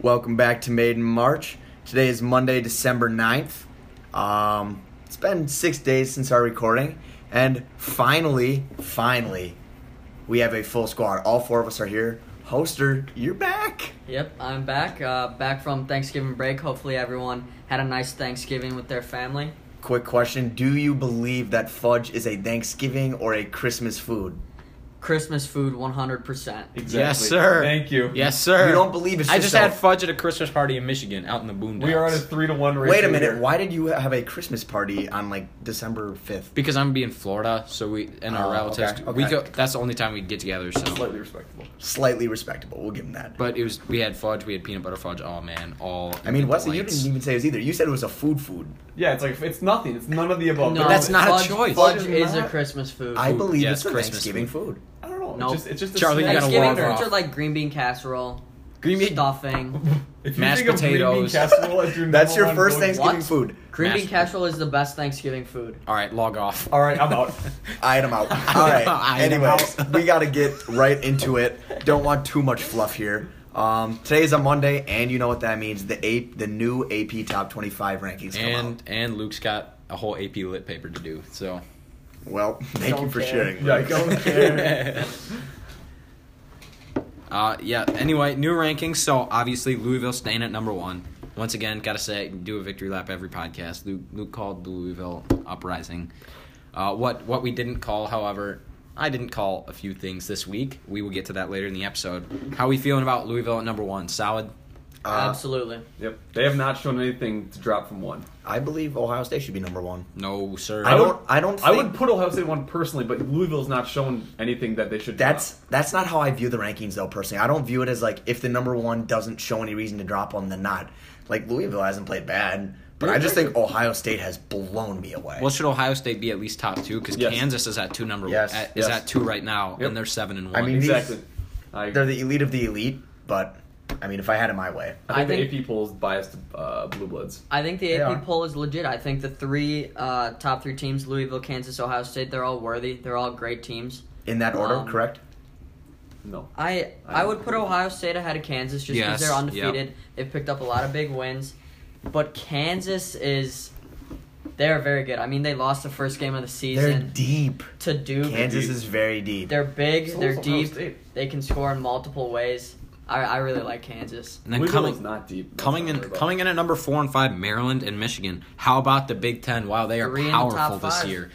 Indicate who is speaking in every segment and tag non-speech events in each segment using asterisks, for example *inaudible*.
Speaker 1: Welcome back to Made in March. Today is Monday, December 9th. Um, it's been six days since our recording, and finally, finally, we have a full squad. All four of us are here. Hoster, you're back.
Speaker 2: Yep, I'm back. Uh, back from Thanksgiving break. Hopefully, everyone had a nice Thanksgiving with their family.
Speaker 1: Quick question Do you believe that fudge is a Thanksgiving or a Christmas food?
Speaker 2: Christmas food, 100%.
Speaker 3: Exactly.
Speaker 4: Yes, sir.
Speaker 3: Thank you.
Speaker 4: Yes, sir.
Speaker 1: You don't believe it's
Speaker 4: I
Speaker 1: just
Speaker 4: just
Speaker 1: a-
Speaker 4: had fudge at a Christmas party in Michigan, out in the boondocks.
Speaker 3: We are at a three to one ratio.
Speaker 1: Wait a minute.
Speaker 3: here.
Speaker 1: Why did you have a Christmas party on like December 5th?
Speaker 4: because I'm gonna be in Florida, so we and our
Speaker 1: Oh,
Speaker 4: relatives.
Speaker 1: okay,
Speaker 4: We
Speaker 1: okay.
Speaker 4: go. That's the only time we get together. So,
Speaker 3: Slightly respectable.
Speaker 1: Slightly respectable. We'll give him that.
Speaker 4: but it was we had fudge, we had peanut butter fudge. Oh man, all.
Speaker 1: I mean,
Speaker 4: the
Speaker 1: Wesley, you
Speaker 4: delights.
Speaker 1: didn't even say it was either. You said it was a food food.
Speaker 3: Yeah, it's like it's nothing. It's none of the above.
Speaker 4: But that's not a
Speaker 2: fudge-
Speaker 4: choice.
Speaker 2: Fudge
Speaker 3: Fudge
Speaker 2: is
Speaker 3: is
Speaker 2: a
Speaker 3: not-
Speaker 2: Christmas food.
Speaker 1: I believe
Speaker 4: yes,
Speaker 1: it's a
Speaker 4: Christmas
Speaker 1: Thanksgiving food.
Speaker 3: I don't know.
Speaker 2: Nope.
Speaker 3: It's just, it's just
Speaker 4: Charlie,
Speaker 3: a
Speaker 4: you gotta
Speaker 3: snack.
Speaker 2: Thanksgiving
Speaker 4: walk
Speaker 2: foods
Speaker 4: off.
Speaker 2: are like green bean casserole,
Speaker 4: *laughs* Green bean-
Speaker 2: stuffing.
Speaker 3: If you
Speaker 4: Mashed
Speaker 3: think of green bean
Speaker 4: potatoes.
Speaker 3: casserole as
Speaker 4: *laughs*
Speaker 3: your
Speaker 1: That's
Speaker 3: number
Speaker 1: your
Speaker 3: one
Speaker 1: first
Speaker 3: go-to-
Speaker 1: Thanksgiving
Speaker 2: What?
Speaker 1: food.
Speaker 2: Green bean
Speaker 4: Mashed-
Speaker 2: casserole is the best Thanksgiving food.
Speaker 4: All right, log off.
Speaker 3: All *laughs* right, I'm
Speaker 4: *laughs*
Speaker 3: out.
Speaker 1: I am
Speaker 3: *laughs*
Speaker 1: out. All right.
Speaker 4: I am
Speaker 1: Anyways,
Speaker 4: out.
Speaker 1: we got to get right into it. Don't want too much fluff here. Um, today is a Monday, and you know what that means. The AP, the new AP Top 25 rankings come
Speaker 4: And
Speaker 1: out.
Speaker 4: and Luke's got a whole AP lit paper to do. So.
Speaker 1: Well, *laughs* thank you
Speaker 3: Don't
Speaker 1: for
Speaker 3: care.
Speaker 1: sharing.
Speaker 3: Yeah,
Speaker 1: Luke. *laughs*
Speaker 3: don't care.
Speaker 4: Uh, yeah. Anyway, new rankings. So obviously Louisville staying at number one. Once again, gotta say, do a victory lap every podcast. Luke, Luke called the Louisville uprising. Uh, what what we didn't call, however, I didn't call a few things this week. We will get to that later in the episode. How we feeling about Louisville at number one? Solid.
Speaker 1: Uh,
Speaker 2: Absolutely.
Speaker 3: Yep. They have not shown anything to drop from one.
Speaker 1: I believe Ohio State should be number one.
Speaker 4: No, sir.
Speaker 1: I don't. I don't. Think
Speaker 3: I would put Ohio State one personally, but Louisville's not shown anything that they should.
Speaker 1: That's
Speaker 3: drop.
Speaker 1: that's not how I view the rankings though personally. I don't view it as like if the number one doesn't show any reason to drop them, then not. Like Louisville hasn't played bad, but I just think Ohio State has blown me away.
Speaker 4: Well, should Ohio State be at least top two? Because
Speaker 3: Yes.
Speaker 4: Kansas is at two number
Speaker 1: Yes,
Speaker 4: at, is
Speaker 3: yes.
Speaker 4: at two right now,
Speaker 3: Yep.
Speaker 4: and they're seven and
Speaker 1: I
Speaker 4: one.
Speaker 1: mean, these-
Speaker 3: exactly. I,
Speaker 1: They're the elite of the elite, but I mean, if I had it my way,
Speaker 3: I
Speaker 2: I think-
Speaker 3: think the AP polls biased uh, blue bloods.
Speaker 2: I think the
Speaker 1: They
Speaker 2: AP
Speaker 1: are.
Speaker 2: poll is legit. I think the three uh, top three teams Louisville, Kansas, Ohio State they're all worthy. They're all great teams.
Speaker 1: in that order,
Speaker 2: Um,
Speaker 1: correct?
Speaker 3: No.
Speaker 2: I
Speaker 3: I
Speaker 2: I
Speaker 3: don't
Speaker 2: would put
Speaker 3: agree.
Speaker 2: Ohio State ahead of Kansas just because
Speaker 4: Yes,
Speaker 2: they're
Speaker 4: yep.
Speaker 2: undefeated. They've picked up a lot of big wins, but Kansas is they're very good. I mean, they lost the first game of the
Speaker 1: They're
Speaker 2: season
Speaker 1: deep.
Speaker 2: to Duke.
Speaker 1: Kansas
Speaker 3: deep.
Speaker 1: is very deep.
Speaker 2: They're big.
Speaker 3: So
Speaker 2: they're
Speaker 3: is Ohio
Speaker 2: deep.
Speaker 3: State.
Speaker 2: They can score in multiple ways. I I really like Kansas.
Speaker 4: and then
Speaker 3: Louisville's
Speaker 4: coming
Speaker 3: not deep. That's
Speaker 4: Coming
Speaker 3: not
Speaker 4: in,
Speaker 3: worried about.
Speaker 4: coming in at number four and five, Maryland and Michigan. How about the Big Ten? Wow, they are
Speaker 2: Three in the top
Speaker 4: powerful this
Speaker 2: five.
Speaker 4: year.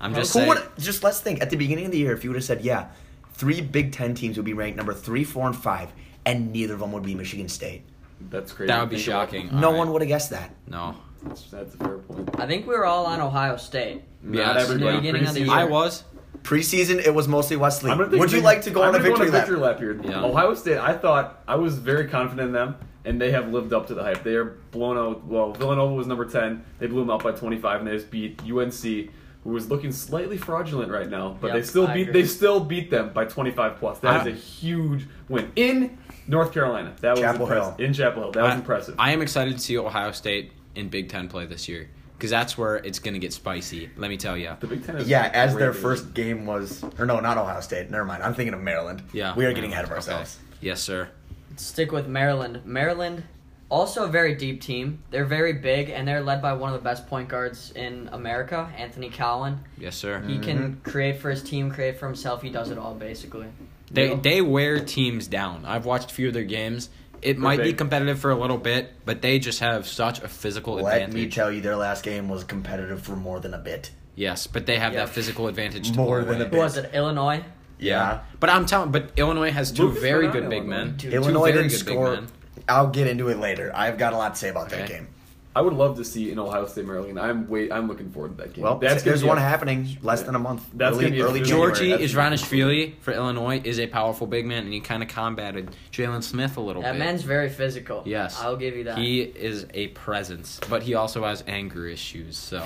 Speaker 4: I'm
Speaker 1: Who
Speaker 4: just saying.
Speaker 1: would just let's think at the beginning of the year if you would have said, yeah, three Big Ten teams would be ranked number three, four, and five, and neither of them would be Michigan State.
Speaker 3: That's crazy.
Speaker 4: That
Speaker 3: to
Speaker 4: would be
Speaker 3: think about.
Speaker 4: shocking.
Speaker 1: no
Speaker 4: All right.
Speaker 1: one would have guessed that.
Speaker 4: No,
Speaker 3: That's, that's a fair point.
Speaker 2: I think we were all on Ohio State.
Speaker 3: Not
Speaker 4: that's-
Speaker 3: everybody.
Speaker 4: yeah.
Speaker 2: Beginning of the
Speaker 3: Preseason.
Speaker 2: year.
Speaker 4: I was.
Speaker 1: Preseason, it was mostly Wesley.
Speaker 3: I'm gonna think-
Speaker 1: Would you like to go
Speaker 3: I'm
Speaker 1: on a
Speaker 3: gonna
Speaker 1: victory lap?
Speaker 3: victory lap here.
Speaker 4: Yeah.
Speaker 3: Ohio State. I thought I was very confident in them, and they have lived up to the hype. They are blown out. Well, Villanova was number ten. They blew them out by 25, and they just beat UNC, who was looking slightly fraudulent right now. But they
Speaker 2: Yep,
Speaker 3: still
Speaker 2: I
Speaker 3: beat.
Speaker 2: agree.
Speaker 3: They still beat them by 25 plus. That
Speaker 4: I-
Speaker 3: is a huge win in North Carolina. That was
Speaker 1: Chapel
Speaker 3: impressive.
Speaker 1: Hill.
Speaker 3: In Chapel Hill, that was
Speaker 4: I-
Speaker 3: impressive.
Speaker 4: I am excited to see Ohio State in Big Ten play this year because that's where it's going to get spicy. Let me tell you.
Speaker 3: the Big Ten is
Speaker 1: Yeah,
Speaker 3: a
Speaker 1: as
Speaker 3: great
Speaker 1: their
Speaker 3: division.
Speaker 1: first game was, or no, not Ohio State. Never mind. I'm thinking of Maryland.
Speaker 4: Yeah,
Speaker 1: we are getting ahead of
Speaker 4: Okay.
Speaker 1: ourselves.
Speaker 4: Yes, sir.
Speaker 2: Stick with Maryland. Maryland, also a very deep team. They're very big, and they're led by one of the best point guards in America, Anthony Cowan.
Speaker 4: Yes, sir.
Speaker 3: Mm-hmm.
Speaker 2: He can create for his team, create for himself. He does it all, basically.
Speaker 4: They
Speaker 3: Yeah.
Speaker 4: they wear teams down. I've watched a few of their games. It might be
Speaker 3: big.
Speaker 4: competitive for a little bit, but they just have such a physical
Speaker 1: Let me
Speaker 4: advantage.
Speaker 1: tell you, their last game was competitive for more than a bit.
Speaker 4: yes, but they have
Speaker 2: Yeah.
Speaker 4: that physical advantage to
Speaker 1: More
Speaker 4: blow
Speaker 1: than a
Speaker 4: away.
Speaker 2: Who was it? Illinois.
Speaker 1: Yeah.
Speaker 4: But I'm telling, but Illinois has two
Speaker 3: Lucas
Speaker 4: very
Speaker 3: Fernando,
Speaker 4: good big
Speaker 3: Illinois.
Speaker 4: men.
Speaker 2: Dude,
Speaker 4: Two
Speaker 1: Illinois
Speaker 4: very
Speaker 1: didn't
Speaker 4: good big
Speaker 1: score.
Speaker 4: men.
Speaker 1: I'll get into it later. I've got a lot to say about that
Speaker 4: Okay.
Speaker 1: game.
Speaker 3: I would love to see an Ohio State Maryland. I'm wait. I'm looking forward to that game.
Speaker 1: Well,
Speaker 3: that's gonna
Speaker 1: there's
Speaker 3: be a-
Speaker 1: one happening less than a month.
Speaker 3: That's
Speaker 1: early,
Speaker 3: gonna be a-
Speaker 1: early January.
Speaker 4: Georgie
Speaker 3: that's-
Speaker 4: Izranishvili for Illinois is a powerful big man, and he kind of combated Jalen Smith a little
Speaker 2: That
Speaker 4: bit.
Speaker 2: man's very physical.
Speaker 4: yes,
Speaker 2: I'll give you that.
Speaker 4: He is a presence, but he also has anger issues. So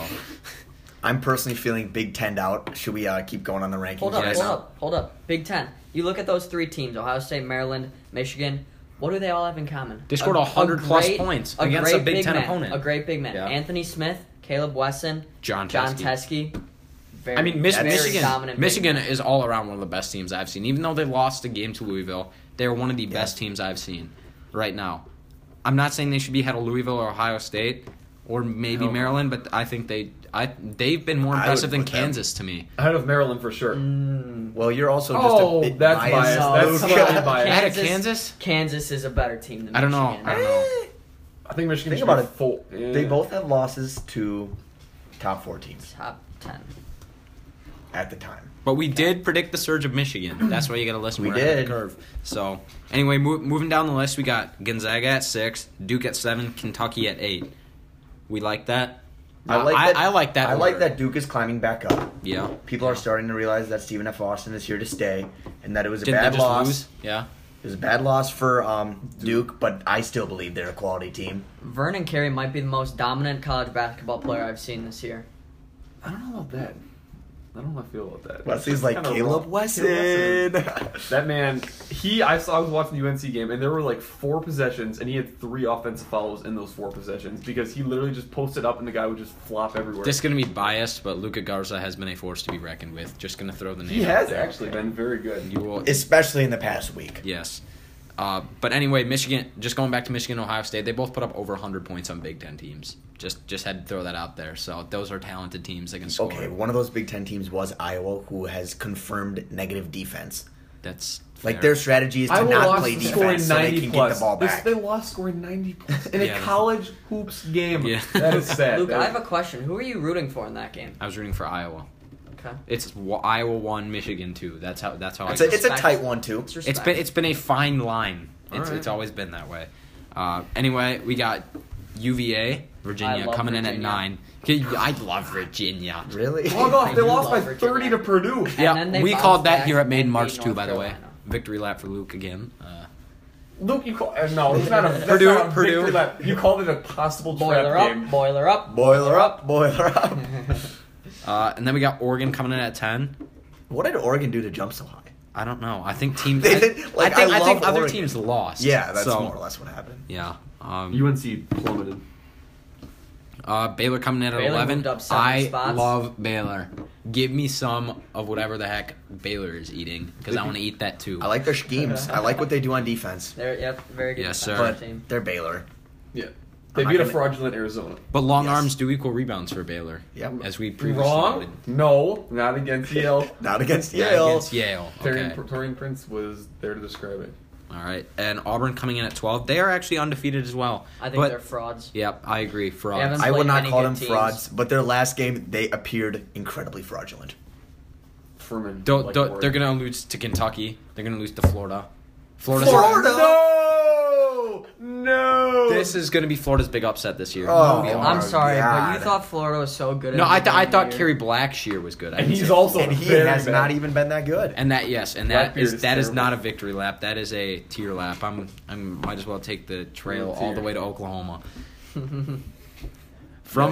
Speaker 1: I'm personally feeling Big Ten out. Should we uh, keep going on the rankings?
Speaker 2: hold up,
Speaker 4: Yes.
Speaker 2: hold up, hold up. Big Ten. You look at those three teams: Ohio State, Maryland, Michigan. What do they all have in common?
Speaker 4: They scored 100 plus points against a
Speaker 2: great
Speaker 4: Big Ten
Speaker 2: man,
Speaker 4: opponent.
Speaker 2: A great big man.
Speaker 4: Yeah.
Speaker 2: Anthony Smith, Caleb Wesson,
Speaker 4: John
Speaker 2: John
Speaker 4: Teske.
Speaker 2: Teske. Very,
Speaker 4: I mean, Mich-
Speaker 2: very
Speaker 4: Michigan,
Speaker 2: dominant big
Speaker 4: Michigan
Speaker 2: man.
Speaker 4: is all around one of the best teams I've seen. Even though they lost a game to Louisville, they are one of the best teams I've seen. right now. I'm not saying they should be ahead of Louisville or Ohio State or maybe
Speaker 3: Hell no.
Speaker 4: Maryland, but I think they I they've been more
Speaker 1: I would
Speaker 4: impressive than
Speaker 1: put them-
Speaker 4: Kansas to me.
Speaker 3: Ahead of Maryland for sure.
Speaker 2: Mm.
Speaker 1: Well, you're also just
Speaker 3: Oh,
Speaker 1: a bit
Speaker 3: that's
Speaker 1: biased.
Speaker 3: biased.
Speaker 1: Luke.
Speaker 3: That's
Speaker 1: *laughs*
Speaker 3: totally biased.
Speaker 4: Ahead of
Speaker 2: Kansas-
Speaker 4: Kansas?
Speaker 2: Kansas is a better team than
Speaker 4: I don't know.
Speaker 2: Michigan.
Speaker 4: I don't know.
Speaker 1: Eh,
Speaker 3: I think Michigan
Speaker 1: Think
Speaker 3: should
Speaker 1: about
Speaker 3: be
Speaker 1: it.
Speaker 3: full. Yeah.
Speaker 1: They both had losses to top four teams
Speaker 2: Top ten.
Speaker 1: at the time.
Speaker 4: But we did predict the surge of
Speaker 1: *clears throat*
Speaker 4: Michigan. That's why you got to listen.
Speaker 1: We
Speaker 4: We're ahead of
Speaker 1: did.
Speaker 4: The curve. So anyway, mo- moving down the list, we got Gonzaga at six, Duke at seven, Kentucky at eight. We like that.
Speaker 1: I like
Speaker 4: I,
Speaker 1: that.
Speaker 4: I like that.
Speaker 1: I like
Speaker 4: order.
Speaker 1: that Duke is climbing back up.
Speaker 4: Yeah.
Speaker 1: People are starting to realize that Stephen F. Austin is here to stay, and that it was a
Speaker 4: Didn't they
Speaker 1: bad
Speaker 4: just
Speaker 1: loss.
Speaker 4: lose? Yeah.
Speaker 1: It was a bad loss for um, Duke, but I still believe they're a quality team.
Speaker 2: Vernon Carey might be the most dominant college basketball player I've seen this year.
Speaker 3: I don't know about that. I don't know how I feel about that.
Speaker 1: Wesley's
Speaker 3: It's
Speaker 1: like
Speaker 3: kinda
Speaker 1: Caleb
Speaker 3: wrong."
Speaker 1: Wesson.
Speaker 3: That man, he I saw I was watching the UNC game and there were like four possessions and he had three offensive fouls in those four possessions because he literally just posted up and the guy would just flop everywhere.
Speaker 4: This is gonna be biased, but Luca Garza has been a force to be reckoned with. Just gonna throw the name.
Speaker 3: he
Speaker 4: out
Speaker 3: has
Speaker 4: there.
Speaker 3: actually been very good.
Speaker 4: You will.
Speaker 1: Especially in the past week.
Speaker 4: yes. Uh, but anyway, Michigan. Just going back to Michigan, and Ohio State. They both put up over 100 points on Big Ten teams. Just, just had to throw that out there. So those are talented teams that can score.
Speaker 1: Okay, one of those Big Ten teams was Iowa, who has confirmed negative defense.
Speaker 4: That's
Speaker 1: Like
Speaker 4: fair.
Speaker 1: their strategy is to
Speaker 3: Iowa
Speaker 1: not
Speaker 3: lost
Speaker 1: play
Speaker 3: scoring
Speaker 1: defense
Speaker 3: 90
Speaker 1: so they can
Speaker 3: plus.
Speaker 1: get the ball
Speaker 3: They-
Speaker 1: back.
Speaker 3: They, lost scoring 90 plus in
Speaker 4: Yeah.
Speaker 3: a college hoops game.
Speaker 4: Yeah.
Speaker 3: That is sad.
Speaker 2: Luke, I
Speaker 3: That is-
Speaker 2: have a question. Who are you rooting for in that game?
Speaker 4: I was rooting for Iowa.
Speaker 2: Okay.
Speaker 4: It's wa- Iowa one, Michigan two. That's how. That's how.
Speaker 1: It's a,
Speaker 4: I
Speaker 1: it's a
Speaker 2: Respect.
Speaker 1: tight one too.
Speaker 2: It's, respect.
Speaker 4: it's been it's been a fine line.
Speaker 3: All
Speaker 4: It's
Speaker 3: right.
Speaker 4: it's always been that way. Uh, anyway, we got UVA Virginia
Speaker 2: I love
Speaker 4: coming in at
Speaker 2: Virginia.
Speaker 4: nine. Okay, I love Virginia.
Speaker 1: *laughs* Really?
Speaker 3: Log off. They
Speaker 2: I do
Speaker 3: lost by
Speaker 2: love Virginia.
Speaker 3: 30 to Purdue.
Speaker 2: And
Speaker 4: Yeah,
Speaker 2: then they
Speaker 4: we
Speaker 2: bounced
Speaker 4: called that
Speaker 2: back
Speaker 4: here at
Speaker 2: and
Speaker 4: Made
Speaker 2: beat
Speaker 4: March
Speaker 2: North
Speaker 4: too. By the way,
Speaker 2: Carolina.
Speaker 4: victory lap for Luke again. Uh,
Speaker 3: Luke, you call uh, *laughs* no. It's not a that's
Speaker 4: Purdue-
Speaker 3: not a victory
Speaker 4: Purdue.
Speaker 3: lap. You called it a possible
Speaker 2: Boiler
Speaker 3: trap
Speaker 2: up,
Speaker 3: game.
Speaker 2: boiler up,
Speaker 1: Boiler up, boiler up. *laughs*
Speaker 4: uh, and then we got Oregon coming in at ten.
Speaker 1: what did Oregon do to jump so high?
Speaker 4: I don't know. I think
Speaker 1: *laughs*
Speaker 4: teams.
Speaker 1: They
Speaker 4: I,
Speaker 1: did- like,
Speaker 4: I think,
Speaker 1: I
Speaker 4: I think
Speaker 1: love
Speaker 4: other
Speaker 1: Oregon.
Speaker 4: teams lost.
Speaker 1: Yeah, that's
Speaker 4: so,
Speaker 1: more or less what happened.
Speaker 4: Yeah. Um,
Speaker 3: UNC plummeted.
Speaker 4: Uh, Baylor coming in at
Speaker 2: Baylor
Speaker 4: eleven.
Speaker 2: moved up seven
Speaker 4: I
Speaker 2: spots.
Speaker 4: love Baylor. Give me some of whatever the heck Baylor is eating because I want to eat that too.
Speaker 1: I like their schemes. I like what they do on defense.
Speaker 2: They're yep, very good.
Speaker 4: Yes,
Speaker 2: defensive
Speaker 4: sir.
Speaker 1: But
Speaker 2: Team.
Speaker 1: they're Baylor.
Speaker 3: Yeah, they
Speaker 1: I'm not
Speaker 3: beat a
Speaker 1: gonna-
Speaker 3: fraudulent Arizona.
Speaker 4: but long
Speaker 1: Yes.
Speaker 4: arms do equal rebounds for Baylor.
Speaker 1: Yep.
Speaker 4: As we previously noted.
Speaker 3: Wrong? No, not against *laughs* Yale.
Speaker 1: Not against
Speaker 4: Yeah,
Speaker 1: Yale.
Speaker 4: against Yale.
Speaker 3: Torian,
Speaker 4: Okay.
Speaker 3: Torian Prince was there to describe it.
Speaker 4: All right. And Auburn coming in at twelve. They are actually undefeated as well.
Speaker 2: I think
Speaker 4: But-
Speaker 2: they're frauds.
Speaker 4: Yep, I agree. Frauds.
Speaker 2: Evan-
Speaker 1: I would
Speaker 2: Played
Speaker 1: not
Speaker 2: many
Speaker 1: call
Speaker 2: good
Speaker 1: them
Speaker 2: teams.
Speaker 1: frauds, but their last game they appeared incredibly fraudulent.
Speaker 3: Furman.
Speaker 4: Don't,
Speaker 3: like
Speaker 4: don't,
Speaker 3: Oregon.
Speaker 4: they're gonna lose to Kentucky. They're gonna lose to Florida. Florida's
Speaker 1: Florida?
Speaker 3: No, no.
Speaker 4: This is gonna be Florida's big upset this year.
Speaker 1: Oh,
Speaker 4: We are.
Speaker 2: I'm
Speaker 1: my
Speaker 2: sorry, but
Speaker 1: God.
Speaker 2: you thought Florida was so good.
Speaker 4: no,
Speaker 2: at the
Speaker 4: I, th- I
Speaker 2: beginning of
Speaker 4: thought
Speaker 2: the *laughs*
Speaker 4: Kerry
Speaker 2: year.
Speaker 4: Blackshear was good. I
Speaker 3: And
Speaker 4: didn't
Speaker 3: he's
Speaker 4: say-
Speaker 3: also
Speaker 1: and he
Speaker 3: very
Speaker 1: has
Speaker 3: bad.
Speaker 1: not even been that good.
Speaker 4: And that yes, and that
Speaker 3: Blackbeard
Speaker 4: is
Speaker 3: is
Speaker 4: that is
Speaker 3: terrible.
Speaker 4: not a victory lap. That is a tear lap. I'm I'm might as well take the trail
Speaker 3: Tear.
Speaker 4: all the way to Oklahoma. From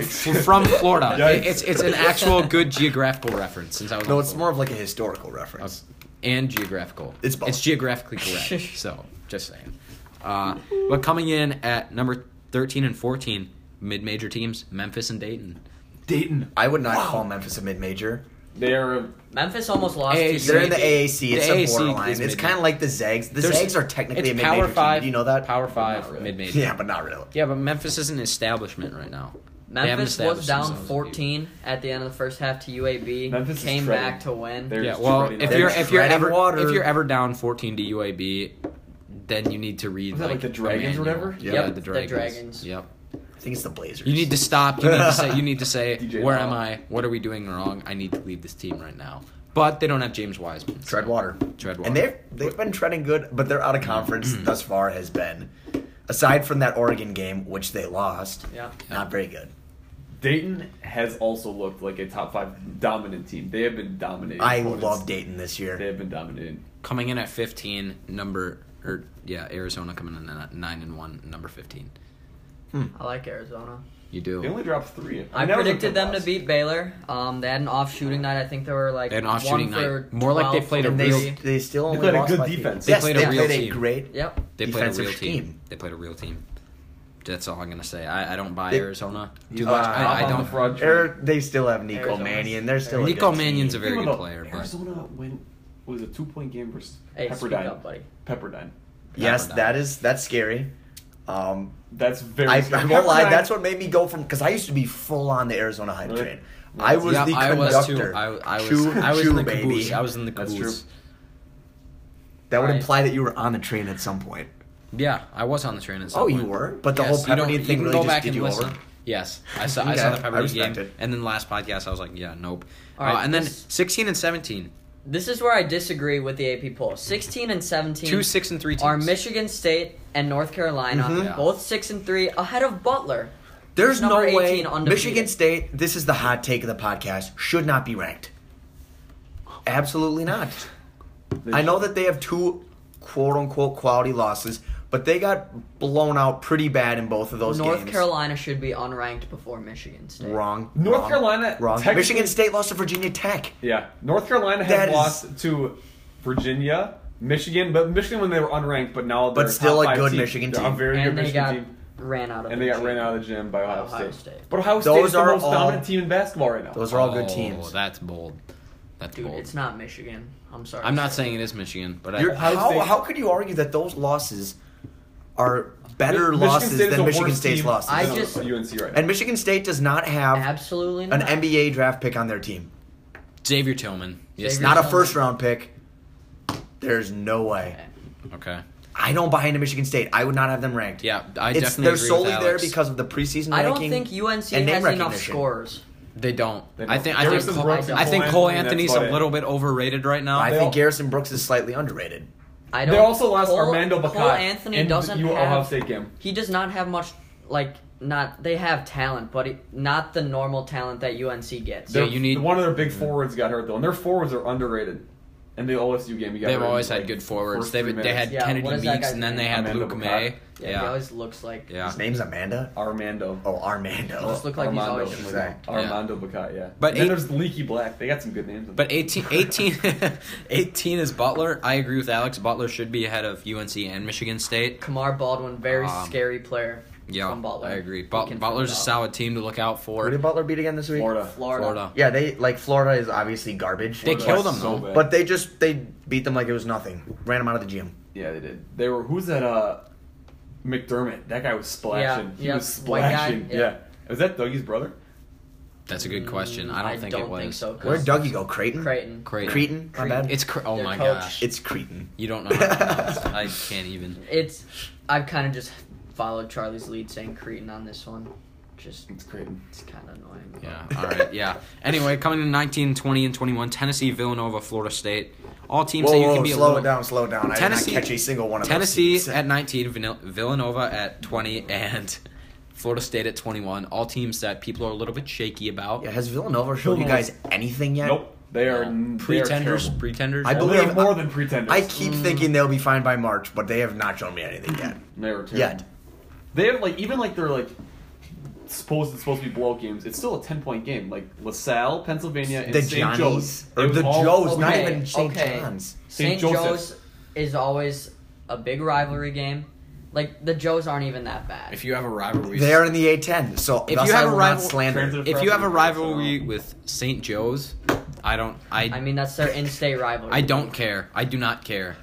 Speaker 3: Yikes.
Speaker 1: *laughs*
Speaker 4: from Florida,
Speaker 3: Yikes.
Speaker 4: It- it's it's an actual good geographical reference since I was
Speaker 1: No,
Speaker 4: on
Speaker 1: it's more
Speaker 4: Florida.
Speaker 1: of like a historical reference.
Speaker 4: and geographical.
Speaker 1: It's both.
Speaker 4: it's geographically
Speaker 1: *laughs*
Speaker 4: correct. so just saying. Uh, but coming in at number thirteen and fourteen, mid major teams, Memphis and Dayton.
Speaker 3: Dayton.
Speaker 1: I would not call Memphis a mid-major.
Speaker 3: They are.
Speaker 2: Memphis almost lost.
Speaker 4: Hey,
Speaker 2: to
Speaker 4: is
Speaker 1: They're in the
Speaker 4: Maybe.
Speaker 1: AAC. It's
Speaker 4: The
Speaker 1: a
Speaker 4: AAC
Speaker 1: borderline.
Speaker 4: is
Speaker 1: It's
Speaker 4: mid-major.
Speaker 1: kind of like the Zags. The
Speaker 4: There's-
Speaker 1: Zags are technically a
Speaker 4: it's
Speaker 1: mid-major
Speaker 4: Power Five.
Speaker 1: team. Did you know that?
Speaker 4: Power Five
Speaker 3: Not really.
Speaker 4: mid major.
Speaker 1: Yeah, but not really.
Speaker 4: Yeah, but Memphis is an establishment right now. They haven't
Speaker 2: Memphis was
Speaker 4: established
Speaker 2: down
Speaker 4: themselves as a team.
Speaker 2: 14 at the end of the first half to UAB.
Speaker 3: Memphis is
Speaker 2: came
Speaker 3: shredding.
Speaker 2: back to win.
Speaker 3: They're-
Speaker 4: Yeah,
Speaker 3: just
Speaker 4: well,
Speaker 3: running
Speaker 4: if
Speaker 3: out.
Speaker 4: you're
Speaker 1: They're
Speaker 4: if you're
Speaker 1: treading
Speaker 4: ever
Speaker 1: water.
Speaker 4: if you're ever down 14 to UAB, then you need to read
Speaker 3: Was that like the
Speaker 4: a
Speaker 3: Dragons or
Speaker 4: manual.
Speaker 3: whatever?
Speaker 4: Yeah,
Speaker 2: Yep,
Speaker 4: the
Speaker 2: the
Speaker 4: dragons.
Speaker 2: Dragons.
Speaker 4: Yep.
Speaker 1: I think it's the Blazers.
Speaker 4: You need to stop. You
Speaker 1: *laughs*
Speaker 4: need to say. You need to say.
Speaker 3: DJ
Speaker 4: where
Speaker 3: Law.
Speaker 4: am I? What are we doing wrong? I need to leave this team right now. But they don't have James Wiseman. so-
Speaker 1: tread water.
Speaker 4: Tread water.
Speaker 1: And they've they've been treading good, but their out of conference
Speaker 4: Mm.
Speaker 1: thus far has been, aside from that Oregon game which they lost,
Speaker 2: Yeah.
Speaker 1: not very good.
Speaker 3: Dayton has also looked like a top five dominant team. They have been dominating.
Speaker 1: I
Speaker 3: opponents.
Speaker 1: love Dayton this
Speaker 3: They
Speaker 1: year.
Speaker 3: have been dominating.
Speaker 4: coming in at 15, number or yeah, Arizona coming in at nine and one, number 15.
Speaker 2: I like Arizona.
Speaker 4: You do.
Speaker 3: They only dropped three.
Speaker 2: I,
Speaker 3: mean, that was a
Speaker 2: predicted
Speaker 3: good
Speaker 2: them
Speaker 3: loss.
Speaker 2: to beat Baylor. Um, they had an off shooting night. I think they were like
Speaker 4: They had an off
Speaker 2: one
Speaker 4: shooting
Speaker 2: for
Speaker 4: night. More like they
Speaker 2: 12
Speaker 4: played a
Speaker 1: And
Speaker 2: from
Speaker 1: they,
Speaker 4: real-
Speaker 2: three.
Speaker 1: they still only
Speaker 3: played a
Speaker 1: lost
Speaker 3: good
Speaker 1: by three.
Speaker 3: defense.
Speaker 4: They
Speaker 1: yes,
Speaker 4: played a
Speaker 1: they
Speaker 4: real
Speaker 1: played
Speaker 4: team.
Speaker 1: a great.
Speaker 2: Yep.
Speaker 4: They played a
Speaker 1: defensive
Speaker 4: real team.
Speaker 1: team.
Speaker 4: They played a real team. That's all I'm gonna say. I, I don't buy
Speaker 1: They-
Speaker 4: Arizona.
Speaker 1: You
Speaker 4: Too
Speaker 1: are
Speaker 4: much. Uh, I,
Speaker 3: Hop
Speaker 4: I
Speaker 3: on
Speaker 4: don't.
Speaker 3: the fraud train.
Speaker 1: They're- they still have Nico
Speaker 2: Arizona's-
Speaker 1: Mannion. They're still a
Speaker 4: Nico
Speaker 1: good
Speaker 4: Mannion's a
Speaker 1: team.
Speaker 4: very
Speaker 3: Think
Speaker 4: good
Speaker 3: about
Speaker 4: player, but-
Speaker 3: Arizona went was a two point game versus
Speaker 2: Hey, speak
Speaker 3: Pepperdine.
Speaker 2: up, buddy.
Speaker 3: Pepperdine.
Speaker 1: yes,
Speaker 4: Pepperdine.
Speaker 1: that is that's scary. Um,
Speaker 3: That's very.
Speaker 1: I,
Speaker 3: scary.
Speaker 1: I won't lie.
Speaker 3: Pepperdine-
Speaker 1: That's what made me go from because I used to be full on the Arizona hype
Speaker 3: Really?
Speaker 1: train. I was
Speaker 4: yeah,
Speaker 1: the
Speaker 4: I was too.
Speaker 1: conductor.
Speaker 4: I, I was,
Speaker 1: Choo-
Speaker 4: I was
Speaker 1: choo,
Speaker 4: in the
Speaker 1: baby.
Speaker 4: caboose. I was in the
Speaker 3: That's
Speaker 4: caboose.
Speaker 3: true.
Speaker 1: That would
Speaker 2: Right.
Speaker 1: imply that you were on the train at some point.
Speaker 4: Yeah, I was on the train. At some
Speaker 1: Oh, you
Speaker 4: point.
Speaker 1: were? But the
Speaker 4: Yes,
Speaker 1: whole
Speaker 4: you don't-
Speaker 1: Pepperdine
Speaker 4: you
Speaker 1: thing
Speaker 4: can
Speaker 1: really
Speaker 4: go
Speaker 1: just
Speaker 4: back
Speaker 1: did
Speaker 4: and
Speaker 1: you
Speaker 4: listen.
Speaker 1: over?
Speaker 4: Yes, I saw. I saw
Speaker 1: Okay,
Speaker 4: the
Speaker 1: I
Speaker 4: Pepperdine
Speaker 1: respect
Speaker 4: game,
Speaker 1: it.
Speaker 4: and then last podcast I was like, yeah, nope.
Speaker 2: All right,
Speaker 4: uh, and then
Speaker 2: this-
Speaker 4: sixteen and seventeen,
Speaker 2: This is where I disagree with the AP poll. 16 and 17
Speaker 4: two six and three teams. Mm-hmm.
Speaker 2: are Michigan State and North Carolina,
Speaker 1: Mhm.
Speaker 4: Yeah.
Speaker 2: both 6 and 3, ahead of Butler.
Speaker 1: There's no
Speaker 2: Number
Speaker 1: way
Speaker 2: 18 undefeated.
Speaker 1: Michigan State. This is the hot take of the podcast. Should not be ranked. Absolutely not. I know that they have two quote unquote quality losses, but they got blown out pretty bad in both of those
Speaker 2: North
Speaker 1: games.
Speaker 2: Carolina should be unranked before Michigan State.
Speaker 1: Wrong.
Speaker 3: North
Speaker 1: wrong,
Speaker 3: Carolina
Speaker 1: Wrong.
Speaker 3: technically-
Speaker 1: Michigan State lost to Virginia Tech.
Speaker 3: Yeah, North Carolina
Speaker 1: That
Speaker 3: has
Speaker 1: is-
Speaker 3: lost to Virginia, Michigan, but Michigan when they were unranked, but now they're
Speaker 1: But still
Speaker 3: top
Speaker 1: a
Speaker 3: five
Speaker 1: good
Speaker 3: team.
Speaker 1: Michigan
Speaker 3: They're
Speaker 1: team.
Speaker 3: A very
Speaker 2: And
Speaker 3: good
Speaker 2: they
Speaker 3: Michigan
Speaker 2: got
Speaker 3: team,
Speaker 2: ran out of
Speaker 3: and
Speaker 2: the
Speaker 3: they got
Speaker 2: gym.
Speaker 3: ran out of the gym by Ohio,
Speaker 2: Ohio
Speaker 3: State.
Speaker 2: State.
Speaker 3: But Ohio State
Speaker 1: Those
Speaker 3: is the
Speaker 1: are
Speaker 3: most
Speaker 1: all-
Speaker 3: dominant team in basketball right now.
Speaker 1: Those are all good
Speaker 4: Oh,
Speaker 1: teams.
Speaker 4: That's bold. That's
Speaker 2: Dude,
Speaker 4: bold.
Speaker 2: it's not Michigan. I'm sorry.
Speaker 4: I'm
Speaker 2: to
Speaker 4: not
Speaker 2: say.
Speaker 4: saying it is Michigan, but
Speaker 1: You're-
Speaker 4: I,
Speaker 3: Ohio
Speaker 1: how,
Speaker 3: State-
Speaker 1: how could you argue that those losses are better
Speaker 3: Michigan
Speaker 1: losses
Speaker 3: State is the
Speaker 1: than Michigan
Speaker 3: worst
Speaker 1: State's
Speaker 3: team
Speaker 1: losses?
Speaker 2: I
Speaker 3: than
Speaker 2: just-
Speaker 3: UNC right now.
Speaker 1: and Michigan State does not have
Speaker 2: Absolutely
Speaker 1: an
Speaker 2: not.
Speaker 1: NBA draft pick on their team.
Speaker 4: Xavier Tillman. Yes,
Speaker 2: Xavier-
Speaker 1: Not a first round pick. There's no way.
Speaker 2: Okay.
Speaker 4: Okay.
Speaker 1: I don't buy into Michigan State. I would not have them ranked.
Speaker 4: Yeah, I
Speaker 1: it's,
Speaker 4: definitely
Speaker 1: they're
Speaker 4: agree
Speaker 1: solely
Speaker 4: with
Speaker 1: there
Speaker 4: Alex.
Speaker 1: because of the preseason
Speaker 2: I don't
Speaker 1: ranking.
Speaker 2: think UNC
Speaker 1: and name
Speaker 2: has enough
Speaker 1: recognition.
Speaker 2: scorers.
Speaker 4: they don't.
Speaker 3: They
Speaker 4: I
Speaker 3: don't.
Speaker 4: think I think
Speaker 3: Harrison
Speaker 4: Cole,
Speaker 3: Brooks
Speaker 2: and
Speaker 4: I think
Speaker 3: Cole
Speaker 4: Cole
Speaker 3: Anthony, that's
Speaker 4: Anthony's
Speaker 3: about
Speaker 4: a
Speaker 3: it.
Speaker 4: little bit overrated right now.
Speaker 1: I
Speaker 3: They
Speaker 1: think
Speaker 3: all-
Speaker 1: Garrison Brooks is slightly underrated.
Speaker 2: I don't.
Speaker 3: they also lost
Speaker 2: Cole,
Speaker 3: Armando Bacot.
Speaker 2: Cole Anthony
Speaker 3: in
Speaker 2: doesn't
Speaker 3: the U-
Speaker 2: have.
Speaker 3: Ohio State game.
Speaker 2: He does not have much. Like not. They have talent, but he, not the normal talent that UNC gets.
Speaker 4: Yeah,
Speaker 3: Their-
Speaker 4: you need-
Speaker 3: one of their big forwards got hurt though, and their forwards are underrated. And the OSU game, he got
Speaker 4: They've
Speaker 3: hurt in,
Speaker 4: always had
Speaker 3: like,
Speaker 4: good forwards.
Speaker 3: first
Speaker 4: They
Speaker 3: three
Speaker 4: they had
Speaker 3: minutes.
Speaker 2: Yeah,
Speaker 4: Kennedy
Speaker 2: what is that
Speaker 4: Meeks,
Speaker 2: guy's
Speaker 4: and then they
Speaker 2: name?
Speaker 4: had
Speaker 3: Amanda
Speaker 4: Luke
Speaker 3: Bacot.
Speaker 4: May.
Speaker 2: yeah, he always looks like.
Speaker 4: Yeah.
Speaker 1: His name's Amanda.
Speaker 3: Armando.
Speaker 1: Oh, Armando.
Speaker 2: He just looks like
Speaker 3: Armando,
Speaker 2: he's always.
Speaker 1: Armando. Exact.
Speaker 3: Armando Bacot, yeah.
Speaker 4: But
Speaker 3: and then
Speaker 4: eight-
Speaker 3: there's Leaky Black. They got some good names. in
Speaker 4: But 18, *laughs* 18, 18 is Butler. I agree with Alex. Butler should be ahead of UNC and Michigan State.
Speaker 2: Kamar Baldwin, very
Speaker 4: Um,
Speaker 2: scary player.
Speaker 4: Yeah,
Speaker 2: from Butler.
Speaker 4: I agree.
Speaker 2: He
Speaker 4: But,
Speaker 2: can
Speaker 4: Butler's a
Speaker 2: fill it out.
Speaker 4: solid team to look out for.
Speaker 1: Who did Butler beat again this week?
Speaker 3: Florida.
Speaker 2: Florida.
Speaker 4: Florida.
Speaker 1: Yeah, they like Florida is obviously garbage.
Speaker 4: They
Speaker 3: Florida
Speaker 4: killed
Speaker 3: was
Speaker 4: them,
Speaker 3: so
Speaker 4: though.
Speaker 3: bad.
Speaker 1: But they just they beat them like it was nothing. Ran them out of the gym.
Speaker 3: Yeah, they did. They were who's that? Uh, McDermott. That guy was splashing.
Speaker 2: Yeah,
Speaker 3: he
Speaker 2: yeah,
Speaker 3: was
Speaker 2: white guy,
Speaker 3: splashing.
Speaker 2: yeah.
Speaker 3: yeah. Was that Dougie's brother?
Speaker 4: That's a good question. I don't
Speaker 2: Mm, I
Speaker 4: think
Speaker 2: don't
Speaker 4: it was.
Speaker 2: think so, 'cause-
Speaker 1: Where'd Dougie go? Creighton.
Speaker 2: Creighton.
Speaker 4: Creighton.
Speaker 1: Cretan. My bad.
Speaker 4: It's cr- oh
Speaker 2: Their
Speaker 4: my
Speaker 2: coach.
Speaker 4: gosh.
Speaker 1: It's Cretan.
Speaker 4: you don't know. How to pronounce it. I can't even.
Speaker 2: It's. I've kind of just followed Charlie's lead, saying Creighton on this one. Just
Speaker 3: It's Creighton.
Speaker 2: it's kind of annoying.
Speaker 4: Yeah. All right. Yeah. Anyway, coming in 19, 20, and 21, Tennessee, Villanova, Florida State. All teams
Speaker 1: Whoa,
Speaker 4: that you
Speaker 1: whoa,
Speaker 4: can be a
Speaker 1: slow
Speaker 4: little,
Speaker 1: it down, slow it down. I
Speaker 4: Tennessee-
Speaker 1: did not catch a single one of
Speaker 4: Tennessee
Speaker 1: those. teams.
Speaker 4: at 19, Vanil- Villanova at 20, and Florida State at 21. All teams that people are a little bit shaky about.
Speaker 1: Yeah, has Villanova shown you
Speaker 3: Villanova.
Speaker 1: guys anything yet?
Speaker 3: Nope. They are
Speaker 4: Uh,
Speaker 3: pretenders.
Speaker 4: pretenders. Pretenders.
Speaker 1: I
Speaker 4: all-
Speaker 1: believe-
Speaker 3: they are more
Speaker 1: I-
Speaker 3: than pretenders.
Speaker 1: I keep thinking they'll be fine by March, but they have not shown me anything yet.
Speaker 3: they were terrible.
Speaker 1: Yet.
Speaker 3: They have like even like they're like supposed it's supposed to be blowout games. It's still a ten point game. Like LaSalle, Pennsylvania, and
Speaker 1: The
Speaker 3: St.
Speaker 1: Johnnies.
Speaker 3: Joe's. It
Speaker 1: Or
Speaker 3: was
Speaker 1: the
Speaker 3: all-
Speaker 1: Joes,
Speaker 3: all-
Speaker 1: not
Speaker 2: Okay,
Speaker 1: even St.
Speaker 2: okay.
Speaker 1: John's.
Speaker 2: St.
Speaker 3: St.
Speaker 2: Joe's
Speaker 3: Joseph's.
Speaker 2: is always a big rivalry game. Like the Joes aren't even that bad.
Speaker 4: If you have a rivalry,
Speaker 1: They are in the A10, so
Speaker 4: If
Speaker 1: thus
Speaker 4: you
Speaker 1: I
Speaker 4: have a
Speaker 1: will
Speaker 4: rival-
Speaker 1: not slander.
Speaker 3: Transitive-
Speaker 4: if you have a rivalry with St. Joe's, I don't. I.
Speaker 2: I mean, that's their in-state rivalry.
Speaker 4: I don't care. I do not care.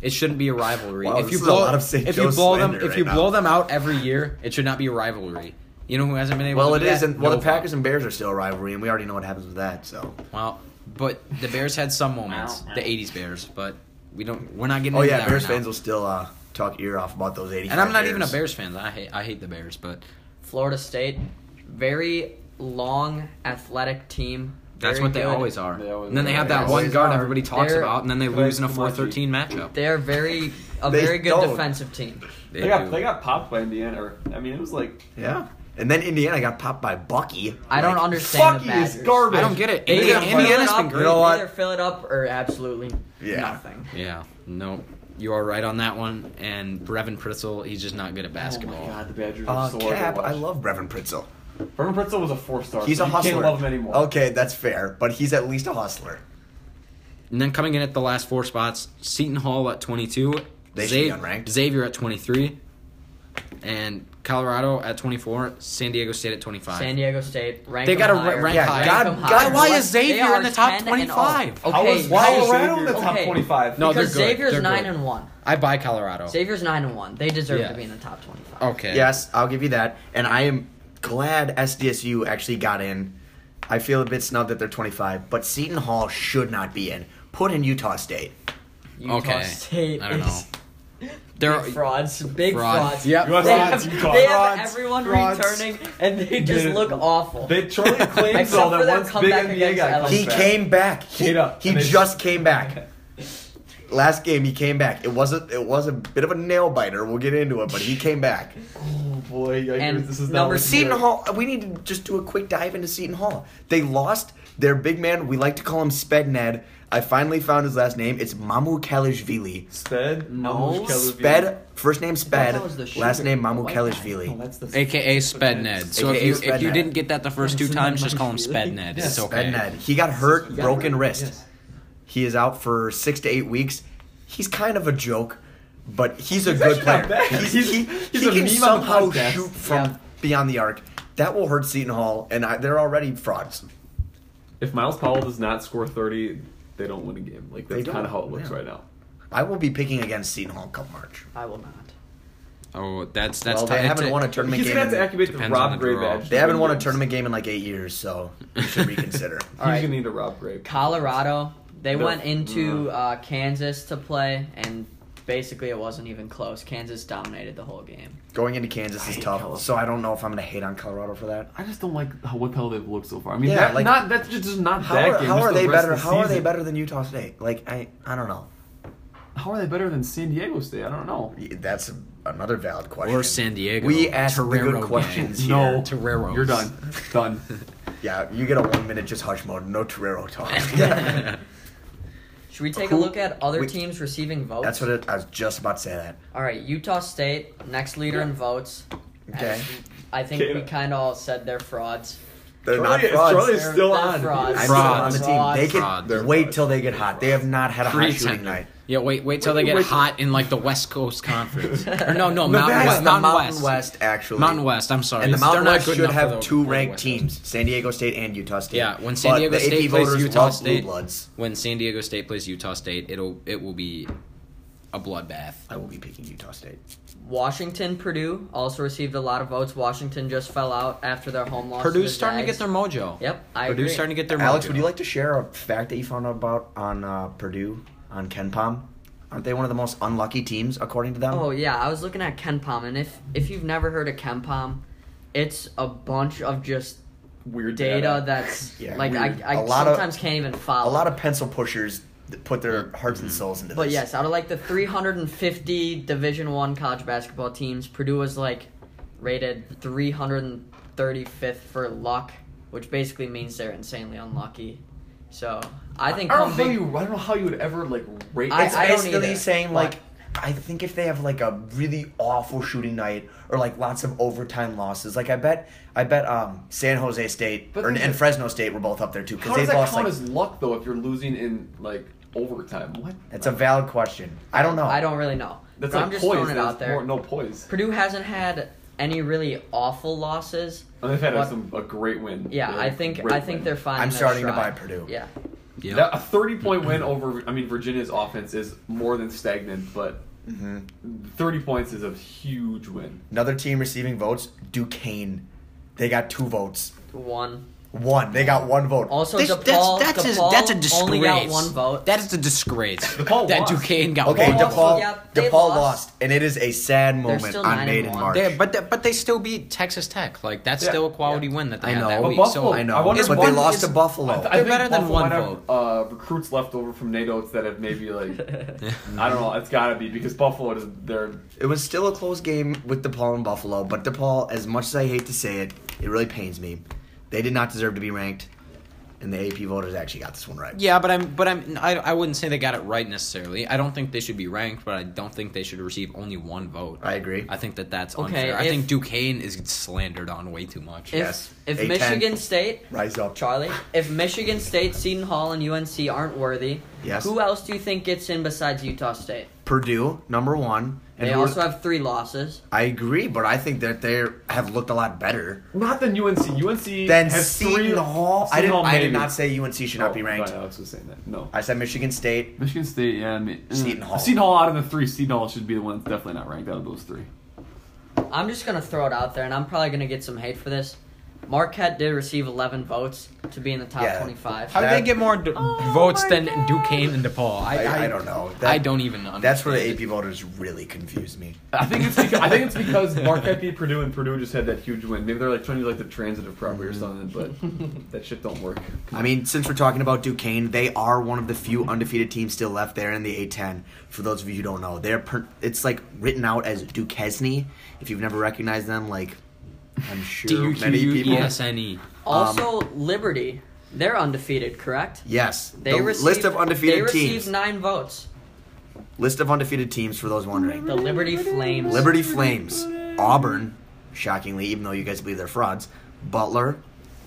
Speaker 4: It shouldn't be a rivalry.
Speaker 1: Wow,
Speaker 4: if
Speaker 1: this
Speaker 4: you
Speaker 1: is a
Speaker 4: blow,
Speaker 1: lot of St.
Speaker 4: if
Speaker 1: Joe's
Speaker 4: you blow them,
Speaker 1: slander
Speaker 4: if you
Speaker 1: right
Speaker 4: blow
Speaker 1: now.
Speaker 4: them out every year, it should not be a rivalry. You know who hasn't been able?
Speaker 1: Well,
Speaker 4: to
Speaker 1: it
Speaker 4: do
Speaker 1: is,
Speaker 4: that?
Speaker 1: and well, the
Speaker 4: Nova.
Speaker 1: Packers and Bears are still a rivalry, and we already know what happens with that. So,
Speaker 4: Well, but the Bears
Speaker 3: *laughs*
Speaker 4: had some moments.
Speaker 2: Wow.
Speaker 4: The '80s Bears, but we don't. We're not getting.
Speaker 1: oh
Speaker 4: into
Speaker 1: yeah,
Speaker 4: that
Speaker 1: Bears
Speaker 4: right now.
Speaker 1: fans will still uh, talk ear off about those 80.
Speaker 4: And I'm not even a Bears fan. I hate. I hate the Bears, but
Speaker 2: Florida State, very long, athletic team.
Speaker 4: that's
Speaker 2: very
Speaker 4: what they
Speaker 2: good.
Speaker 4: always are.
Speaker 3: They always-
Speaker 4: and then they have that
Speaker 1: they
Speaker 4: one
Speaker 1: always
Speaker 4: guard
Speaker 1: are.
Speaker 4: everybody talks
Speaker 2: They're-
Speaker 4: about, and then they
Speaker 3: Clay
Speaker 4: lose in a
Speaker 3: Kamachi.
Speaker 4: 4-13 matchup.
Speaker 2: They are very a
Speaker 1: They
Speaker 2: very good
Speaker 1: don't.
Speaker 2: defensive team.
Speaker 3: They got they got popped by Indiana. Or, I mean, it was like oh
Speaker 1: Yeah, and then Indiana got popped by Bucky.
Speaker 2: I don't
Speaker 1: Like,
Speaker 2: understand
Speaker 3: fuck
Speaker 2: the
Speaker 3: you, it's
Speaker 2: Badgers.
Speaker 3: garbage.
Speaker 4: I don't get it.
Speaker 2: They either
Speaker 4: Indiana,
Speaker 1: Indiana-
Speaker 2: fill it
Speaker 4: Indiana's
Speaker 2: up,
Speaker 4: been
Speaker 1: You know
Speaker 4: great.
Speaker 1: what?
Speaker 2: either fill it up or absolutely
Speaker 1: Yeah.
Speaker 2: nothing.
Speaker 4: Yeah. No, you are right on that one. And Brevin Pritzel, he's just not good at basketball.
Speaker 3: Oh my god, the Badgers are
Speaker 1: Uh,
Speaker 3: so hard
Speaker 1: Cap,
Speaker 3: to watch.
Speaker 1: I love Brevin Pritzel.
Speaker 3: Vernon Pritzel was a four star.
Speaker 1: He's
Speaker 3: so
Speaker 1: a
Speaker 3: you
Speaker 1: hustler.
Speaker 3: Can't love him anymore.
Speaker 1: Okay, that's fair, but he's at least a hustler.
Speaker 4: And then coming in at the last four spots, Seton Hall at 22.
Speaker 1: They should be unranked.
Speaker 4: Xavier at 23. and Colorado at 24, San Diego State at 25.
Speaker 2: San Diego State rank
Speaker 4: They
Speaker 2: them
Speaker 4: gotta
Speaker 2: higher.
Speaker 4: ra- rank
Speaker 1: Yeah, higher. God-
Speaker 2: them
Speaker 1: God,
Speaker 2: higher.
Speaker 1: why
Speaker 2: They
Speaker 4: is Xavier
Speaker 2: are
Speaker 4: in the top
Speaker 2: 10 and
Speaker 4: 25?
Speaker 2: all.
Speaker 3: How
Speaker 2: Okay,
Speaker 3: is Colorado
Speaker 1: Xavier-
Speaker 3: in the top
Speaker 2: okay.
Speaker 3: 25?
Speaker 4: No, they're
Speaker 2: because
Speaker 4: good.
Speaker 2: Xavier's
Speaker 4: They're
Speaker 2: nine
Speaker 4: good.
Speaker 2: and one.
Speaker 4: I buy Colorado.
Speaker 2: Xavier's nine and one. They deserve
Speaker 4: Yeah. Oh,
Speaker 2: to be in the top twenty-five.
Speaker 4: Okay.
Speaker 1: Yes, I'll give you that. And I am glad SDSU actually got in. I feel a bit snubbed that they're 25, but Seton Hall should not be in. Put in Utah State.
Speaker 2: Utah
Speaker 4: Okay.
Speaker 2: State
Speaker 4: I don't
Speaker 2: is
Speaker 4: There
Speaker 2: big frauds. Big
Speaker 4: Fraud.
Speaker 2: frauds.
Speaker 4: Yep.
Speaker 3: You have
Speaker 2: They have,
Speaker 3: frauds,
Speaker 2: they
Speaker 3: Utah.
Speaker 2: have
Speaker 1: Frauds,
Speaker 2: everyone
Speaker 1: frauds.
Speaker 2: returning, and they just
Speaker 3: Dude.
Speaker 2: look awful.
Speaker 3: They Charlie
Speaker 2: *laughs*
Speaker 3: claims
Speaker 2: Except
Speaker 3: all
Speaker 2: for
Speaker 3: that
Speaker 2: their
Speaker 3: once big
Speaker 2: comeback
Speaker 3: NBA
Speaker 2: against
Speaker 3: guy
Speaker 2: LSU.
Speaker 3: comes
Speaker 1: He
Speaker 3: back.
Speaker 1: came back. He,
Speaker 3: Straight up.
Speaker 1: he
Speaker 3: And they-
Speaker 1: just came back.
Speaker 3: *laughs*
Speaker 1: Last game he came back. It wasn't it was a bit of a nail biter. We'll get into it, but he came back.
Speaker 3: Oh boy, yikers,
Speaker 2: And
Speaker 3: this is not
Speaker 2: number
Speaker 3: looking
Speaker 1: Seton
Speaker 3: good.
Speaker 1: Hall, we need to just do a quick dive into Seton Hall. They lost their big man. We like to call him Spedned. I finally found his last name. It's Mamu Kalishvili.
Speaker 3: Sped?
Speaker 2: No.
Speaker 3: Mamush Kellerville.
Speaker 1: Sped, first name Sped,
Speaker 2: that was the shooter,
Speaker 1: last name
Speaker 2: the
Speaker 1: Mamu
Speaker 2: white
Speaker 3: No,
Speaker 1: Kalishvili.
Speaker 3: that's the
Speaker 4: AKA Sped Ned. So if
Speaker 1: AKA
Speaker 4: you
Speaker 1: Sped
Speaker 4: if you
Speaker 1: Ned.
Speaker 4: didn't get that the first two
Speaker 2: Isn't that
Speaker 4: times, just
Speaker 2: much
Speaker 4: call him
Speaker 2: really?
Speaker 4: Sped Ned.
Speaker 3: Yeah,
Speaker 4: It's okay.
Speaker 1: Spedned. He got hurt,
Speaker 3: Yeah,
Speaker 1: broken
Speaker 3: right,
Speaker 1: wrist.
Speaker 3: yes.
Speaker 1: He is out for six to eight weeks. He's kind of a joke, but he's a
Speaker 3: He's
Speaker 1: good
Speaker 3: actually not
Speaker 1: player.
Speaker 3: bad.
Speaker 1: He's,
Speaker 3: He's-
Speaker 1: he
Speaker 3: he's
Speaker 1: he
Speaker 3: a
Speaker 1: can
Speaker 3: meme on the
Speaker 1: somehow
Speaker 3: podcast.
Speaker 1: shoot from
Speaker 2: Yeah.
Speaker 1: beyond the arc. That will hurt Seton Hall, and I, they're already frauds.
Speaker 3: If Miles Powell does not score 30, they don't win a game. Like,
Speaker 1: They
Speaker 3: that's
Speaker 1: don't,
Speaker 3: kind of how it looks
Speaker 1: yeah.
Speaker 3: right now.
Speaker 1: I will be picking against Seton Hall come March.
Speaker 2: I will not.
Speaker 4: Oh, that's that's
Speaker 1: well,
Speaker 4: tough.
Speaker 1: they haven't
Speaker 4: It's a-
Speaker 1: won a tournament
Speaker 3: He's
Speaker 1: game.
Speaker 3: going to have to
Speaker 1: in-
Speaker 3: activate the
Speaker 4: Depends on
Speaker 3: Rob
Speaker 4: the
Speaker 3: Gray
Speaker 4: draw.
Speaker 3: badge.
Speaker 1: they haven't won a
Speaker 3: Yes.
Speaker 1: tournament game in like eight years, so we should reconsider.
Speaker 3: He's
Speaker 2: All right.
Speaker 3: going to need a Rob Gray.
Speaker 2: Colorado. They
Speaker 3: No.
Speaker 2: went into
Speaker 3: Mm.
Speaker 2: uh, Kansas to play, and basically it wasn't even close. Kansas dominated the whole game.
Speaker 1: Going into Kansas is
Speaker 3: hate
Speaker 1: tough,
Speaker 3: Colorado.
Speaker 1: so I don't know if I'm going to hate on Colorado for that.
Speaker 3: I just don't like how, what the hell they've looked so far. I mean,
Speaker 1: Yeah,
Speaker 3: that,
Speaker 1: like-
Speaker 3: not, that's just just not
Speaker 1: How
Speaker 3: that
Speaker 1: are,
Speaker 3: game.
Speaker 1: how
Speaker 3: just
Speaker 1: are
Speaker 3: the
Speaker 1: they
Speaker 3: rest
Speaker 1: better?
Speaker 3: of the
Speaker 1: How are they
Speaker 3: season.
Speaker 1: better than Utah State? Like I, I don't know.
Speaker 3: How are they better than San Diego State? I don't know.
Speaker 1: That's another valid question.
Speaker 4: Or San Diego.
Speaker 1: We asked the good
Speaker 4: Torero gang.
Speaker 1: questions.
Speaker 3: No.
Speaker 4: Toreros.
Speaker 3: You're
Speaker 4: *laughs*
Speaker 3: done. done.
Speaker 1: Yeah, you get a one minute just hush mode, no Torero
Speaker 4: *laughs*
Speaker 1: talk. *laughs*
Speaker 2: Should we take
Speaker 1: Who-
Speaker 2: a look at other
Speaker 1: we-
Speaker 2: teams receiving votes?
Speaker 1: That's what it, I was just about to say. That
Speaker 2: All right, Utah State next leader in votes.
Speaker 1: Okay.
Speaker 2: I think we
Speaker 3: Okay.
Speaker 2: kind of all said they're frauds.
Speaker 1: they're
Speaker 3: Charlie-
Speaker 1: not frauds.
Speaker 3: Charlie's
Speaker 2: They're-
Speaker 3: still
Speaker 2: they're
Speaker 3: on.
Speaker 2: frauds.
Speaker 1: I'm
Speaker 4: Frauds.
Speaker 1: still on the team. They can
Speaker 4: Frauds.
Speaker 1: wait till they get hot. They have not had a hot shooting night.
Speaker 4: Yeah, wait, wait till they get
Speaker 3: Wait-
Speaker 4: hot in like the West
Speaker 2: *laughs*
Speaker 4: Coast Conference. or no, no,
Speaker 1: Nevada-
Speaker 4: Mountain West.
Speaker 1: the
Speaker 4: Mountain
Speaker 1: Mountain
Speaker 4: West.
Speaker 1: West, actually.
Speaker 4: Mountain West, I'm sorry.
Speaker 1: And the
Speaker 4: They're
Speaker 1: Mountain
Speaker 4: not
Speaker 1: West
Speaker 4: good
Speaker 1: should
Speaker 4: enough for
Speaker 1: have
Speaker 4: the-
Speaker 1: two
Speaker 4: for the
Speaker 1: ranked
Speaker 4: West Coast.
Speaker 1: teams: San Diego State and Utah State.
Speaker 4: Yeah, when San
Speaker 1: But
Speaker 4: Diego
Speaker 1: the
Speaker 4: State
Speaker 1: AP
Speaker 4: plays
Speaker 1: voters
Speaker 4: Utah
Speaker 1: love
Speaker 4: State,
Speaker 1: blue bloods.
Speaker 4: when San Diego State plays Utah State, it'll it will be a bloodbath.
Speaker 1: I will be picking Utah State.
Speaker 2: Washington, Purdue also received a lot of votes. Washington just fell out after their home loss.
Speaker 4: Purdue's
Speaker 2: the
Speaker 4: starting to get
Speaker 2: Zags.
Speaker 4: their mojo.
Speaker 2: Yep, I
Speaker 4: Purdue's
Speaker 2: agree.
Speaker 4: starting to get their
Speaker 1: Alex,
Speaker 4: mojo.
Speaker 1: would you like to share a fact that you found out about on uh, Purdue on Ken Palm? Aren't they one of the most unlucky teams according to them?
Speaker 2: Oh yeah, I was looking at Ken Palm, and if if you've never heard of Ken Palm, it's a bunch of just
Speaker 3: Weird
Speaker 2: data
Speaker 1: *laughs*
Speaker 2: that's
Speaker 3: *laughs*
Speaker 1: Yeah,
Speaker 2: like
Speaker 1: weird.
Speaker 2: I, I
Speaker 1: A lot of-
Speaker 2: sometimes can't even
Speaker 1: a
Speaker 2: follow.
Speaker 1: lot of pencil pushers that put their hearts and souls into this.
Speaker 2: Mm-hmm. but yes, out of like the 350 Division One college basketball teams, Purdue was like rated 335th for luck, which basically means they're insanely unlucky. So I think
Speaker 3: I don't,
Speaker 2: come
Speaker 3: know how
Speaker 2: big-
Speaker 3: you, I don't know how you would ever like rate.
Speaker 2: I-
Speaker 1: it's
Speaker 2: I don't
Speaker 1: basically
Speaker 2: either,
Speaker 1: saying
Speaker 2: but-
Speaker 1: like I think if they have like a really awful shooting night or like lots of overtime losses, like I bet I bet um, San Jose State
Speaker 3: But
Speaker 1: or,
Speaker 3: there's
Speaker 1: and
Speaker 3: a-
Speaker 1: Fresno State were both up there too
Speaker 3: how
Speaker 1: because
Speaker 3: does
Speaker 1: they've
Speaker 3: that
Speaker 1: lost
Speaker 3: count
Speaker 1: like
Speaker 3: as luck though? If you're losing in like overtime, what?
Speaker 1: it's a valid question. I don't know.
Speaker 2: I don't really know.
Speaker 3: That's
Speaker 2: But
Speaker 3: like
Speaker 2: I'm just
Speaker 3: poise.
Speaker 2: throwing it
Speaker 3: There's
Speaker 2: out there.
Speaker 3: More, no poise.
Speaker 2: Purdue hasn't had any really awful losses.
Speaker 3: And they've had
Speaker 2: What-
Speaker 3: some a great win.
Speaker 2: Yeah,
Speaker 3: They're
Speaker 2: I
Speaker 3: like,
Speaker 2: think
Speaker 3: great
Speaker 2: I think
Speaker 3: win.
Speaker 2: they're fine.
Speaker 1: I'm starting to buy Purdue.
Speaker 2: Yeah,
Speaker 4: Yep.
Speaker 3: That- a 30 point win over. I mean, Virginia's offense is more than stagnant, but
Speaker 1: Mm-hmm.
Speaker 3: 30 points is a huge win.
Speaker 1: Another team receiving votes, Duquesne. They got two votes.
Speaker 2: one.
Speaker 1: One. They got one vote.
Speaker 2: Also,
Speaker 4: This-
Speaker 2: DePaul.
Speaker 4: that's, that's,
Speaker 2: DePaul
Speaker 4: a, that's a disgrace.
Speaker 2: Only got one vote.
Speaker 4: That is
Speaker 2: *laughs*
Speaker 4: a disgrace.
Speaker 3: DePaul
Speaker 4: that
Speaker 3: lost.
Speaker 4: Duquesne got
Speaker 1: okay,
Speaker 4: one
Speaker 2: DePaul-
Speaker 4: vote.
Speaker 1: DePaul.
Speaker 2: Yep, they
Speaker 1: DePaul
Speaker 2: lost.
Speaker 1: lost. and it is a sad moment
Speaker 2: still
Speaker 1: on
Speaker 2: nine
Speaker 1: Made
Speaker 2: and
Speaker 1: in
Speaker 2: one.
Speaker 1: March.
Speaker 4: They, but they, but they still beat Texas Tech. Like that's
Speaker 3: Yeah.
Speaker 4: still a quality win that they
Speaker 1: I
Speaker 4: had
Speaker 1: know.
Speaker 4: that
Speaker 1: But
Speaker 4: week.
Speaker 3: Buffalo-
Speaker 4: so
Speaker 1: I
Speaker 3: I
Speaker 1: know,
Speaker 3: wonder
Speaker 1: but
Speaker 3: if
Speaker 1: they
Speaker 3: one
Speaker 1: lost to
Speaker 4: is-
Speaker 1: Buffalo.
Speaker 3: I
Speaker 4: They're
Speaker 3: think
Speaker 4: better than
Speaker 3: Buffalo
Speaker 4: one
Speaker 3: might have,
Speaker 4: vote.
Speaker 3: Uh, recruits left over from NATOs that have
Speaker 2: *laughs*
Speaker 3: maybe like I don't know. It's got to be because Buffalo is they're
Speaker 1: It was still a close game with DePaul and Buffalo, but DePaul, as much as I hate to say it, it really pains me. They did not deserve to be ranked, and the AP voters actually got this one right.
Speaker 4: Yeah, but I'm but I'm I, I wouldn't say they got it right necessarily. I don't think they should be ranked, but I don't think they should receive only one vote.
Speaker 1: I agree.
Speaker 4: I think that that's
Speaker 2: Okay,
Speaker 4: unfair. I
Speaker 2: if-
Speaker 4: think Duquesne is slandered on way too much.
Speaker 2: If,
Speaker 1: Yes.
Speaker 2: if
Speaker 1: A10.
Speaker 2: Michigan State,
Speaker 1: Rise up.
Speaker 2: Charlie, if Michigan State, Seton Hall, and UNC aren't worthy,
Speaker 1: Yes.
Speaker 2: who else do you think gets in besides Utah State?
Speaker 1: Purdue, number one. And
Speaker 2: They
Speaker 1: who are-
Speaker 2: also have three losses.
Speaker 1: I agree, but I think that they have looked a lot better
Speaker 3: Not than UNC. UNC
Speaker 1: than
Speaker 3: has
Speaker 1: Seton
Speaker 3: three,
Speaker 1: Hall. I
Speaker 3: Seton
Speaker 1: did,
Speaker 3: Hall
Speaker 1: I did
Speaker 3: maybe.
Speaker 1: not say UNC should not
Speaker 3: Oh,
Speaker 1: be ranked.
Speaker 3: fine, Alex was saying that. No.
Speaker 1: I said Michigan State.
Speaker 3: Michigan State, yeah. I mean, eh.
Speaker 1: Seton Hall.
Speaker 3: Seton Hall out of the three, Seton Hall should be the one that's definitely not ranked out of those three.
Speaker 2: I'm just gonna throw it out there, and I'm probably gonna get some hate for this. Marquette did receive 11 votes to be in the top
Speaker 1: Yeah. Um,
Speaker 2: 25.
Speaker 4: How did
Speaker 1: That-
Speaker 4: they get more d-
Speaker 2: Oh
Speaker 4: votes than Duquesne and DePaul? I,
Speaker 1: I, I don't know.
Speaker 4: I
Speaker 1: That-
Speaker 4: don't even. Understand.
Speaker 1: That's where the AP voters really confused me.
Speaker 3: I think it's because, I
Speaker 4: *laughs*
Speaker 3: think it's because Marquette beat Purdue and Purdue just had that huge win. Maybe they're like trying to do like the transitive property or something, but that shit don't work.
Speaker 1: I mean, since we're talking about Duquesne, they are one of the few undefeated teams still left there in the A10. For those of you who don't know, they're per- it's like written out as Duquesne. If you've never recognized them, like I'm sure many
Speaker 4: E
Speaker 1: people.
Speaker 4: D-U-Q-U-E-S-N-E.
Speaker 2: Also, Liberty, they're undefeated, correct?
Speaker 1: Yes,
Speaker 2: They
Speaker 1: the
Speaker 2: received,
Speaker 1: list of
Speaker 2: They
Speaker 1: undefeated
Speaker 2: received
Speaker 1: teams.
Speaker 2: nine votes.
Speaker 1: List of undefeated teams for those wondering.
Speaker 2: The Liberty Flames.
Speaker 1: Liberty Flames, Auburn, shockingly, even though you guys believe they're frauds, Butler,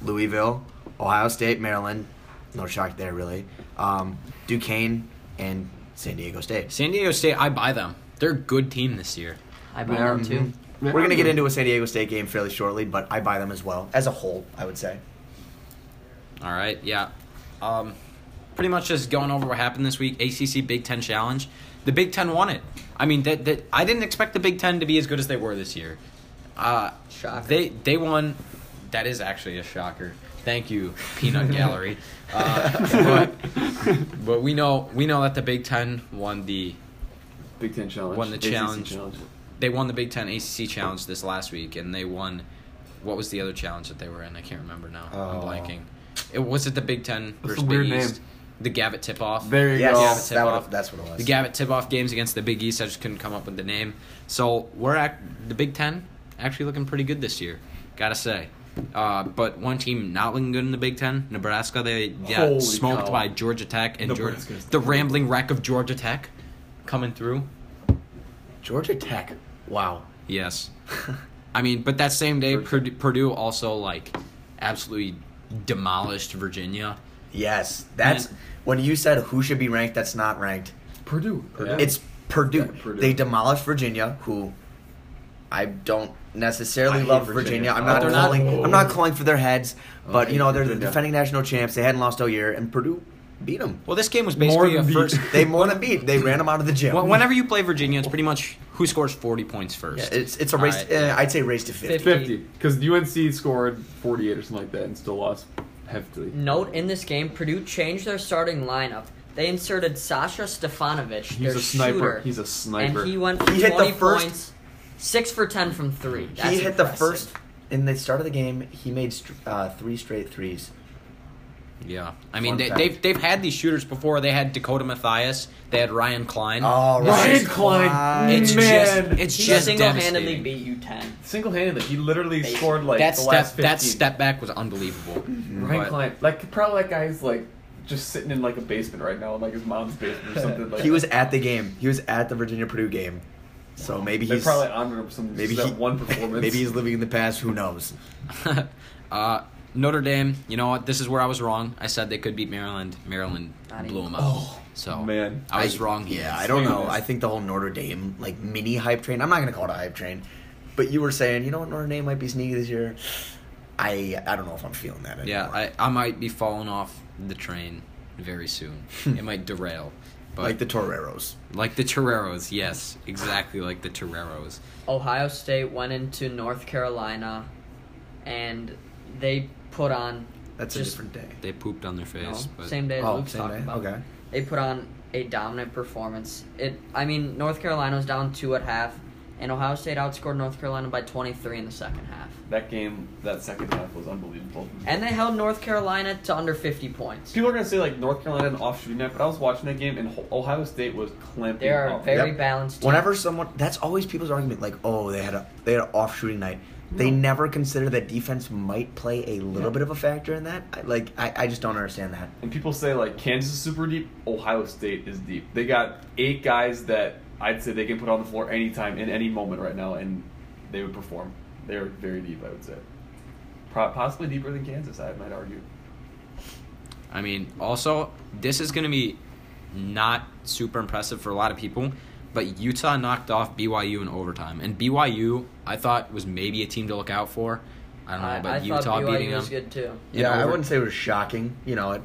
Speaker 1: Louisville, Ohio State, Maryland, no shock there really, um, Duquesne, and San Diego State.
Speaker 4: San Diego State, I buy them. They're a good team this year.
Speaker 2: I buy them too.
Speaker 3: Mm-hmm.
Speaker 1: We're going to get into a San Diego State game fairly shortly, but I buy them as well, as a whole, I would say.
Speaker 4: All right, yeah. Um, pretty much just going over what happened this week. ACC Big Ten Challenge. The Big Ten won it. I mean, that, that I didn't expect the Big Ten to be as good as they were this year. Uh,
Speaker 2: Shocker.
Speaker 4: They they won. That is actually a shocker. Thank you, Peanut Gallery. Uh, but, but we know we know that the Big Ten won the
Speaker 3: Big Ten challenge.
Speaker 4: Won the
Speaker 3: ACC
Speaker 4: challenge. they won the Big Ten ACC challenge this last week, and they won. What was the other challenge that they were in? I can't remember now. I'm
Speaker 1: Oh.
Speaker 4: blanking. It was it the Big Ten
Speaker 3: That's
Speaker 4: versus
Speaker 3: a
Speaker 4: Big
Speaker 3: weird
Speaker 4: East.
Speaker 3: name.
Speaker 4: The Gavitt tip off.
Speaker 3: There you
Speaker 1: Yes,
Speaker 3: go.
Speaker 4: Yeah, tip
Speaker 1: that
Speaker 4: off.
Speaker 1: would- that's what it was.
Speaker 4: The Gavitt tip off games against the Big East. I just couldn't come up with the name. So we're at the Big Ten actually looking pretty good this year. Gotta say. Uh, but one team not looking good in the Big Ten, Nebraska. They got
Speaker 3: Holy
Speaker 4: smoked
Speaker 3: cow.
Speaker 4: by Georgia Tech and Georgia,
Speaker 3: Nebraska's-
Speaker 4: the rambling wreck of Georgia Tech coming through.
Speaker 1: Georgia Tech, wow.
Speaker 4: Yes. *laughs* I mean, but that same day, Purdue, Purdue also like absolutely demolished Virginia.
Speaker 1: Yes, that's
Speaker 4: Man.
Speaker 1: when you said who should be ranked that's not ranked.
Speaker 3: Purdue. Yeah.
Speaker 1: It's Purdue.
Speaker 3: Yeah, Purdue.
Speaker 1: They demolished Virginia, who I don't
Speaker 3: I
Speaker 1: necessarily
Speaker 3: hate
Speaker 1: love Virginia.
Speaker 3: Virginia.
Speaker 1: I'm
Speaker 4: Oh,
Speaker 1: not
Speaker 4: they're not-
Speaker 1: calling. I'm not calling for their heads, but
Speaker 3: Okay,
Speaker 1: you know they're the
Speaker 3: Oh, Virginia.
Speaker 1: defending national champs. They hadn't lost all year, and Purdue beat
Speaker 3: *laughs*
Speaker 1: them.
Speaker 4: Well, this game was
Speaker 3: More
Speaker 4: basically a
Speaker 3: than beat.
Speaker 4: first.
Speaker 1: They more than beat. They ran them out of the gym.
Speaker 4: *laughs* Wh- Whenever you play Virginia, it's pretty much who scores forty points
Speaker 1: *laughs* Yeah,
Speaker 4: first.
Speaker 1: it's it's a race.
Speaker 4: Alright.
Speaker 1: eh, I'd say race to fifty.
Speaker 2: Fifty.
Speaker 3: fifty because UNC scored forty-eight or something like that and still lost heftily.
Speaker 2: Note in this game, Purdue changed their starting lineup. They inserted Sasha Stefanovic,
Speaker 3: He's
Speaker 2: their
Speaker 3: a sniper.
Speaker 2: shooter,
Speaker 3: He's a sniper.
Speaker 2: and he went for
Speaker 1: He hit the
Speaker 2: 20
Speaker 1: first-
Speaker 2: points, six for 10 from three.
Speaker 1: He
Speaker 2: That's
Speaker 1: hit the
Speaker 2: impressive.
Speaker 1: first in the start of the game. He made str- uh, three straight threes.
Speaker 4: yeah, I mean
Speaker 1: Fun
Speaker 4: they,
Speaker 1: fact.
Speaker 4: they've they've had these shooters before. They had Dakota Matthias. They had Ryan Klein.
Speaker 1: Oh,
Speaker 3: Ryan Klein.
Speaker 4: it's
Speaker 3: man.
Speaker 4: just it's
Speaker 2: He
Speaker 4: just
Speaker 2: single-handedly
Speaker 4: devastating.
Speaker 2: beat you 10.
Speaker 3: Single-handedly, he literally
Speaker 2: They-
Speaker 3: scored like
Speaker 4: that
Speaker 3: the
Speaker 4: step
Speaker 3: last Mm-hmm.
Speaker 4: that
Speaker 3: 15.
Speaker 4: step back was unbelievable.
Speaker 3: Ryan
Speaker 4: But-
Speaker 3: Klein, like probably that guy's like just sitting in like a basement right now, in, like his mom's basement or something. Like
Speaker 1: He was
Speaker 3: that.
Speaker 1: at the game. He was at the Virginia Purdue game. So maybe
Speaker 3: They
Speaker 1: he's
Speaker 3: probably honored him for some
Speaker 1: maybe
Speaker 3: that
Speaker 1: he,
Speaker 3: one performance.
Speaker 1: Maybe he's living in the past. Who knows?
Speaker 4: *laughs* uh, Notre Dame, you know what? This is where I was wrong. I said they could beat Maryland. Maryland
Speaker 2: Not
Speaker 4: blew
Speaker 2: even
Speaker 4: them out. Oh, so
Speaker 3: man.
Speaker 4: I was wrong here.
Speaker 1: Oh, Yeah, I don't know.
Speaker 3: famous.
Speaker 1: I think the whole Notre Dame like mini hype train. I'm not gonna call it a hype train, but you were saying you know what Notre Dame might be sneaky this year. I I don't know if I'm feeling that. Anymore.
Speaker 4: Yeah, I, I might be falling off the train
Speaker 1: *laughs*
Speaker 4: very soon. it might derail. But
Speaker 1: like the Toreros.
Speaker 4: like the Toreros, yes, exactly like the Toreros.
Speaker 2: Ohio State went into North Carolina, and they put on.
Speaker 1: That's
Speaker 2: just-
Speaker 1: a different day.
Speaker 4: They pooped on their
Speaker 2: no,
Speaker 4: face. but
Speaker 2: same day as
Speaker 1: Oh,
Speaker 2: Luke's
Speaker 1: same
Speaker 2: talking
Speaker 1: day.
Speaker 2: about.
Speaker 1: Okay.
Speaker 2: They put on a dominant performance. It. I mean, North Carolina was down two at half, and Ohio State outscored North Carolina by 23 in the second half.
Speaker 3: that game, that second half was unbelievable.
Speaker 2: And they held North Carolina to under 50 points.
Speaker 3: People are gonna say like North Carolina and off shooting net, but I was watching that game and Ho- Ohio State was clamping.
Speaker 2: They are a
Speaker 3: up.
Speaker 2: very
Speaker 1: Yep.
Speaker 2: balanced. team.
Speaker 1: Whenever someone that's always people's argument, like oh they had a they had an off shooting night. They never consider that defense might play a little bit of a factor in that. I, like I, I just don't understand that.
Speaker 3: And people say like Kansas is super deep, Ohio State is deep. They got eight guys that I'd say they can put on the floor anytime in any moment right now, and they would perform. They're very deep, I would say. Pro- possibly deeper than Kansas, I might argue.
Speaker 4: I mean, also, this is going to be not super impressive for a lot of people, but Utah knocked off BYU in overtime. And BYU, I thought, was maybe a team to look out for. I don't know,
Speaker 2: I,
Speaker 4: but
Speaker 2: I
Speaker 4: Utah
Speaker 2: thought BYU
Speaker 4: beating them.
Speaker 2: was good too.
Speaker 4: in
Speaker 1: Yeah, I
Speaker 4: over-
Speaker 1: wouldn't say it was shocking. You know, it,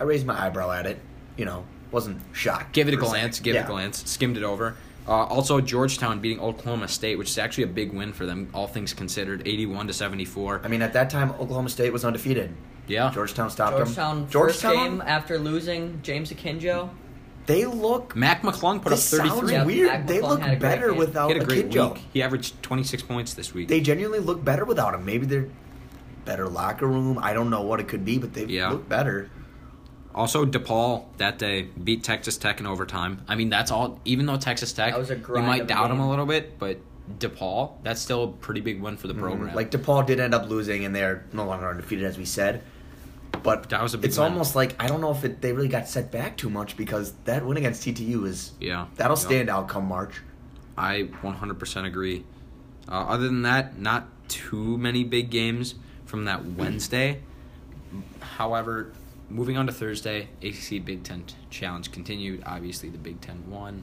Speaker 1: I raised my eyebrow at it. You know, wasn't shocked.
Speaker 4: Give it a
Speaker 1: per se.
Speaker 4: glance. Give it
Speaker 1: Yeah.
Speaker 4: a glance. Skimmed it over. Uh, also, Georgetown beating Oklahoma State, which is actually a big win for them, all things considered, eighty-one to seventy-four.
Speaker 1: I mean, at that time, Oklahoma State was undefeated.
Speaker 4: Yeah,
Speaker 1: Georgetown stopped
Speaker 2: Georgetown,
Speaker 1: them.
Speaker 2: first game after losing James Akinjo.
Speaker 1: they look.
Speaker 4: Mac McClung put up
Speaker 1: this sounds
Speaker 4: thirty-three.
Speaker 2: Yeah,
Speaker 1: weird.
Speaker 2: Mac
Speaker 1: they
Speaker 2: McClung
Speaker 1: look
Speaker 2: had a great
Speaker 1: better
Speaker 2: game.
Speaker 1: without
Speaker 4: He had a great
Speaker 1: Akinjo.
Speaker 4: week. He averaged twenty-six points this week.
Speaker 1: They genuinely look better without him. Maybe they're better locker room. I don't know what it could be, but they
Speaker 4: Yeah.
Speaker 1: look better.
Speaker 4: Also, DePaul that day beat Texas Tech in overtime. I mean, that's all. Even though Texas Tech,
Speaker 2: That was a
Speaker 4: you
Speaker 2: grind
Speaker 4: might
Speaker 2: of a
Speaker 4: doubt them
Speaker 2: game.
Speaker 4: a little bit, but DePaul, that's still a pretty big win for the program.
Speaker 1: Mm-hmm. Like DePaul did end up losing, and they're no longer undefeated, as we said. But
Speaker 4: That was a big
Speaker 1: it's
Speaker 4: win.
Speaker 1: almost like I don't know if it, they really got set back too much because that win against TTU is
Speaker 4: yeah,
Speaker 1: that'll
Speaker 4: yeah.
Speaker 1: stand out come March.
Speaker 4: I 100% agree. Uh, other than that, not too many big games from that Wednesday. However, moving on to Thursday, ACC Big Ten t- Challenge continued. Obviously, the Big Ten won.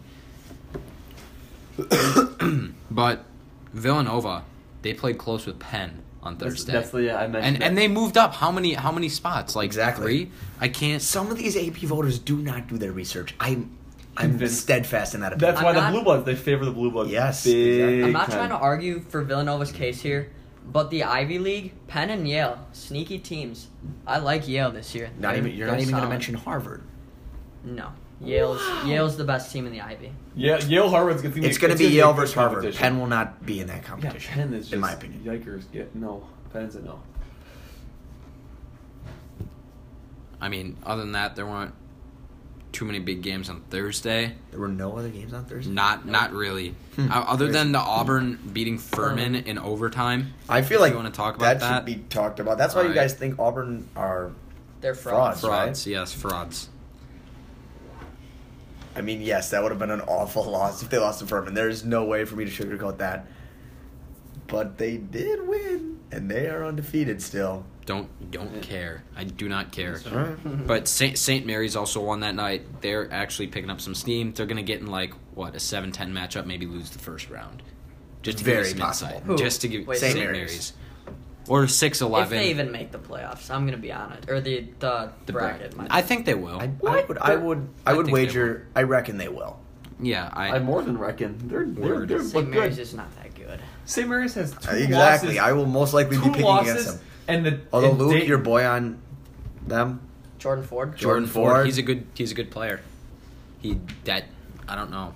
Speaker 4: *coughs* but Villanova, they played close with Penn on
Speaker 3: That's,
Speaker 4: Thursday.
Speaker 3: that's the yeah, I mentioned.
Speaker 4: and and they moved up how many how many spots? Like
Speaker 1: Exactly.
Speaker 4: three? I can't.
Speaker 1: Some of these AP voters do not do their research. I'm I'm
Speaker 3: Convinced.
Speaker 1: steadfast in that opinion.
Speaker 3: That's why
Speaker 2: I'm not-
Speaker 3: the blue bloods. They favor the blue bloods.
Speaker 1: Yes,
Speaker 3: big
Speaker 1: exactly.
Speaker 2: I'm not
Speaker 3: time.
Speaker 2: trying to argue for Villanova's case here, but the Ivy League, Penn and Yale, sneaky teams. I like Yale this year.
Speaker 1: not
Speaker 2: They're-
Speaker 1: even you're
Speaker 2: they're
Speaker 1: not even going to
Speaker 2: solid.
Speaker 1: mention Harvard.
Speaker 2: No, Yale's Yale's the best team in the Ivy.
Speaker 3: Yeah, Yale Harvard's gonna
Speaker 1: It's going to be
Speaker 3: gonna
Speaker 1: Yale
Speaker 3: a good
Speaker 1: versus Harvard.
Speaker 3: competition.
Speaker 1: Penn will not be in that
Speaker 3: Yeah,
Speaker 1: competition.
Speaker 3: Penn is just
Speaker 1: in my opinion.
Speaker 3: Yikers. Yeah, no, Penn's a no.
Speaker 4: I mean, other than that, there weren't too many big games on Thursday.
Speaker 1: There were no other games on Thursday.
Speaker 4: Not not really.
Speaker 1: Hmm.
Speaker 4: Uh, other
Speaker 1: Crazy.
Speaker 4: than the Auburn beating Furman in overtime.
Speaker 1: I feel
Speaker 4: If
Speaker 1: like
Speaker 4: you want to talk about that.
Speaker 1: should be talked about. That's why you
Speaker 4: Alright.
Speaker 1: guys think Auburn are.
Speaker 2: They're frauds.
Speaker 1: Fraud.
Speaker 4: frauds, yes, frauds.
Speaker 1: I mean, yes, that would have been an awful *laughs* loss if they lost to Furman. There is no way for me to sugarcoat that. But they did win, and they are undefeated still.
Speaker 4: Don't don't
Speaker 3: Yeah.
Speaker 4: care. I do not care.
Speaker 3: That's
Speaker 2: *laughs*
Speaker 3: right.
Speaker 4: But Saint Saint Mary's also won that night. They're actually picking up some steam. They're gonna get in like what a 7-10 matchup, maybe lose the first round. Just to give
Speaker 1: Very
Speaker 4: you some
Speaker 1: possible.
Speaker 4: insight.
Speaker 2: Who?
Speaker 4: Just to give
Speaker 2: Wait,
Speaker 4: Saint,
Speaker 1: Saint
Speaker 4: Mary's.
Speaker 1: Mary's.
Speaker 4: or six
Speaker 2: If
Speaker 4: eleven.
Speaker 2: they even make the playoffs, I'm gonna be honest. Or the the,
Speaker 4: the
Speaker 2: bracket.
Speaker 4: bracket.
Speaker 2: my-
Speaker 4: I think they will.
Speaker 1: I, I would, I would, I
Speaker 4: I
Speaker 1: would
Speaker 4: think they
Speaker 1: wager. I reckon they will.
Speaker 4: yeah, I,
Speaker 3: I more than reckon they're they're,
Speaker 4: Word.
Speaker 3: they're
Speaker 2: St.
Speaker 3: look
Speaker 2: Mary's
Speaker 3: good.
Speaker 2: is not that good.
Speaker 3: St. Mary's has two
Speaker 1: exactly.
Speaker 3: losses.
Speaker 1: I will most likely be
Speaker 3: two
Speaker 1: picking
Speaker 3: losses,
Speaker 1: against them.
Speaker 3: and the
Speaker 1: Although
Speaker 3: and
Speaker 1: Luke,
Speaker 3: Dayton-
Speaker 1: your boy on them,
Speaker 2: Jordan Ford.
Speaker 4: Jordan
Speaker 1: Jordan
Speaker 4: Ford,
Speaker 1: Ford.
Speaker 4: He's a good. He's a good player. He that I don't know.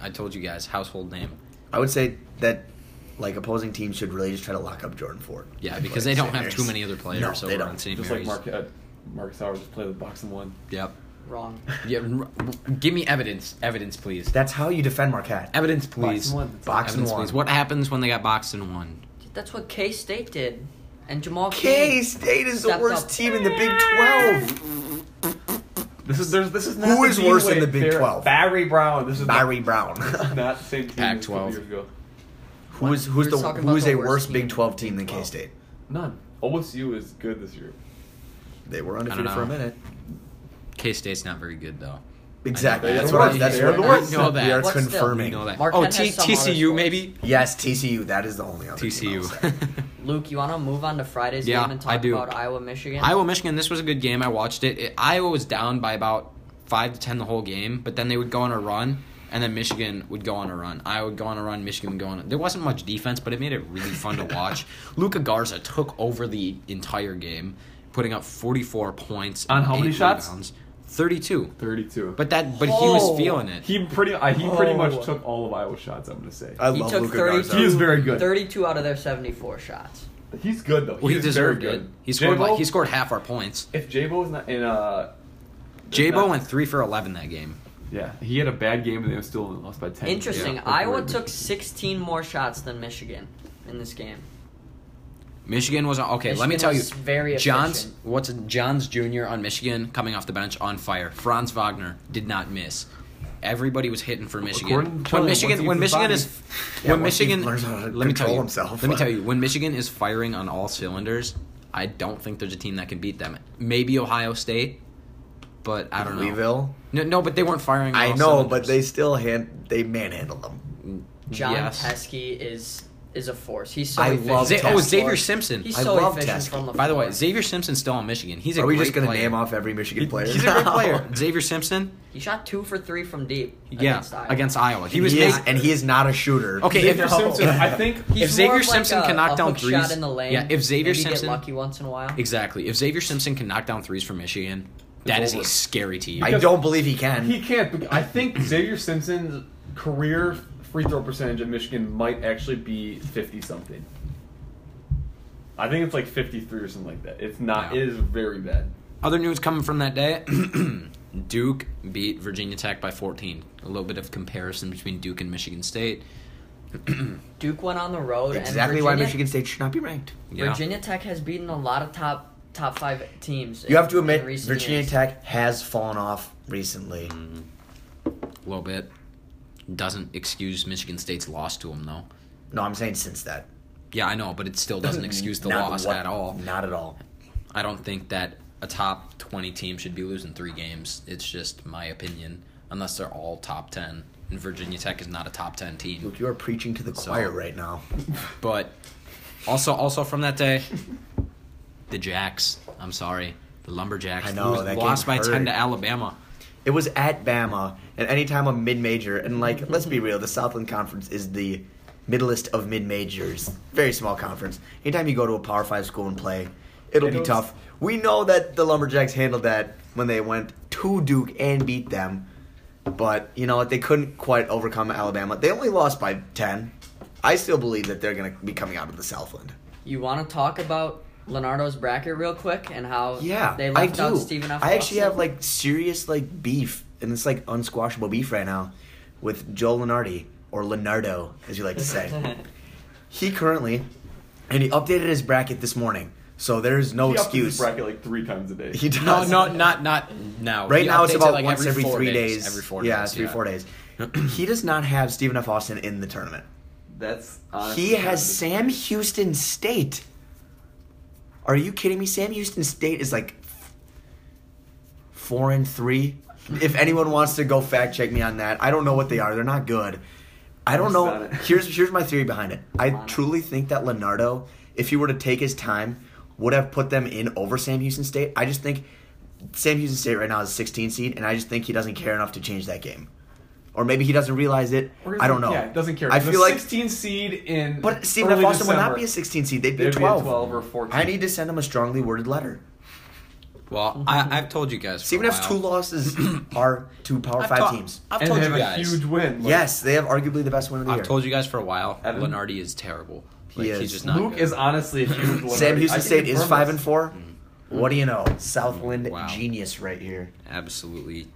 Speaker 4: I told you guys household name.
Speaker 1: I would say that like opposing teams should really just try to lock up Jordan Ford.
Speaker 4: Yeah,
Speaker 1: Like,
Speaker 4: because they don't
Speaker 1: St.
Speaker 4: have too
Speaker 1: Mary's.
Speaker 4: many other players
Speaker 1: No,
Speaker 4: over
Speaker 1: they
Speaker 4: on
Speaker 1: don't.
Speaker 4: St.
Speaker 3: just like Mark
Speaker 4: Mary's.
Speaker 3: uh, Mark Sauer just played the box and won.
Speaker 4: Yep.
Speaker 2: Wrong.
Speaker 4: Yeah. r- r- Give me evidence. Evidence, please.
Speaker 1: That's how you defend Marquette.
Speaker 4: evidence,
Speaker 3: Box
Speaker 4: please.
Speaker 3: and won.
Speaker 1: Box and
Speaker 4: Evidence,
Speaker 1: one.
Speaker 4: please. What happens when they got boxed and won?
Speaker 2: That's what K State did, and Jamal
Speaker 1: K
Speaker 2: Kane.
Speaker 1: State is the
Speaker 2: Stepped
Speaker 1: worst
Speaker 2: up.
Speaker 1: team in the Big Twelve.
Speaker 3: This is there's this is not
Speaker 1: Who
Speaker 3: the
Speaker 1: is
Speaker 3: team
Speaker 1: worse than
Speaker 3: way-
Speaker 1: the Big
Speaker 3: they're
Speaker 1: 12?
Speaker 3: Barry Brown. This is not-
Speaker 1: Barry *laughs* Brown.
Speaker 3: this is *laughs* not the same team. as a couple
Speaker 4: Pac-12.
Speaker 3: years ago.
Speaker 1: who's
Speaker 2: We
Speaker 1: who's
Speaker 2: were
Speaker 1: the
Speaker 2: talking about
Speaker 1: who's
Speaker 2: the
Speaker 1: a
Speaker 2: worst
Speaker 1: worse
Speaker 2: team in
Speaker 1: Big
Speaker 2: the
Speaker 1: Twelve
Speaker 2: Big
Speaker 1: team than
Speaker 4: Oh.
Speaker 1: K
Speaker 2: 12.
Speaker 1: State?
Speaker 3: None. OSU is good this year.
Speaker 1: They were
Speaker 4: don't
Speaker 1: undefeated for a
Speaker 4: know.
Speaker 1: minute.
Speaker 4: K State's not very good though.
Speaker 1: Exactly.
Speaker 3: They
Speaker 1: That's
Speaker 3: were
Speaker 1: what. I,
Speaker 3: worse.
Speaker 1: that's
Speaker 3: They
Speaker 1: what.
Speaker 3: were
Speaker 1: We
Speaker 3: worse.
Speaker 1: know
Speaker 4: Know
Speaker 1: that.
Speaker 4: that.
Speaker 1: We are
Speaker 2: But still,
Speaker 4: We
Speaker 1: confirming.
Speaker 4: know that.
Speaker 2: Marquette
Speaker 4: oh, T-
Speaker 2: has some
Speaker 4: TCU
Speaker 2: other
Speaker 4: maybe.
Speaker 1: Yes, TCU. That is the only other Team I'll say.
Speaker 4: *laughs* TCU.
Speaker 2: Luke, you want to move on to Friday's
Speaker 4: Yeah,
Speaker 2: game and
Speaker 4: I
Speaker 2: talk
Speaker 4: do.
Speaker 2: about Iowa Michigan?
Speaker 4: Iowa Michigan. This was a good game. I watched it. It- Iowa was down by about five to ten the whole game, but then they would go on a run, and then Michigan would go on a run. Iowa would go on a run. Michigan would go on. A, there wasn't much defense, but it made it really
Speaker 2: *laughs*
Speaker 4: fun to watch. Luca Garza took over the entire game, putting up forty four points
Speaker 3: On
Speaker 4: and
Speaker 3: how many
Speaker 4: eight
Speaker 3: shots?
Speaker 4: Rebounds, Thirty two.
Speaker 3: Thirty-two.
Speaker 4: But that. But he
Speaker 2: Oh.
Speaker 4: was feeling it.
Speaker 3: he pretty uh, he pretty much
Speaker 2: Oh.
Speaker 3: took all of Iowa's shots. I'm gonna say
Speaker 1: I
Speaker 2: He
Speaker 1: love
Speaker 2: took
Speaker 1: Luka
Speaker 2: 32
Speaker 1: Garza.
Speaker 3: He is very good.
Speaker 2: 32 out of their 74 shots.
Speaker 3: he's good though.
Speaker 4: well, he
Speaker 3: is
Speaker 4: deserved
Speaker 3: very
Speaker 4: it.
Speaker 3: good.
Speaker 4: He scored
Speaker 3: J-Bo-
Speaker 4: like he scored half our points.
Speaker 3: If Jabo is not in uh
Speaker 4: Jabo
Speaker 3: not-
Speaker 4: went three for eleven that game.
Speaker 3: Yeah, he had a bad game, and they were still lost by ten.
Speaker 2: Interesting.
Speaker 3: Yeah.
Speaker 2: Iowa took 16 more shots than Michigan in this game.
Speaker 4: Michigan was okay. let me
Speaker 2: Michigan
Speaker 4: tell you,
Speaker 2: was very
Speaker 4: Johns.
Speaker 2: efficient.
Speaker 4: What's Johns Jr. on Michigan coming off the bench on fire? Franz Wagner did not miss. Everybody was hitting for Michigan.
Speaker 3: According to
Speaker 4: When
Speaker 3: him, once
Speaker 4: Michigan,
Speaker 3: he
Speaker 4: when
Speaker 3: gets his
Speaker 4: Michigan
Speaker 3: body-
Speaker 4: is,
Speaker 1: Yeah,
Speaker 4: when
Speaker 1: once he
Speaker 4: Michigan,
Speaker 1: learns how to
Speaker 4: let me tell
Speaker 1: control
Speaker 4: you,
Speaker 1: himself.
Speaker 4: let me tell you, when Michigan is firing on all cylinders, I don't think there's a team that can beat them. Maybe Ohio State, but I don't know.
Speaker 1: Louisville.
Speaker 4: No, no, but they weren't firing. on
Speaker 1: I
Speaker 4: all
Speaker 1: know, but they
Speaker 4: cylinders.
Speaker 1: still hand they manhandled them.
Speaker 2: John
Speaker 4: Yes.
Speaker 2: Pesky is is a force. He's so
Speaker 1: I
Speaker 2: efficient.
Speaker 1: love
Speaker 4: Za-
Speaker 2: from the
Speaker 4: oh,
Speaker 1: Teskey.
Speaker 4: Xavier
Speaker 2: floor.
Speaker 4: Simpson.
Speaker 2: He's
Speaker 1: I
Speaker 2: so
Speaker 1: love
Speaker 2: efficient
Speaker 1: Teskey.
Speaker 2: from the
Speaker 4: By the way,
Speaker 2: floor.
Speaker 4: Xavier Simpson's still on Michigan. He's a
Speaker 1: Are we
Speaker 4: great
Speaker 1: just gonna
Speaker 4: player.
Speaker 1: name off every Michigan player?
Speaker 4: He's
Speaker 1: *laughs*
Speaker 4: a great
Speaker 1: now?
Speaker 4: player. *laughs* Xavier Simpson.
Speaker 2: he shot two for three from deep.
Speaker 4: Yeah,
Speaker 2: against, Iowa.
Speaker 4: against Iowa. He
Speaker 1: He
Speaker 4: was
Speaker 1: was is,
Speaker 4: ma-
Speaker 1: and he is not a shooter.
Speaker 4: Okay, if-
Speaker 3: Xavier Simpson, I think
Speaker 2: He's
Speaker 4: if Xavier
Speaker 2: more of like
Speaker 4: Simpson
Speaker 2: a-
Speaker 4: can knock
Speaker 2: a
Speaker 4: down
Speaker 2: hook
Speaker 4: threes-
Speaker 2: shot in the lane.
Speaker 4: yeah, if Xavier
Speaker 2: maybe
Speaker 4: Simpson-
Speaker 2: get lucky once in a while.
Speaker 4: exactly. If Xavier Simpson can knock down threes for Michigan, that is a
Speaker 3: over.
Speaker 4: scary team.
Speaker 1: I don't believe he can.
Speaker 3: he can't. bec- I think Xavier Simpson's career free throw percentage at Michigan might actually be fifty something. I think it's like fifty three or something like that. It's not.
Speaker 4: Yeah.
Speaker 3: It is very
Speaker 4: *laughs*
Speaker 3: bad.
Speaker 4: Other news coming from that day: *clears throat* Duke beat Virginia Tech by 14. A little bit of comparison between Duke and Michigan State.
Speaker 2: Duke went on the road.
Speaker 1: exactly
Speaker 2: and
Speaker 1: why
Speaker 2: Virginia-
Speaker 1: Michigan State should not be ranked.
Speaker 4: Yeah.
Speaker 2: Virginia Tech has beaten a lot of top top five teams.
Speaker 1: You have to
Speaker 2: in
Speaker 1: admit,
Speaker 2: recent
Speaker 1: Virginia
Speaker 2: years.
Speaker 1: Tech has fallen off recently.
Speaker 4: a little bit. Doesn't excuse Michigan State's loss to them though.
Speaker 1: No, I'm saying since that.
Speaker 4: Yeah, I know, but it still doesn't excuse the
Speaker 1: Mm-hmm. Not
Speaker 4: loss
Speaker 1: what-
Speaker 4: at all.
Speaker 1: Not at all.
Speaker 4: I don't think that a top 20 team should be losing three games. It's just my opinion, unless they're all top 10. And Virginia Tech is not a top 10 team.
Speaker 1: Luke, you are preaching to the choir right now.
Speaker 4: But also, also from that day, the Jacks. I'm sorry, the Lumberjacks.
Speaker 1: I know,
Speaker 4: lose-
Speaker 1: that
Speaker 4: lost by
Speaker 1: game
Speaker 4: 10 to
Speaker 1: hurt.
Speaker 4: Alabama.
Speaker 1: It was at Bama, and anytime a mid major, and like, let's be real, the Southland Conference is the middlest of mid majors, very small conference. Anytime you go to a Power Five school and play, it'll
Speaker 3: It
Speaker 1: be
Speaker 3: was-
Speaker 1: tough. We know that the Lumberjacks handled that when they went to Duke and beat them, but you know what? They couldn't quite overcome Alabama. They only lost by 10. I still believe that they're going to be coming out of the Southland.
Speaker 2: You want to talk about Leonardo's bracket real quick and how
Speaker 1: Yeah,
Speaker 2: they
Speaker 1: I
Speaker 2: left
Speaker 1: do.
Speaker 2: out Stephen F.
Speaker 1: I actually
Speaker 2: Austin?
Speaker 1: have like serious like beef, and it's like unsquashable beef right now with Joel Lenardi or Leonardo, as you like to
Speaker 3: *laughs*
Speaker 1: say. he currently, and he updated his bracket this morning, so there's no
Speaker 3: he upped his
Speaker 1: excuse.
Speaker 3: bracket like three times a day.
Speaker 1: He does.
Speaker 4: No, no, not not now.
Speaker 1: Right
Speaker 4: He
Speaker 1: now, it's
Speaker 4: updates it,
Speaker 1: about
Speaker 4: like,
Speaker 1: once every,
Speaker 4: four
Speaker 1: three days.
Speaker 4: Every four
Speaker 1: yeah,
Speaker 4: days.
Speaker 1: it's every four days. *clears throat* he does not have Stephen F. Austin in the tournament.
Speaker 3: That's
Speaker 1: He has Sam Houston State. Are you kidding me? Sam Houston State is like four and three. If anyone wants to go fact check me on that, I don't know what they are. They're not good. I don't
Speaker 3: Just
Speaker 1: know.
Speaker 3: got it. *laughs*
Speaker 1: Here's here's my theory behind it. I
Speaker 2: Wow.
Speaker 1: truly think that Leonardo, if he were to take his time, would have put them in over Sam Houston State. I just think Sam Houston State right now is a 16 seed, and I just think he doesn't care enough to change that game, or maybe he doesn't realize it.
Speaker 3: Or is
Speaker 1: I
Speaker 3: it-
Speaker 1: don't know.
Speaker 3: Yeah, it doesn't care.
Speaker 1: I
Speaker 3: He's a
Speaker 1: feel like
Speaker 3: 16 seed in.
Speaker 1: but Stephen F.
Speaker 3: early
Speaker 1: Austin would not
Speaker 3: December.
Speaker 1: be a 16 seed. They'd be
Speaker 3: They'd
Speaker 1: a 12.
Speaker 3: Be a 12 or 14.
Speaker 1: I need to send him a strongly worded letter.
Speaker 4: Well, I, I've told you guys. For
Speaker 1: Stephen
Speaker 4: a
Speaker 1: F's
Speaker 4: while.
Speaker 1: two losses are to Power
Speaker 4: I've
Speaker 1: 5
Speaker 4: ta-
Speaker 1: teams.
Speaker 4: I've
Speaker 3: and
Speaker 4: told
Speaker 3: have
Speaker 4: you
Speaker 3: a
Speaker 4: guys.
Speaker 3: huge win. Like,
Speaker 1: yes, they have arguably the best win of the
Speaker 4: I've
Speaker 1: year.
Speaker 4: told you guys for a while.
Speaker 3: Evan?
Speaker 4: Lenardi is terrible. Like,
Speaker 1: is.
Speaker 4: He's just not.
Speaker 3: Luke
Speaker 4: good.
Speaker 3: is honestly a huge one.
Speaker 1: Sam
Speaker 3: I
Speaker 1: Houston
Speaker 3: can
Speaker 1: State is
Speaker 3: confirm
Speaker 1: 5 and
Speaker 3: this.
Speaker 1: 4.
Speaker 4: Mm-hmm.
Speaker 1: What do you know? Southland
Speaker 4: Mm. Wow.
Speaker 1: genius right here.
Speaker 4: absolutely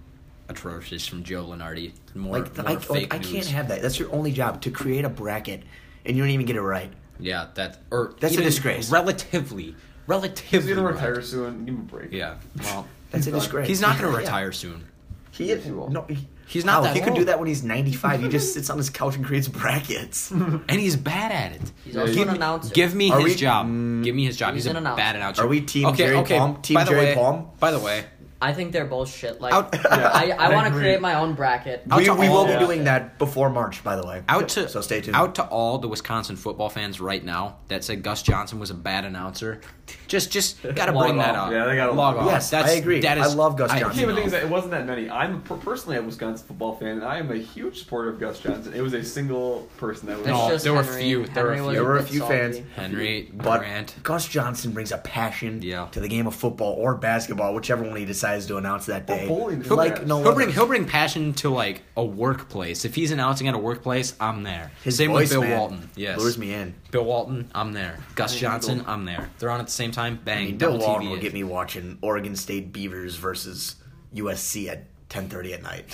Speaker 4: atrocious from Joe Lenardi. More,
Speaker 1: Like,
Speaker 4: more
Speaker 1: I, like,
Speaker 4: fake
Speaker 1: I
Speaker 4: news.
Speaker 1: can't have that. That's your only job to create a bracket, and you don't even get it right.
Speaker 4: Yeah, that or
Speaker 1: That's a
Speaker 4: even
Speaker 1: disgrace.
Speaker 4: Relatively,
Speaker 3: He's
Speaker 4: relatively.
Speaker 3: gonna
Speaker 4: right.
Speaker 3: retire soon. Give him a break.
Speaker 4: Yeah. Well,
Speaker 1: That's a
Speaker 3: He's not-
Speaker 1: disgrace.
Speaker 4: he's not going to
Speaker 1: *laughs* Yeah.
Speaker 4: retire soon.
Speaker 1: He
Speaker 3: Yes, he will.
Speaker 1: No, he-
Speaker 4: He's not
Speaker 1: Wow,
Speaker 4: that
Speaker 1: He could do
Speaker 4: old.
Speaker 1: that when he's 95. he just sits on his couch and creates brackets.
Speaker 4: And he's bad at it.
Speaker 2: He's
Speaker 3: Yeah,
Speaker 2: also
Speaker 3: give
Speaker 2: an
Speaker 3: me-
Speaker 2: announcer.
Speaker 4: Give me
Speaker 1: Are
Speaker 4: his
Speaker 1: we-
Speaker 4: job. Give me his job. He's,
Speaker 2: He's an
Speaker 4: a
Speaker 2: announcer.
Speaker 4: bad announcer.
Speaker 1: Are we team
Speaker 4: okay,
Speaker 1: Jerry
Speaker 4: okay.
Speaker 1: Palm? Team
Speaker 4: by the
Speaker 1: Jerry
Speaker 4: way,
Speaker 1: Palm?
Speaker 4: By the way,
Speaker 2: I think they're both shit. Like
Speaker 4: Out- Yeah,
Speaker 2: *laughs* I, I,
Speaker 3: I
Speaker 2: want to
Speaker 3: agree.
Speaker 2: create my own bracket.
Speaker 4: Out
Speaker 1: we
Speaker 4: to
Speaker 1: we
Speaker 4: all-
Speaker 1: will be
Speaker 3: Yeah.
Speaker 1: doing that before March, by the way.
Speaker 4: out to
Speaker 1: so stay tuned.
Speaker 4: Out to all the Wisconsin football fans right now that said Gus Johnson was a bad announcer. Just, just gotta
Speaker 3: Log
Speaker 4: bring that
Speaker 3: off.
Speaker 4: up.
Speaker 3: Yeah, they gotta log
Speaker 4: log off.
Speaker 3: off.
Speaker 1: Yes,
Speaker 4: That's,
Speaker 1: I agree.
Speaker 4: That is,
Speaker 1: I love Gus
Speaker 4: I-
Speaker 1: Johnson.
Speaker 3: The thing is, that it wasn't that many. I'm per- personally a Wisconsin football fan, and I am a huge supporter of Gus Johnson. It was a single person that was.
Speaker 4: No,
Speaker 2: It's just
Speaker 4: there were
Speaker 2: Henry.
Speaker 4: few- there were
Speaker 2: Henry
Speaker 4: few.
Speaker 2: was
Speaker 1: There were a
Speaker 2: bit
Speaker 1: few
Speaker 2: salty.
Speaker 1: fans.
Speaker 4: Henry
Speaker 1: But
Speaker 4: Grant.
Speaker 1: Gus Johnson brings a passion
Speaker 4: Yeah.
Speaker 1: to the game of football or basketball, whichever one he decides to announce that
Speaker 3: Or
Speaker 1: day.
Speaker 3: bowling, for
Speaker 1: like
Speaker 3: that.
Speaker 1: no
Speaker 4: He'll
Speaker 1: other.
Speaker 4: bring he'll bring passion to like a workplace. If he's announcing at a workplace, I'm there.
Speaker 1: His
Speaker 4: Same
Speaker 1: voice,
Speaker 4: with Bill
Speaker 1: man,
Speaker 4: Walton. Yes,
Speaker 1: lures me in.
Speaker 4: Bill Walton, I'm there. Gus Johnson, I'm there. They're on at the same time. Bang.
Speaker 1: I mean, Bill
Speaker 4: double
Speaker 1: Walton
Speaker 4: TVA.
Speaker 1: will get me watching Oregon State Beavers versus USC at 10:30 at
Speaker 4: *laughs*
Speaker 1: night.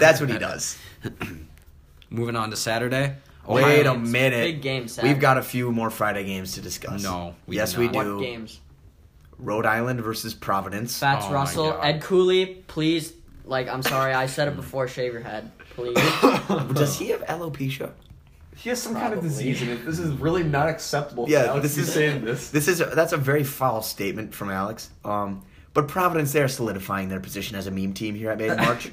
Speaker 1: That's what he does.
Speaker 4: Moving on to Saturday.
Speaker 1: Wait
Speaker 4: Ohio-
Speaker 1: a minute.
Speaker 2: Big game Saturday.
Speaker 1: We've got a few more Friday games to discuss.
Speaker 4: No, we
Speaker 1: yes,
Speaker 4: do
Speaker 1: we
Speaker 4: not.
Speaker 1: do.
Speaker 2: What games?
Speaker 1: Rhode Island versus Providence.
Speaker 2: Fats
Speaker 4: Oh my
Speaker 2: Russell,
Speaker 4: God.
Speaker 2: Ed Cooley, please. Like I'm sorry, I said it before. Shave your head,
Speaker 1: *coughs*
Speaker 2: please.
Speaker 1: Does he have alopecia?
Speaker 3: He has some kind of
Speaker 2: Probably.
Speaker 3: disease, and it- this is really not acceptable.
Speaker 1: Yeah,
Speaker 3: Alex
Speaker 1: this
Speaker 3: is
Speaker 1: is-
Speaker 3: saying this.
Speaker 1: This is that's a very foul statement from Alex. Um, But Providence, they're solidifying their position as a meme team here at Made in March.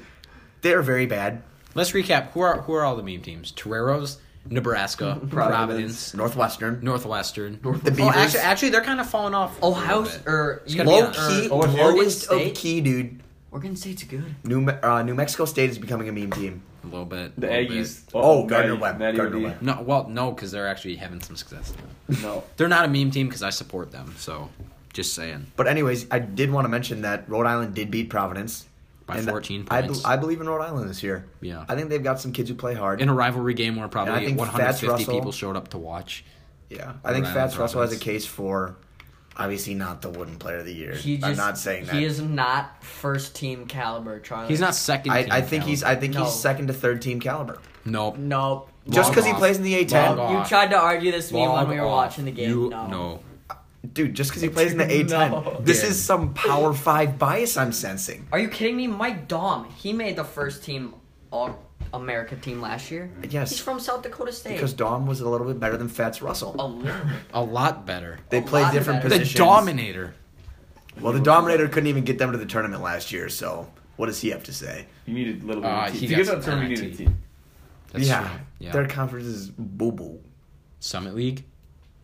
Speaker 1: they're very bad.
Speaker 4: Let's recap. Who are who are all the meme teams? Toreros,
Speaker 1: *laughs*
Speaker 4: Nebraska, Providence,
Speaker 1: Northwestern.
Speaker 4: Northwestern.
Speaker 1: The
Speaker 4: Oh,
Speaker 1: Beavers.
Speaker 4: actually, actually, they're kind of falling off. a
Speaker 2: Ohio
Speaker 4: little bit.
Speaker 2: or
Speaker 4: It's
Speaker 2: you-
Speaker 4: gotta be
Speaker 1: Low
Speaker 4: on-
Speaker 1: key,
Speaker 3: or- or Oregon
Speaker 1: lowest
Speaker 2: State?
Speaker 1: of key, dude.
Speaker 2: Oregon State's good.
Speaker 1: New, Me- uh, New Mexico State is becoming a meme team.
Speaker 4: a little bit.
Speaker 3: The
Speaker 4: a little
Speaker 3: Aggies.
Speaker 1: Oh, Gardner
Speaker 3: Maddie-
Speaker 1: Webb,
Speaker 3: Maddie
Speaker 1: Gardner
Speaker 3: McGee.
Speaker 1: Webb.
Speaker 4: bit. No, well, no, because they're actually having some success.
Speaker 3: No.
Speaker 4: They're not a meme team because I support them. So, just saying.
Speaker 1: But anyways, I did want to mention that Rhode Island did beat Providence
Speaker 4: By 14
Speaker 1: I,
Speaker 4: points.
Speaker 1: I believe in Rhode Island this year.
Speaker 4: Yeah.
Speaker 1: I think they've got some kids who play hard.
Speaker 4: In a rivalry game where probably
Speaker 1: And I think
Speaker 4: 150
Speaker 1: Fats Russell-
Speaker 4: people showed up to watch.
Speaker 1: yeah, I think
Speaker 4: Rhode Island
Speaker 1: Fats Russell has a
Speaker 4: Providence.
Speaker 1: case for obviously not the Wooden Player of the Year.
Speaker 2: He just,
Speaker 1: I'm not saying that.
Speaker 2: He is not first team caliber, Charlie.
Speaker 4: He's not second.
Speaker 1: I,
Speaker 4: team
Speaker 1: I think he's I
Speaker 4: caliber.
Speaker 1: think
Speaker 2: No.
Speaker 1: he's second to third team caliber.
Speaker 4: nope.
Speaker 2: Nope.
Speaker 1: Just
Speaker 4: Log
Speaker 1: because he
Speaker 4: off.
Speaker 1: plays in the
Speaker 4: Log
Speaker 1: A10,
Speaker 4: off.
Speaker 2: You tried to argue this to me when
Speaker 4: Log
Speaker 2: we were
Speaker 4: off.
Speaker 2: watching the game.
Speaker 4: You-
Speaker 2: no.
Speaker 4: no.
Speaker 1: dude. Just because he plays in the A10,
Speaker 2: No.
Speaker 1: this
Speaker 4: Dude.
Speaker 1: is some Power Five bias I'm sensing.
Speaker 2: Are you kidding me? Mike Dom. He made the first team All America team last year.
Speaker 1: Yes.
Speaker 2: He's from South Dakota State.
Speaker 1: Because Dom was a little bit better than Fats Russell.
Speaker 2: a little bit.
Speaker 4: A lot better.
Speaker 1: they
Speaker 2: a
Speaker 1: play
Speaker 2: lot
Speaker 1: different
Speaker 2: better.
Speaker 4: the
Speaker 1: positions.
Speaker 4: Dominator.
Speaker 1: Well, the Dominator couldn't even get them to the tournament last year, so what does he have to say?
Speaker 3: You need a little bit
Speaker 4: Uh,
Speaker 3: of a team.
Speaker 4: he
Speaker 3: To get
Speaker 4: got
Speaker 3: that term, you need a
Speaker 4: NIT.
Speaker 3: team.
Speaker 4: That's
Speaker 1: yeah,
Speaker 4: true. Yeah.
Speaker 1: their conference is boo boo.
Speaker 4: Summit League.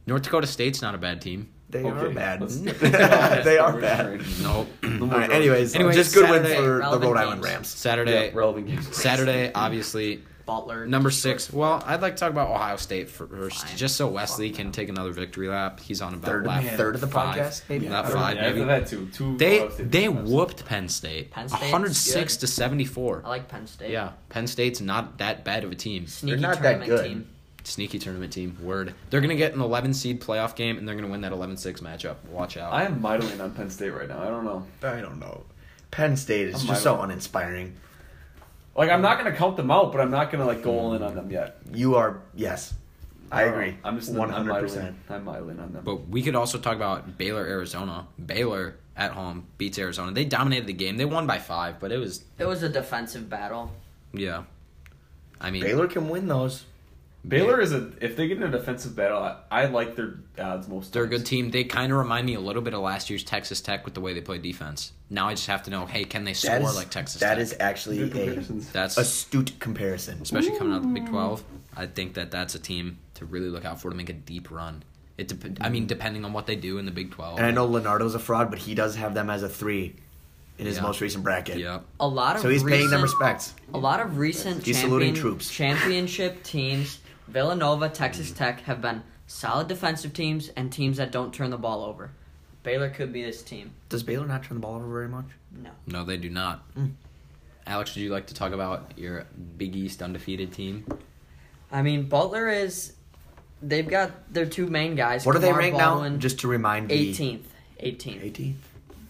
Speaker 4: North Dakota State's not a bad team.
Speaker 1: They are
Speaker 3: Okay,
Speaker 1: bad. *laughs*
Speaker 3: let's-
Speaker 1: they are bad.
Speaker 3: *laughs*
Speaker 4: Nope.
Speaker 1: All right, anyways,
Speaker 4: Anyways,
Speaker 1: just good win
Speaker 4: Saturday,
Speaker 1: for the
Speaker 2: relevant
Speaker 1: Rhode Island
Speaker 2: games.
Speaker 1: Rams.
Speaker 4: Saturday.
Speaker 3: Yeah, relevant games.
Speaker 4: Saturday, obviously.
Speaker 2: Butler.
Speaker 4: Number six. Well, I'd like to talk about Ohio State first,
Speaker 2: Fine.
Speaker 4: just so Wesley
Speaker 2: Fuck
Speaker 4: can take another victory lap. He's on about
Speaker 1: Third,
Speaker 4: lap
Speaker 1: third of the
Speaker 4: five.
Speaker 1: podcast, maybe.
Speaker 4: Lap
Speaker 1: Yeah,
Speaker 4: five,
Speaker 3: yeah,
Speaker 4: maybe.
Speaker 3: After that, too. Two
Speaker 4: They
Speaker 3: Ohio State
Speaker 4: they
Speaker 3: teams.
Speaker 4: whooped Penn State.
Speaker 2: Penn State's
Speaker 4: 106 to 74.
Speaker 2: I like Penn State.
Speaker 4: Yeah, Penn State's not that bad of a team.
Speaker 2: Sneaky
Speaker 1: They're not that
Speaker 2: tournament
Speaker 1: good.
Speaker 2: team.
Speaker 4: Sneaky tournament team. Word. They're gonna get an 11 seed playoff game, and they're gonna win that 11-6 matchup. Watch out.
Speaker 3: I am mightily on Penn State right now. I don't know.
Speaker 1: I don't know. Penn State is
Speaker 3: I'm
Speaker 1: just
Speaker 3: my-
Speaker 1: so uninspiring.
Speaker 3: Like, I'm not going to count them out, but I'm not going to,
Speaker 4: Hmm.
Speaker 3: like, go all in on them yet.
Speaker 1: You are yes, I
Speaker 3: don't
Speaker 1: agree.
Speaker 3: know. I'm just
Speaker 1: one hundred
Speaker 3: 100%.
Speaker 1: percent.
Speaker 3: I'm mightily on them.
Speaker 4: But we could also talk about Baylor, Arizona. Baylor at home beats Arizona. They dominated the game. They won by five, but it was
Speaker 2: It was a defensive battle.
Speaker 4: yeah. I mean,
Speaker 1: Baylor can win those.
Speaker 3: Baylor is a. If they get in a defensive battle, I, I like their odds most.
Speaker 4: they're a good
Speaker 3: times.
Speaker 4: team. They kind of remind me a little bit of last year's Texas Tech with the way they play defense. Now I just have to know, hey, can they score
Speaker 1: That is
Speaker 4: like Texas?
Speaker 1: that
Speaker 4: Tech?
Speaker 1: is actually
Speaker 3: Good
Speaker 1: a
Speaker 3: comparisons.
Speaker 4: that's
Speaker 1: astute comparison.
Speaker 4: especially coming out of the Big Twelve. I think that that's a team to really look out for to make a deep run. It dep- I mean, depending on what they do in the Big Twelve.
Speaker 1: Mm. And I know Leonardo's a fraud, but he does have them as a three in his
Speaker 4: Yeah.
Speaker 1: most recent bracket.
Speaker 4: Yeah.
Speaker 2: A lot of
Speaker 1: So he's paying them
Speaker 2: recent-
Speaker 1: respect.
Speaker 2: A lot of recent
Speaker 1: He's saluting
Speaker 2: champion-
Speaker 1: troops.
Speaker 2: championship teams, Villanova, Texas Tech, have been solid defensive teams and teams that don't turn the ball over. Baylor could be this team.
Speaker 1: Does Baylor not turn the ball over very much?
Speaker 2: No.
Speaker 4: No, they do not.
Speaker 1: Mm.
Speaker 4: Alex, would you like to talk about your Big East undefeated team?
Speaker 2: I mean, Butler is. They've got their two main guys.
Speaker 1: What are they
Speaker 2: Kamar
Speaker 1: ranked now?
Speaker 2: Baldwin,
Speaker 1: Just to remind me.
Speaker 2: 18th. 18th.
Speaker 1: 18th.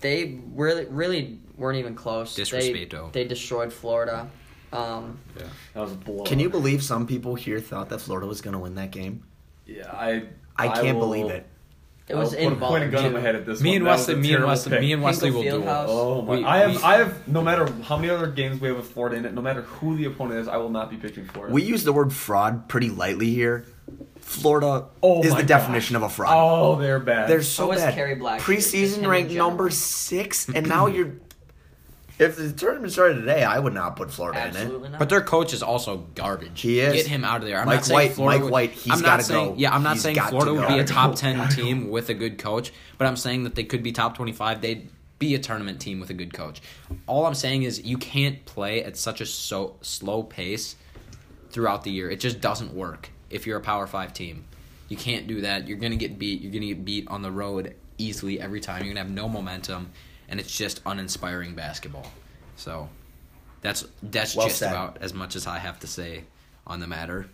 Speaker 2: They really, really weren't even close. They-
Speaker 4: Disrespecto.
Speaker 2: They, destroyed Florida. Um,
Speaker 4: Yeah.
Speaker 3: That was a blow.
Speaker 1: Can you believe some people here thought that Florida was going to win that game?
Speaker 3: Yeah, I.
Speaker 1: I can't
Speaker 3: will-
Speaker 1: believe it.
Speaker 2: it was
Speaker 3: I will
Speaker 2: in
Speaker 3: put a point
Speaker 2: Butler.
Speaker 3: and gun in my
Speaker 2: too.
Speaker 3: head at this.
Speaker 4: Me
Speaker 3: one.
Speaker 4: and
Speaker 3: That was
Speaker 4: Wesley,
Speaker 3: a
Speaker 4: me and
Speaker 3: terrible
Speaker 4: Wesley,
Speaker 3: pick.
Speaker 4: me and Wesley will
Speaker 2: Hinkle
Speaker 4: do
Speaker 2: Fieldhouse.
Speaker 3: Oh my!
Speaker 4: We-
Speaker 3: I have,
Speaker 4: we-
Speaker 3: I have. No matter how many other games we have with Florida in it, no matter who the opponent is, I will not be picking Florida.
Speaker 1: We use the word fraud pretty lightly here. Florida is
Speaker 3: Oh my
Speaker 1: the definition
Speaker 3: gosh.
Speaker 1: of a fraud.
Speaker 3: Oh, they're bad.
Speaker 1: They're so
Speaker 2: So is
Speaker 1: bad.
Speaker 2: Kerry Black. Just him
Speaker 1: Preseason
Speaker 2: in
Speaker 1: ranked
Speaker 2: general.
Speaker 1: number six, and now you're. *clears throat* If the tournament started today, I would not put Florida in
Speaker 2: Absolutely
Speaker 1: it.
Speaker 2: not.
Speaker 4: But their coach is also garbage.
Speaker 1: He is.
Speaker 4: Get him out of there. I'm
Speaker 1: Mike
Speaker 4: not saying
Speaker 1: White-
Speaker 4: Florida
Speaker 1: Mike
Speaker 4: would-
Speaker 1: White, he's
Speaker 4: I'm not
Speaker 1: gotta
Speaker 4: saying,
Speaker 1: go.
Speaker 4: Yeah, I'm not
Speaker 1: He's
Speaker 4: saying
Speaker 1: got to
Speaker 4: Florida would be
Speaker 1: go. *laughs*
Speaker 4: a top
Speaker 1: Gotta
Speaker 4: 10 team with a good coach, but I'm saying that they could be top 25. They'd be a tournament team with a good coach. All I'm saying is you can't play at such a so slow pace throughout the year. It just doesn't work if you're a Power 5 team. You can't do that. You're going to get beat. You're going to get beat on the road easily every time. You're going to have no momentum and it's just uninspiring basketball. So that's that's
Speaker 1: Well
Speaker 4: just
Speaker 1: said.
Speaker 4: about as much as I have to say on the matter.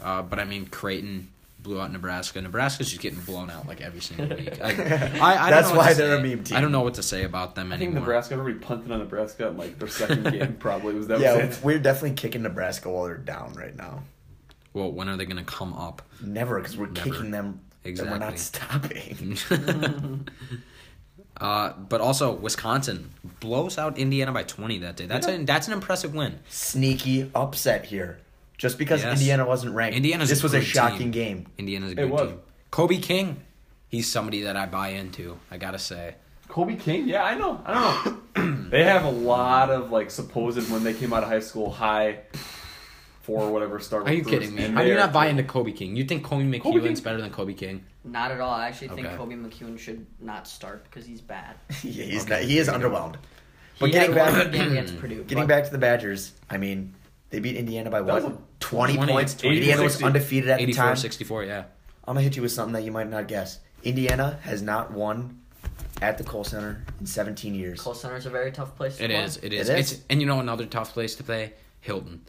Speaker 4: Uh, but I mean, Creighton blew out Nebraska. Nebraska's just getting blown out like every single week.
Speaker 1: *laughs*
Speaker 4: I, I, I don't
Speaker 1: That's
Speaker 4: know what
Speaker 1: why
Speaker 4: to
Speaker 1: they're a
Speaker 4: say.
Speaker 1: meme team.
Speaker 4: I don't know what to say about them
Speaker 3: I
Speaker 4: anymore.
Speaker 3: think Nebraska. Everybody punted on Nebraska in like
Speaker 1: *laughs*
Speaker 3: their second game. Probably was that
Speaker 1: Yeah,
Speaker 3: was it.
Speaker 1: we're definitely kicking Nebraska while they're down right now.
Speaker 4: Well, when are they going to come up?
Speaker 3: *laughs*
Speaker 4: *laughs*
Speaker 1: Never, because we're
Speaker 4: Never.
Speaker 1: kicking them and we're
Speaker 4: Exactly.
Speaker 1: not *laughs* stopping.
Speaker 4: Uh, but also Wisconsin blows out Indiana by twenty that day. That's an that's an impressive win.
Speaker 1: Sneaky upset here. Just because
Speaker 4: Yes.
Speaker 1: Indiana wasn't ranked,
Speaker 4: Indiana's
Speaker 1: this
Speaker 4: a
Speaker 1: was a
Speaker 4: good team.
Speaker 1: shocking game. *laughs*
Speaker 4: Indiana's a
Speaker 3: It
Speaker 4: good
Speaker 3: was.
Speaker 4: team. Kobe King, he's somebody that I buy into. I gotta say,
Speaker 3: Kobe King? Yeah, I know. I
Speaker 4: *coughs*
Speaker 3: don't know. *clears throat* they have a lot of like supposed when they came out of high school high four or whatever star.
Speaker 4: Are you
Speaker 3: recruits,
Speaker 4: kidding me?
Speaker 3: and
Speaker 4: How do you
Speaker 3: they are-
Speaker 4: not buy into Kobe King? You think Kobe
Speaker 3: Kobe
Speaker 4: McEwen's
Speaker 3: King-
Speaker 4: better than Kobe King?
Speaker 2: Not at all. I actually think
Speaker 4: Okay.
Speaker 2: Kobe McCune should not start because he's
Speaker 4: *laughs*
Speaker 2: bad.
Speaker 1: yeah, he's not, he is underwhelmed. But
Speaker 2: he
Speaker 1: getting
Speaker 2: had one
Speaker 1: back- *laughs*
Speaker 2: good game against Purdue.
Speaker 1: Getting
Speaker 2: but
Speaker 1: back to the Badgers, I mean, they beat Indiana by
Speaker 3: That
Speaker 1: what?
Speaker 3: was a-
Speaker 1: 20,
Speaker 4: 20,
Speaker 1: points.
Speaker 3: 80,
Speaker 1: Indiana was
Speaker 3: 60.
Speaker 1: undefeated at the
Speaker 4: 84
Speaker 1: time.
Speaker 4: 64, yeah.
Speaker 1: I'm gonna hit you with something that you might not guess. Indiana has not won at the Cole Center in 17 years.
Speaker 2: Cole Center is a very tough place. To
Speaker 4: It
Speaker 2: play.
Speaker 4: is. It is.
Speaker 1: It is.
Speaker 4: It's and you know another tough place to play? Hilton.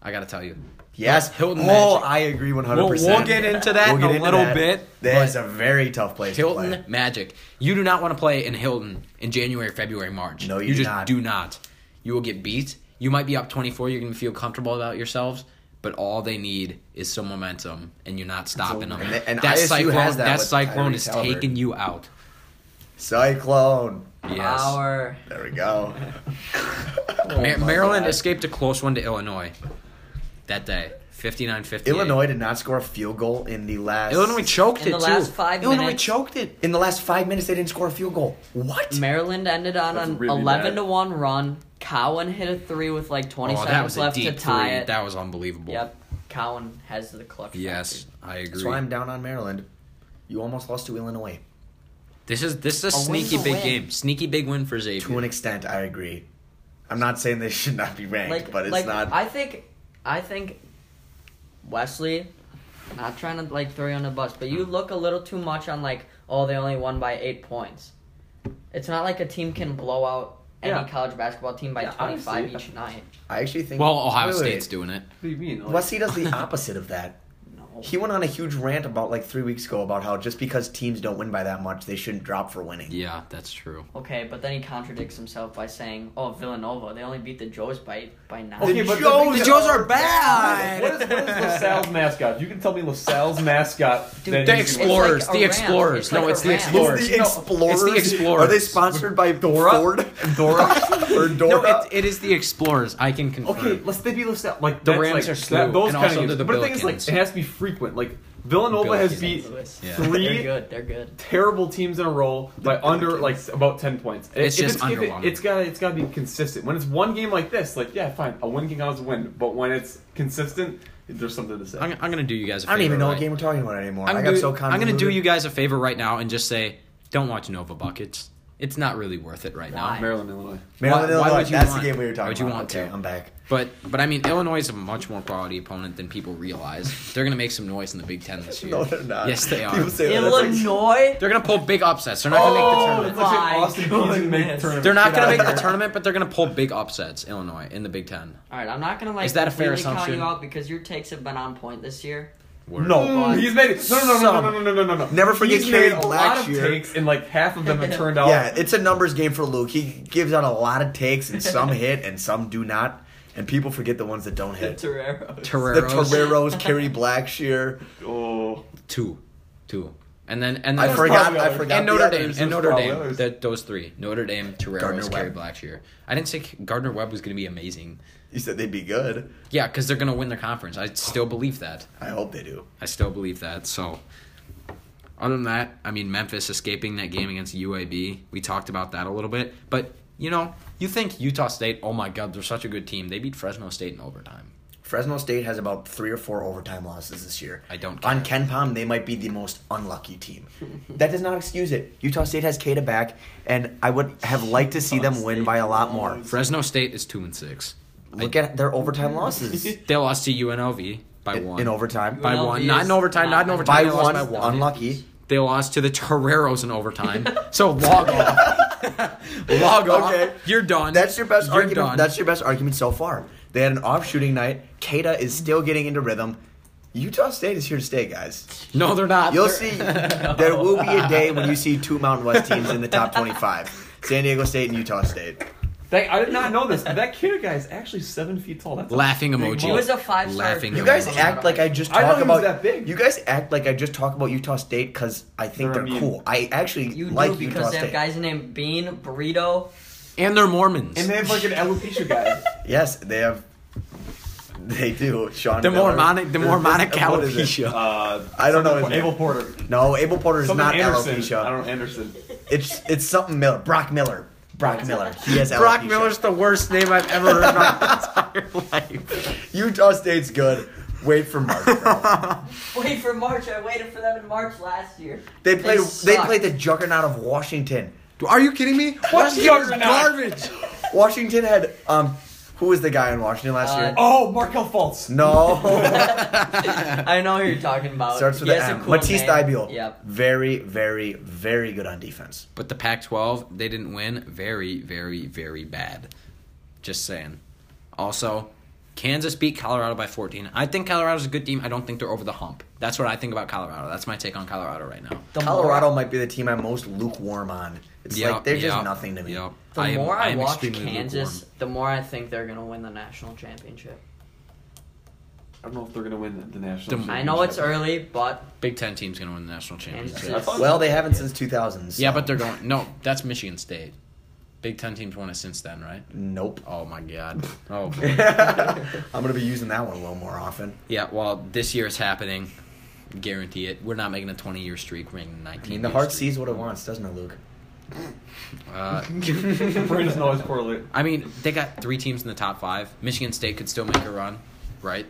Speaker 4: I gotta tell you.
Speaker 1: Yes,
Speaker 4: Hilton
Speaker 1: Oh,
Speaker 4: Magic.
Speaker 1: I agree 100.
Speaker 4: We'll,
Speaker 1: percent
Speaker 4: we'll get into that in a little bit.
Speaker 1: That
Speaker 4: but
Speaker 1: is a very tough place
Speaker 4: Hilton
Speaker 1: to play.
Speaker 4: Magic. You do not want to play in Hilton in January, February, March.
Speaker 1: No, you do
Speaker 4: just
Speaker 1: not.
Speaker 4: do not. You will get beat. You might be up 24. You're going to feel comfortable about yourselves, but all they need is some momentum, and you're not stopping them.
Speaker 1: And the- and
Speaker 4: that
Speaker 1: ISU
Speaker 4: cyclone,
Speaker 1: has that
Speaker 4: that
Speaker 1: with
Speaker 4: cyclone
Speaker 1: Tyrese
Speaker 4: is
Speaker 1: Halliburton.
Speaker 4: taking you out.
Speaker 1: Cyclone.
Speaker 4: Yes.
Speaker 2: Our
Speaker 1: There we
Speaker 4: *laughs*
Speaker 1: go.
Speaker 4: Ma- Maryland
Speaker 1: Oh God.
Speaker 4: escaped a close one to Illinois that day, 59-58.
Speaker 1: Illinois did not score a field goal in the last.
Speaker 4: Illinois choked
Speaker 2: In
Speaker 4: it
Speaker 2: the
Speaker 4: too.
Speaker 2: last five
Speaker 4: Illinois
Speaker 2: minutes-
Speaker 4: choked it.
Speaker 1: in the last five minutes, they didn't score a field goal. What?
Speaker 2: Maryland ended on
Speaker 3: That's
Speaker 2: an
Speaker 3: really
Speaker 2: eleven
Speaker 3: bad.
Speaker 2: to one run. Cowan hit a three with like twenty
Speaker 4: Oh, that
Speaker 2: seconds
Speaker 4: was a
Speaker 2: left
Speaker 4: deep
Speaker 2: to tie
Speaker 4: three.
Speaker 2: it.
Speaker 4: That was unbelievable.
Speaker 2: Yep. Cowan has the clutch.
Speaker 4: Yes,
Speaker 2: factor.
Speaker 4: I agree.
Speaker 1: That's why I'm down on Maryland. You almost lost to Illinois.
Speaker 4: This is this is a,
Speaker 2: A win's
Speaker 4: sneaky
Speaker 2: a
Speaker 4: big
Speaker 2: win.
Speaker 4: game. Sneaky big win for Xavier.
Speaker 1: To an extent, I agree. I'm not saying they should not be ranked,
Speaker 2: Like,
Speaker 1: but it's
Speaker 2: like
Speaker 1: not.
Speaker 2: I think, I think Wesley. Not trying to like throw you on the bus, but you look a little too much on like, oh, they only won by eight points. It's not like a team can blow out any
Speaker 3: Yeah.
Speaker 2: college basketball team by
Speaker 3: Yeah,
Speaker 2: twenty five
Speaker 3: obviously.
Speaker 2: each night.
Speaker 1: I actually think.
Speaker 4: Well, Ohio
Speaker 1: Wait, wait,
Speaker 4: State's doing it.
Speaker 3: What do you mean? Like,
Speaker 1: Wesley does
Speaker 4: *laughs*
Speaker 1: the opposite of that.
Speaker 2: No.
Speaker 1: He went on a huge rant about like three weeks ago about how just because teams don't win by that much, they shouldn't drop for winning.
Speaker 4: Yeah, that's true.
Speaker 2: Okay, but then he contradicts himself by saying, "Oh, Villanova, they only beat the Joes by by nine."
Speaker 3: Okay,
Speaker 1: The
Speaker 3: but
Speaker 1: Joes-
Speaker 4: the Joes are bad.
Speaker 3: What is, what is
Speaker 4: *laughs*
Speaker 3: LaSalle's mascot? You can tell me LaSalle's mascot.
Speaker 2: Dude,
Speaker 3: then
Speaker 4: The
Speaker 3: you can-
Speaker 2: explore-
Speaker 4: Explorers.
Speaker 2: It's like a
Speaker 4: the
Speaker 2: ramp.
Speaker 4: Explorers.
Speaker 2: It's
Speaker 4: no,
Speaker 2: like a
Speaker 4: it's the
Speaker 2: ramp.
Speaker 4: Explorers.
Speaker 1: It's the
Speaker 4: No,
Speaker 1: Explorers.
Speaker 4: It's the Explorers.
Speaker 1: Are they sponsored by Dora? Ford?
Speaker 4: Dora?
Speaker 1: *laughs* or Dora?
Speaker 4: *laughs* No, it, it is the Explorers. I can confirm.
Speaker 3: Okay, let's they be LaSalle. Like
Speaker 4: The
Speaker 3: that's
Speaker 4: Rams
Speaker 3: like,
Speaker 4: are slow,
Speaker 3: those
Speaker 4: and
Speaker 3: kind
Speaker 4: also
Speaker 3: of games.
Speaker 4: the
Speaker 3: But the thing is, like,
Speaker 4: Billikens.
Speaker 3: it has to be frequent. Like Villanova has beat
Speaker 4: Billikens. Yeah.
Speaker 2: They're
Speaker 3: three
Speaker 2: good. They're good.
Speaker 3: terrible teams in a row by under like about ten points.
Speaker 4: It's
Speaker 3: If
Speaker 4: just
Speaker 3: if it-
Speaker 4: underwhelming.
Speaker 3: It's got it's got to be consistent. When it's one game like this, like yeah, fine, a win can always win. But when it's consistent, there's something to say.
Speaker 4: I'm, I'm gonna do you guys
Speaker 1: I
Speaker 4: a favor.
Speaker 1: don't even know
Speaker 4: right?
Speaker 1: what game we're talking about anymore.
Speaker 4: I'm
Speaker 1: I
Speaker 4: gonna,
Speaker 1: got
Speaker 4: do,
Speaker 1: so
Speaker 4: I'm
Speaker 1: convoluted.
Speaker 4: gonna do you guys a favor right now and just say, don't watch Nova Buckets. It's not really worth it right now.
Speaker 2: Why?
Speaker 3: Maryland, Illinois.
Speaker 1: Maryland,
Speaker 4: Why- why
Speaker 1: Illinois,
Speaker 4: would you
Speaker 1: that's
Speaker 4: want-
Speaker 1: the game we were talking
Speaker 4: why would you
Speaker 1: about.
Speaker 4: want
Speaker 1: okay,
Speaker 4: to?
Speaker 1: I'm back.
Speaker 4: But but I mean, Illinois is a much more quality opponent than people realize. They're gonna make some noise in the Big Ten this year.
Speaker 1: *laughs* No, they're not.
Speaker 4: Yes, they are.
Speaker 1: People say that, that's like-
Speaker 2: Illinois.
Speaker 4: They're gonna pull big upsets. They're not gonna
Speaker 1: Oh!
Speaker 4: make
Speaker 3: Oh, it's
Speaker 4: the tournament.
Speaker 3: like
Speaker 2: my
Speaker 3: Austin Peay didn't make the
Speaker 2: goodness.
Speaker 3: tournament.
Speaker 4: They're not
Speaker 3: Get
Speaker 4: gonna
Speaker 3: out
Speaker 4: make
Speaker 3: of
Speaker 4: the
Speaker 3: here.
Speaker 4: tournament, but they're gonna pull big upsets. Illinois in the Big Ten.
Speaker 2: All right, I'm not gonna like
Speaker 4: Is that a fair
Speaker 2: completely
Speaker 4: assumption?
Speaker 2: count you out because your takes have been on point this year.
Speaker 1: No.
Speaker 3: Mm, he's made it. No, no, no, no,
Speaker 1: Some.
Speaker 3: no, no, no, no, no.
Speaker 1: Never forget
Speaker 3: he's
Speaker 1: Carey
Speaker 3: made a
Speaker 1: Black
Speaker 3: lot of
Speaker 1: year.
Speaker 3: takes, and like half of them
Speaker 4: *laughs*
Speaker 3: have turned out.
Speaker 1: Yeah, it's a numbers game for Luke. He gives out a lot of takes, and
Speaker 4: *laughs*
Speaker 1: some hit, and some do not. And people forget the ones that don't hit.
Speaker 2: Torero.
Speaker 1: The
Speaker 4: Toreros *laughs*
Speaker 1: Toreros, Kerry Blackshear.
Speaker 3: Oh,
Speaker 4: two, two, and then and then
Speaker 1: I forgot.
Speaker 3: probably
Speaker 1: I
Speaker 3: others.
Speaker 1: forgot.
Speaker 4: And
Speaker 1: the
Speaker 4: Notre
Speaker 1: others.
Speaker 4: Dame,
Speaker 3: There's
Speaker 4: and Notre
Speaker 3: probably
Speaker 4: Dame,
Speaker 3: others.
Speaker 4: that, those three, Notre Dame, Toreros,
Speaker 1: Gardner-Webb.
Speaker 4: Kerry Blackshear. I didn't say Gardner Webb was going to be amazing.
Speaker 1: You said they'd be good.
Speaker 4: Yeah, because they're going to win their conference. I still believe that.
Speaker 1: I hope they do.
Speaker 4: I still believe that. So, other than that, I mean, Memphis escaping that game against UAB, we talked about that a little bit. But, you know, you think Utah State, oh my God, they're such a good team. They beat Fresno State in overtime.
Speaker 1: Fresno State has about three or four overtime losses this year.
Speaker 4: I don't
Speaker 1: On
Speaker 4: care.
Speaker 1: Ken Palm, they might be the most unlucky team. that does not excuse it. Utah State has Kata back, and I would have liked to see them win by a lot more.
Speaker 4: Fresno State is 2 and 6.
Speaker 1: Look at their overtime losses
Speaker 4: *laughs*
Speaker 1: in,
Speaker 4: They lost to UNLV by one.
Speaker 1: in overtime.
Speaker 4: By
Speaker 2: UNLV
Speaker 4: one. Not
Speaker 2: is
Speaker 4: in overtime, not in
Speaker 2: not-
Speaker 4: overtime.
Speaker 1: By
Speaker 4: they lost
Speaker 1: one,
Speaker 4: by one.
Speaker 1: unlucky.
Speaker 4: They lost to the Toreros in overtime. so log off.
Speaker 1: *laughs*
Speaker 4: log off.
Speaker 1: Okay.
Speaker 4: You're done.
Speaker 1: That's your best
Speaker 4: You're
Speaker 1: argument.
Speaker 4: Done.
Speaker 1: That's your best argument so far. They had an off shooting night. Kata is still getting into rhythm. Utah State is here to stay, guys.
Speaker 4: no, they're not.
Speaker 1: You'll
Speaker 4: They're-
Speaker 2: *laughs*
Speaker 1: see. There will be a day when you see two Mountain West teams in the
Speaker 2: *laughs*
Speaker 1: top 25: San Diego State and Utah State.
Speaker 3: that, I did not know this. That kid guy is actually seven feet tall. That's a
Speaker 4: Laughing
Speaker 3: big
Speaker 4: emoji.
Speaker 3: ball.
Speaker 2: He was a five star.
Speaker 4: Laughing
Speaker 1: You guys
Speaker 4: Yeah.
Speaker 1: act like I just
Speaker 3: I
Speaker 1: talk
Speaker 3: thought he was
Speaker 1: about
Speaker 3: that big.
Speaker 1: You guys act like I just talk about Utah State because I think
Speaker 3: They're
Speaker 1: they're,
Speaker 3: immune.
Speaker 1: cool. I actually
Speaker 2: You
Speaker 1: like
Speaker 2: do because
Speaker 1: Utah
Speaker 2: they
Speaker 1: State.
Speaker 2: have guys named Bean, Burrito.
Speaker 4: and they're Mormons.
Speaker 3: And they have like an alopecia guy.
Speaker 1: Yes, they have. *laughs* They do. Sean.
Speaker 4: The more
Speaker 1: Miller.
Speaker 4: monic, the more
Speaker 1: This- *laughs*
Speaker 4: monic
Speaker 1: what is it?
Speaker 4: alopecia.
Speaker 3: Uh,
Speaker 1: I don't know his
Speaker 3: Abel
Speaker 1: name.
Speaker 3: Porter.
Speaker 1: No, Abel Porter is
Speaker 3: Something
Speaker 1: not
Speaker 3: Anderson. I
Speaker 1: alopecia.
Speaker 3: don't know Anderson.
Speaker 1: It's it's something Miller. Brock Miller. Brock Miller. He
Speaker 4: *laughs*
Speaker 1: has
Speaker 4: Brock
Speaker 1: alopecia.
Speaker 4: Miller's the worst name I've ever heard in *laughs* my entire life.
Speaker 1: Utah State's good. Wait for March. Bro.
Speaker 2: Wait for March. I waited for them in March last year.
Speaker 1: They played. They,
Speaker 2: suck.
Speaker 1: played the juggernaut of Washington.
Speaker 4: Are you kidding me? What's
Speaker 3: Juggernaut.
Speaker 4: your garbage?
Speaker 1: Washington had um, who was the guy in Washington last
Speaker 2: Uh,
Speaker 1: year?
Speaker 3: Oh, Markel Fultz.
Speaker 1: No, *laughs*
Speaker 2: I know who you're talking about.
Speaker 1: starts with
Speaker 2: He
Speaker 1: an
Speaker 2: has a
Speaker 1: M.
Speaker 2: cool
Speaker 1: Matisse
Speaker 2: name.
Speaker 1: Thybulle.
Speaker 2: Yep.
Speaker 1: Very, very, very good on defense.
Speaker 4: But the Pac-12, they didn't win. Very, very, very bad. Just saying. Also, Kansas beat Colorado by 14. I think Colorado's a good team. I don't think they're over the hump. That's what I think about Colorado. That's my take on Colorado right now.
Speaker 2: The
Speaker 1: Colorado
Speaker 2: More,
Speaker 1: might be the team I'm most lukewarm on. It's
Speaker 4: Yep,
Speaker 1: like they're just
Speaker 4: yep,
Speaker 1: nothing to me.
Speaker 4: yep.
Speaker 2: the
Speaker 4: am-
Speaker 2: more I,
Speaker 4: am
Speaker 2: watch
Speaker 4: extremely
Speaker 2: Kansas,
Speaker 4: lukewarm.
Speaker 2: the more I think they're gonna win the national championship.
Speaker 3: I don't know if they're gonna win the national.
Speaker 4: The-
Speaker 2: I know it's
Speaker 3: *laughs*
Speaker 2: early, but
Speaker 4: Big Ten team's gonna win the national
Speaker 2: Kansas
Speaker 4: championship.
Speaker 3: I
Speaker 2: is
Speaker 3: thought-
Speaker 1: Well, they haven't since 2000.
Speaker 4: Yeah, but they're going. No, that's Michigan State. Big Ten teams won it since then, right? *laughs*
Speaker 1: nope. *laughs*
Speaker 4: Oh my God. Oh. boy.
Speaker 1: I'm gonna be using that one a little more often.
Speaker 4: yeah. Well, this year it's happening. Guarantee it. We're not making a 20-year streak. We're making a 19.
Speaker 1: I mean, the heart sees what it wants, doesn't it, Luke?
Speaker 4: Uh,
Speaker 3: early. Brain doesn't always correlate.
Speaker 4: I mean, they got three teams in the top five. Michigan State could still make a run, right?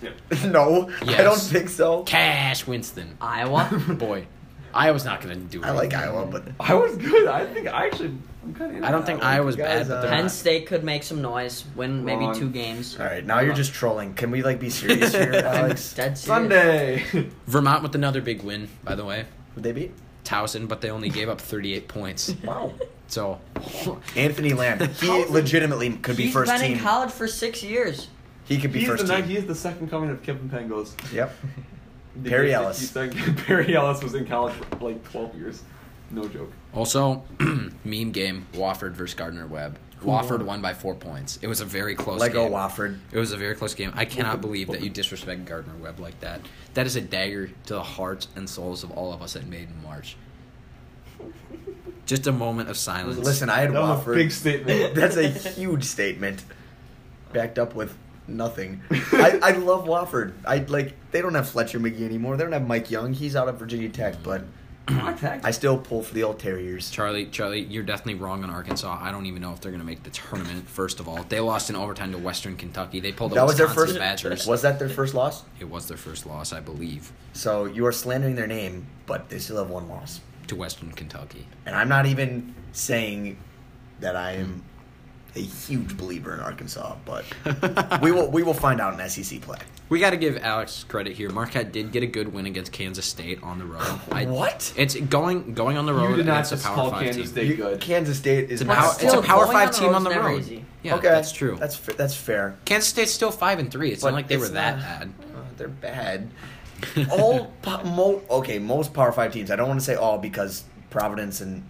Speaker 3: Yeah.
Speaker 1: *laughs* no, I don't
Speaker 4: Yes.
Speaker 1: think so.
Speaker 4: Cash Winston. *laughs*
Speaker 2: Iowa.
Speaker 4: Boy, Iowa's not gonna do it.
Speaker 1: I like Iowa,
Speaker 4: *laughs*
Speaker 1: but
Speaker 3: I was good. I think I actually. I'm kind of.
Speaker 4: I don't think Iowa's
Speaker 1: guys,
Speaker 4: bad, but
Speaker 1: uh,
Speaker 4: they're
Speaker 2: Penn
Speaker 4: not.
Speaker 2: State could make some noise, win maybe
Speaker 3: Wrong.
Speaker 2: two games.
Speaker 1: all right, now you're just trolling. Can we like be serious *laughs* here, Alex?
Speaker 2: Dead serious. *laughs*
Speaker 3: Sunday.
Speaker 4: Vermont with another big win, by the way.
Speaker 1: Would they beat?
Speaker 4: Towson, but they only gave up 38
Speaker 1: *laughs*
Speaker 4: points.
Speaker 1: Wow.
Speaker 4: So,
Speaker 1: Anthony *laughs* Lamb, he
Speaker 2: How is it-
Speaker 1: legitimately could be
Speaker 2: He's
Speaker 1: first
Speaker 2: been
Speaker 1: team.
Speaker 2: in college for six years.
Speaker 1: He could be
Speaker 3: He's the,
Speaker 1: first
Speaker 3: ni-
Speaker 1: team.
Speaker 3: he's the second coming of Kevin Pangos.
Speaker 1: Yep. Perry Ellis.
Speaker 3: *laughs* Perry Ellis was in college for like 12 years. No joke.
Speaker 4: also, *clears throat* meme game Wofford versus Gardner Webb. Wofford won by four points. It was a very close
Speaker 1: Lego
Speaker 4: game.
Speaker 1: Wofford.
Speaker 4: It was a very close game. I cannot believe that you disrespect Gardner Webb like that. That is a dagger to the hearts and souls of all of us at Maiden March. Just a moment of silence.
Speaker 1: Listen, I had
Speaker 3: That was
Speaker 1: Wofford.
Speaker 3: a big
Speaker 1: *laughs*
Speaker 3: statement.
Speaker 1: That's a huge statement, backed up with nothing. I, I love Wofford. I like. They don't have Fletcher McGee anymore. They don't have Mike Young. He's out of Virginia Tech, but I still pull for the old Terriers.
Speaker 4: Charlie, Charlie, you're definitely wrong on Arkansas. I don't even know if they're going to make the tournament. First of all, they lost in overtime to Western Kentucky. They pulled the
Speaker 1: That was their
Speaker 4: Wisconsin
Speaker 1: first.
Speaker 4: Badgers.
Speaker 1: Was that their first loss?
Speaker 4: it was their first loss, I believe,
Speaker 1: So you are slandering their name, but they still have one loss.
Speaker 4: to Western Kentucky.
Speaker 1: And I'm not even saying that I am a huge believer in Arkansas,
Speaker 4: *laughs*
Speaker 1: but we will we will find out in SEC play.
Speaker 4: We got to give Alex credit here. Marquette did get a good win against Kansas State on the road. I,
Speaker 1: What?
Speaker 4: It's going going on the road
Speaker 3: You did not
Speaker 4: against a
Speaker 3: just
Speaker 4: power
Speaker 3: call
Speaker 4: five
Speaker 3: Kansas
Speaker 4: team.
Speaker 3: State
Speaker 1: You-
Speaker 3: good.
Speaker 1: Kansas State is
Speaker 4: It's a power,
Speaker 1: not-
Speaker 4: it's a
Speaker 2: still,
Speaker 4: power
Speaker 2: going
Speaker 4: five
Speaker 2: on the
Speaker 4: team on
Speaker 2: road's
Speaker 4: the
Speaker 2: never
Speaker 4: road.
Speaker 2: easy.
Speaker 4: Yeah,
Speaker 1: okay,
Speaker 4: that's true.
Speaker 1: That's fa- that's fair.
Speaker 4: Kansas State's still five and three. It's
Speaker 1: But
Speaker 4: not like they were
Speaker 1: it's
Speaker 4: that
Speaker 1: not-
Speaker 4: bad.
Speaker 1: uh, they're bad. all po- mo- okay, most power five teams. I don't want to say all because Providence and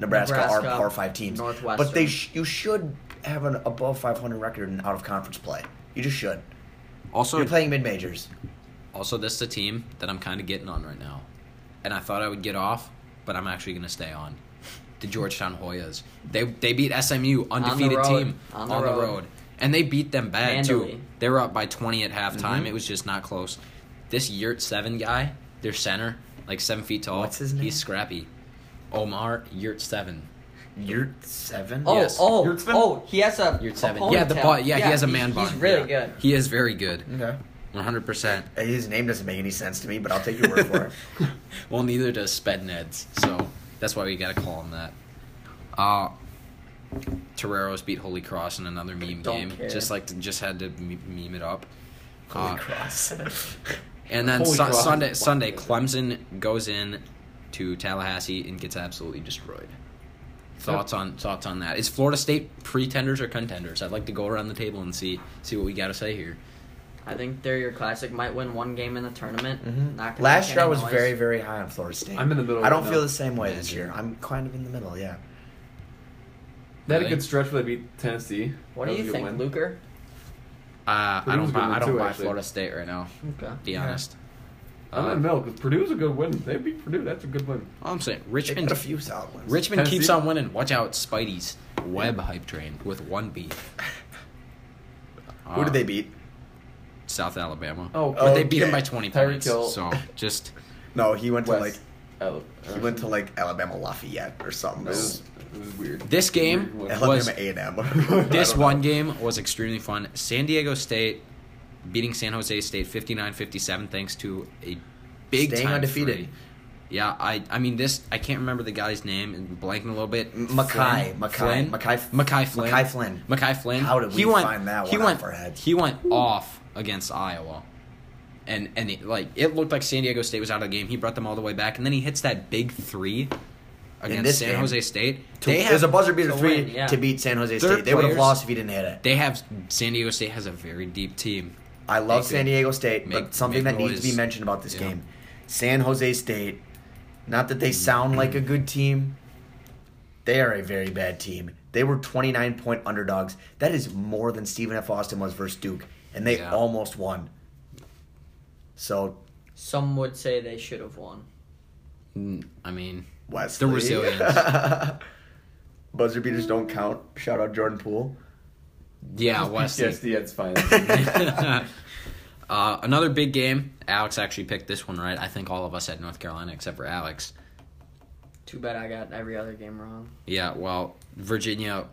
Speaker 1: Nebraska, are
Speaker 2: Nebraska,
Speaker 1: power five teams.
Speaker 2: Northwestern.
Speaker 1: but they sh- you should have an above 500 record in out of conference play. You just should.
Speaker 4: Also,
Speaker 1: You're playing mid majors.
Speaker 4: also this is a team that I'm kind of getting on right now, and I thought I would get off, but I'm actually gonna stay on. The Georgetown Hoyas. They they beat SMU undefeated
Speaker 2: road.
Speaker 4: team
Speaker 2: On the road.
Speaker 4: and they beat them bad too.
Speaker 2: Handily. Mm-hmm.
Speaker 4: They were up by 20 at halftime. It was just not close. This Yurt Seven guy, their center, like seven feet tall.
Speaker 1: What's his name?
Speaker 4: He's scrappy. Omar Yurt Seven.
Speaker 1: You're seven.
Speaker 2: Oh,
Speaker 4: Yes.
Speaker 2: oh,
Speaker 3: Yurt's been-
Speaker 2: oh, he has a,
Speaker 4: Yurt
Speaker 2: a
Speaker 4: Seven. Yeah, the
Speaker 2: ponytail.
Speaker 4: butt. Yeah, he has a
Speaker 2: he-
Speaker 4: man bun.
Speaker 2: He's really
Speaker 4: Yeah.
Speaker 2: good.
Speaker 4: He is very good.
Speaker 1: Okay.
Speaker 4: 100. percent
Speaker 1: His name doesn't make any sense to me, but I'll take your word for it.
Speaker 4: well, neither does Spedned's, so that's why we got to call him that. Uh, Toreros beat Holy Cross in another meme
Speaker 2: Don't
Speaker 4: game.
Speaker 2: care.
Speaker 4: Just like just had to me- meme it up. Uh,
Speaker 1: Holy
Speaker 2: *laughs*
Speaker 1: cross.
Speaker 4: and then
Speaker 3: Holy
Speaker 4: Sun-
Speaker 3: Cross.
Speaker 4: Sunday, Sunday, Clemson goes in to Tallahassee and gets absolutely destroyed. Thoughts on thoughts on that? Is Florida State pretenders or contenders? I'd like to go around the table and see see what we got to say here.
Speaker 2: I think they're your classic. Might win one game in the tournament.
Speaker 1: Mhm.
Speaker 2: Not gonna
Speaker 1: Last
Speaker 2: make
Speaker 1: year I
Speaker 2: any
Speaker 1: was
Speaker 2: noise.
Speaker 1: very, very high on Florida State.
Speaker 3: I'm in the middle
Speaker 1: I don't
Speaker 3: right
Speaker 1: feel
Speaker 3: now.
Speaker 1: the same way this
Speaker 4: Imagine.
Speaker 1: year. I'm kind of in the middle. Yeah.
Speaker 3: They had a
Speaker 4: Really?
Speaker 3: good stretch where they beat Tennessee.
Speaker 2: What do
Speaker 3: That was a
Speaker 2: you
Speaker 3: good
Speaker 2: think,
Speaker 3: win.
Speaker 2: Luker?
Speaker 4: Uh, I
Speaker 3: Purdue's
Speaker 4: don't
Speaker 3: a good
Speaker 4: buy,
Speaker 3: one
Speaker 4: I don't
Speaker 3: too,
Speaker 4: buy
Speaker 3: actually.
Speaker 4: Florida State right now.
Speaker 2: Okay.
Speaker 4: Be
Speaker 1: Yeah.
Speaker 4: honest. Uh,
Speaker 3: I'm in the middle because Purdue's a good win. They beat Purdue. That's a good win.
Speaker 4: All I'm saying,
Speaker 1: They
Speaker 4: Richmond.
Speaker 1: put a few solid ones. *laughs*
Speaker 4: Richmond
Speaker 3: Tennessee-
Speaker 4: keeps on winning. Watch out, Spidey's web hype train with one beat.
Speaker 1: Who did they beat?
Speaker 4: Ah, South Alabama.
Speaker 3: Oh,
Speaker 4: but they beat
Speaker 1: okay.
Speaker 4: them by 20
Speaker 3: Tyreek
Speaker 4: points.
Speaker 3: Hill.
Speaker 4: So just
Speaker 1: No, he went to like
Speaker 3: West. Ala-
Speaker 2: Oh,
Speaker 1: he went to like Alabama Lafayette or something.
Speaker 3: It was, it was weird.
Speaker 4: This game-
Speaker 3: Weird one.
Speaker 1: Alabama
Speaker 4: was-
Speaker 1: A and M. *laughs*
Speaker 4: this one game was extremely fun. San Diego State beating San Jose State 59-57 thanks to a big
Speaker 1: Staying
Speaker 4: time
Speaker 1: undefeated.
Speaker 4: free. Yeah, I I mean this I can't remember the guy's name and blanking a little bit.
Speaker 1: Mackay,
Speaker 4: Flynn?
Speaker 1: Mackay,
Speaker 4: Flynn?
Speaker 1: Mackay F-
Speaker 4: Mackay Flynn.
Speaker 1: Mackay Flynn.
Speaker 4: Mackay Flynn.
Speaker 1: How did
Speaker 4: he
Speaker 1: we
Speaker 4: went,
Speaker 1: find that
Speaker 4: he
Speaker 1: one
Speaker 4: went,
Speaker 1: off our heads?
Speaker 4: He went off against Iowa. And and it, like it looked like San Diego State was out of the game. He brought them all the way back and then he hits that big 3
Speaker 1: this
Speaker 4: against San
Speaker 1: game,
Speaker 4: Jose State.
Speaker 1: To- it was a buzzer beater
Speaker 2: to
Speaker 1: three
Speaker 2: win, yeah.
Speaker 1: to beat San Jose
Speaker 4: Their
Speaker 1: State. They would have
Speaker 4: players-
Speaker 1: lost if he didn't hit it.
Speaker 4: They have San Diego State has a very deep team.
Speaker 1: I love
Speaker 4: they
Speaker 1: San
Speaker 4: could
Speaker 1: Diego State,
Speaker 4: make-
Speaker 1: but something
Speaker 4: make
Speaker 1: that needs to be
Speaker 4: noise.
Speaker 1: mentioned about this
Speaker 4: Yeah. Mm-hmm.
Speaker 1: game: San Jose State. Not that they sound like a good team, they are a very bad team. They were 29 point underdogs. That is more than Stephen F. Austin was versus Duke, and they
Speaker 4: Yeah.
Speaker 1: almost won. So
Speaker 2: Some would say they should have won.
Speaker 4: Mm, I mean,
Speaker 1: Wesley.
Speaker 4: They're resilient.
Speaker 1: *laughs* Buzzer beaters don't count. Shout out Jordan Poole.
Speaker 4: yeah, Wesley.
Speaker 3: PTSD, it's
Speaker 4: *laughs*
Speaker 3: fine.
Speaker 4: uh, another big game. Alex actually picked this one right. I think all of us had North Carolina except for Alex.
Speaker 2: Too bad I got every other game wrong.
Speaker 4: Yeah, well, Virginia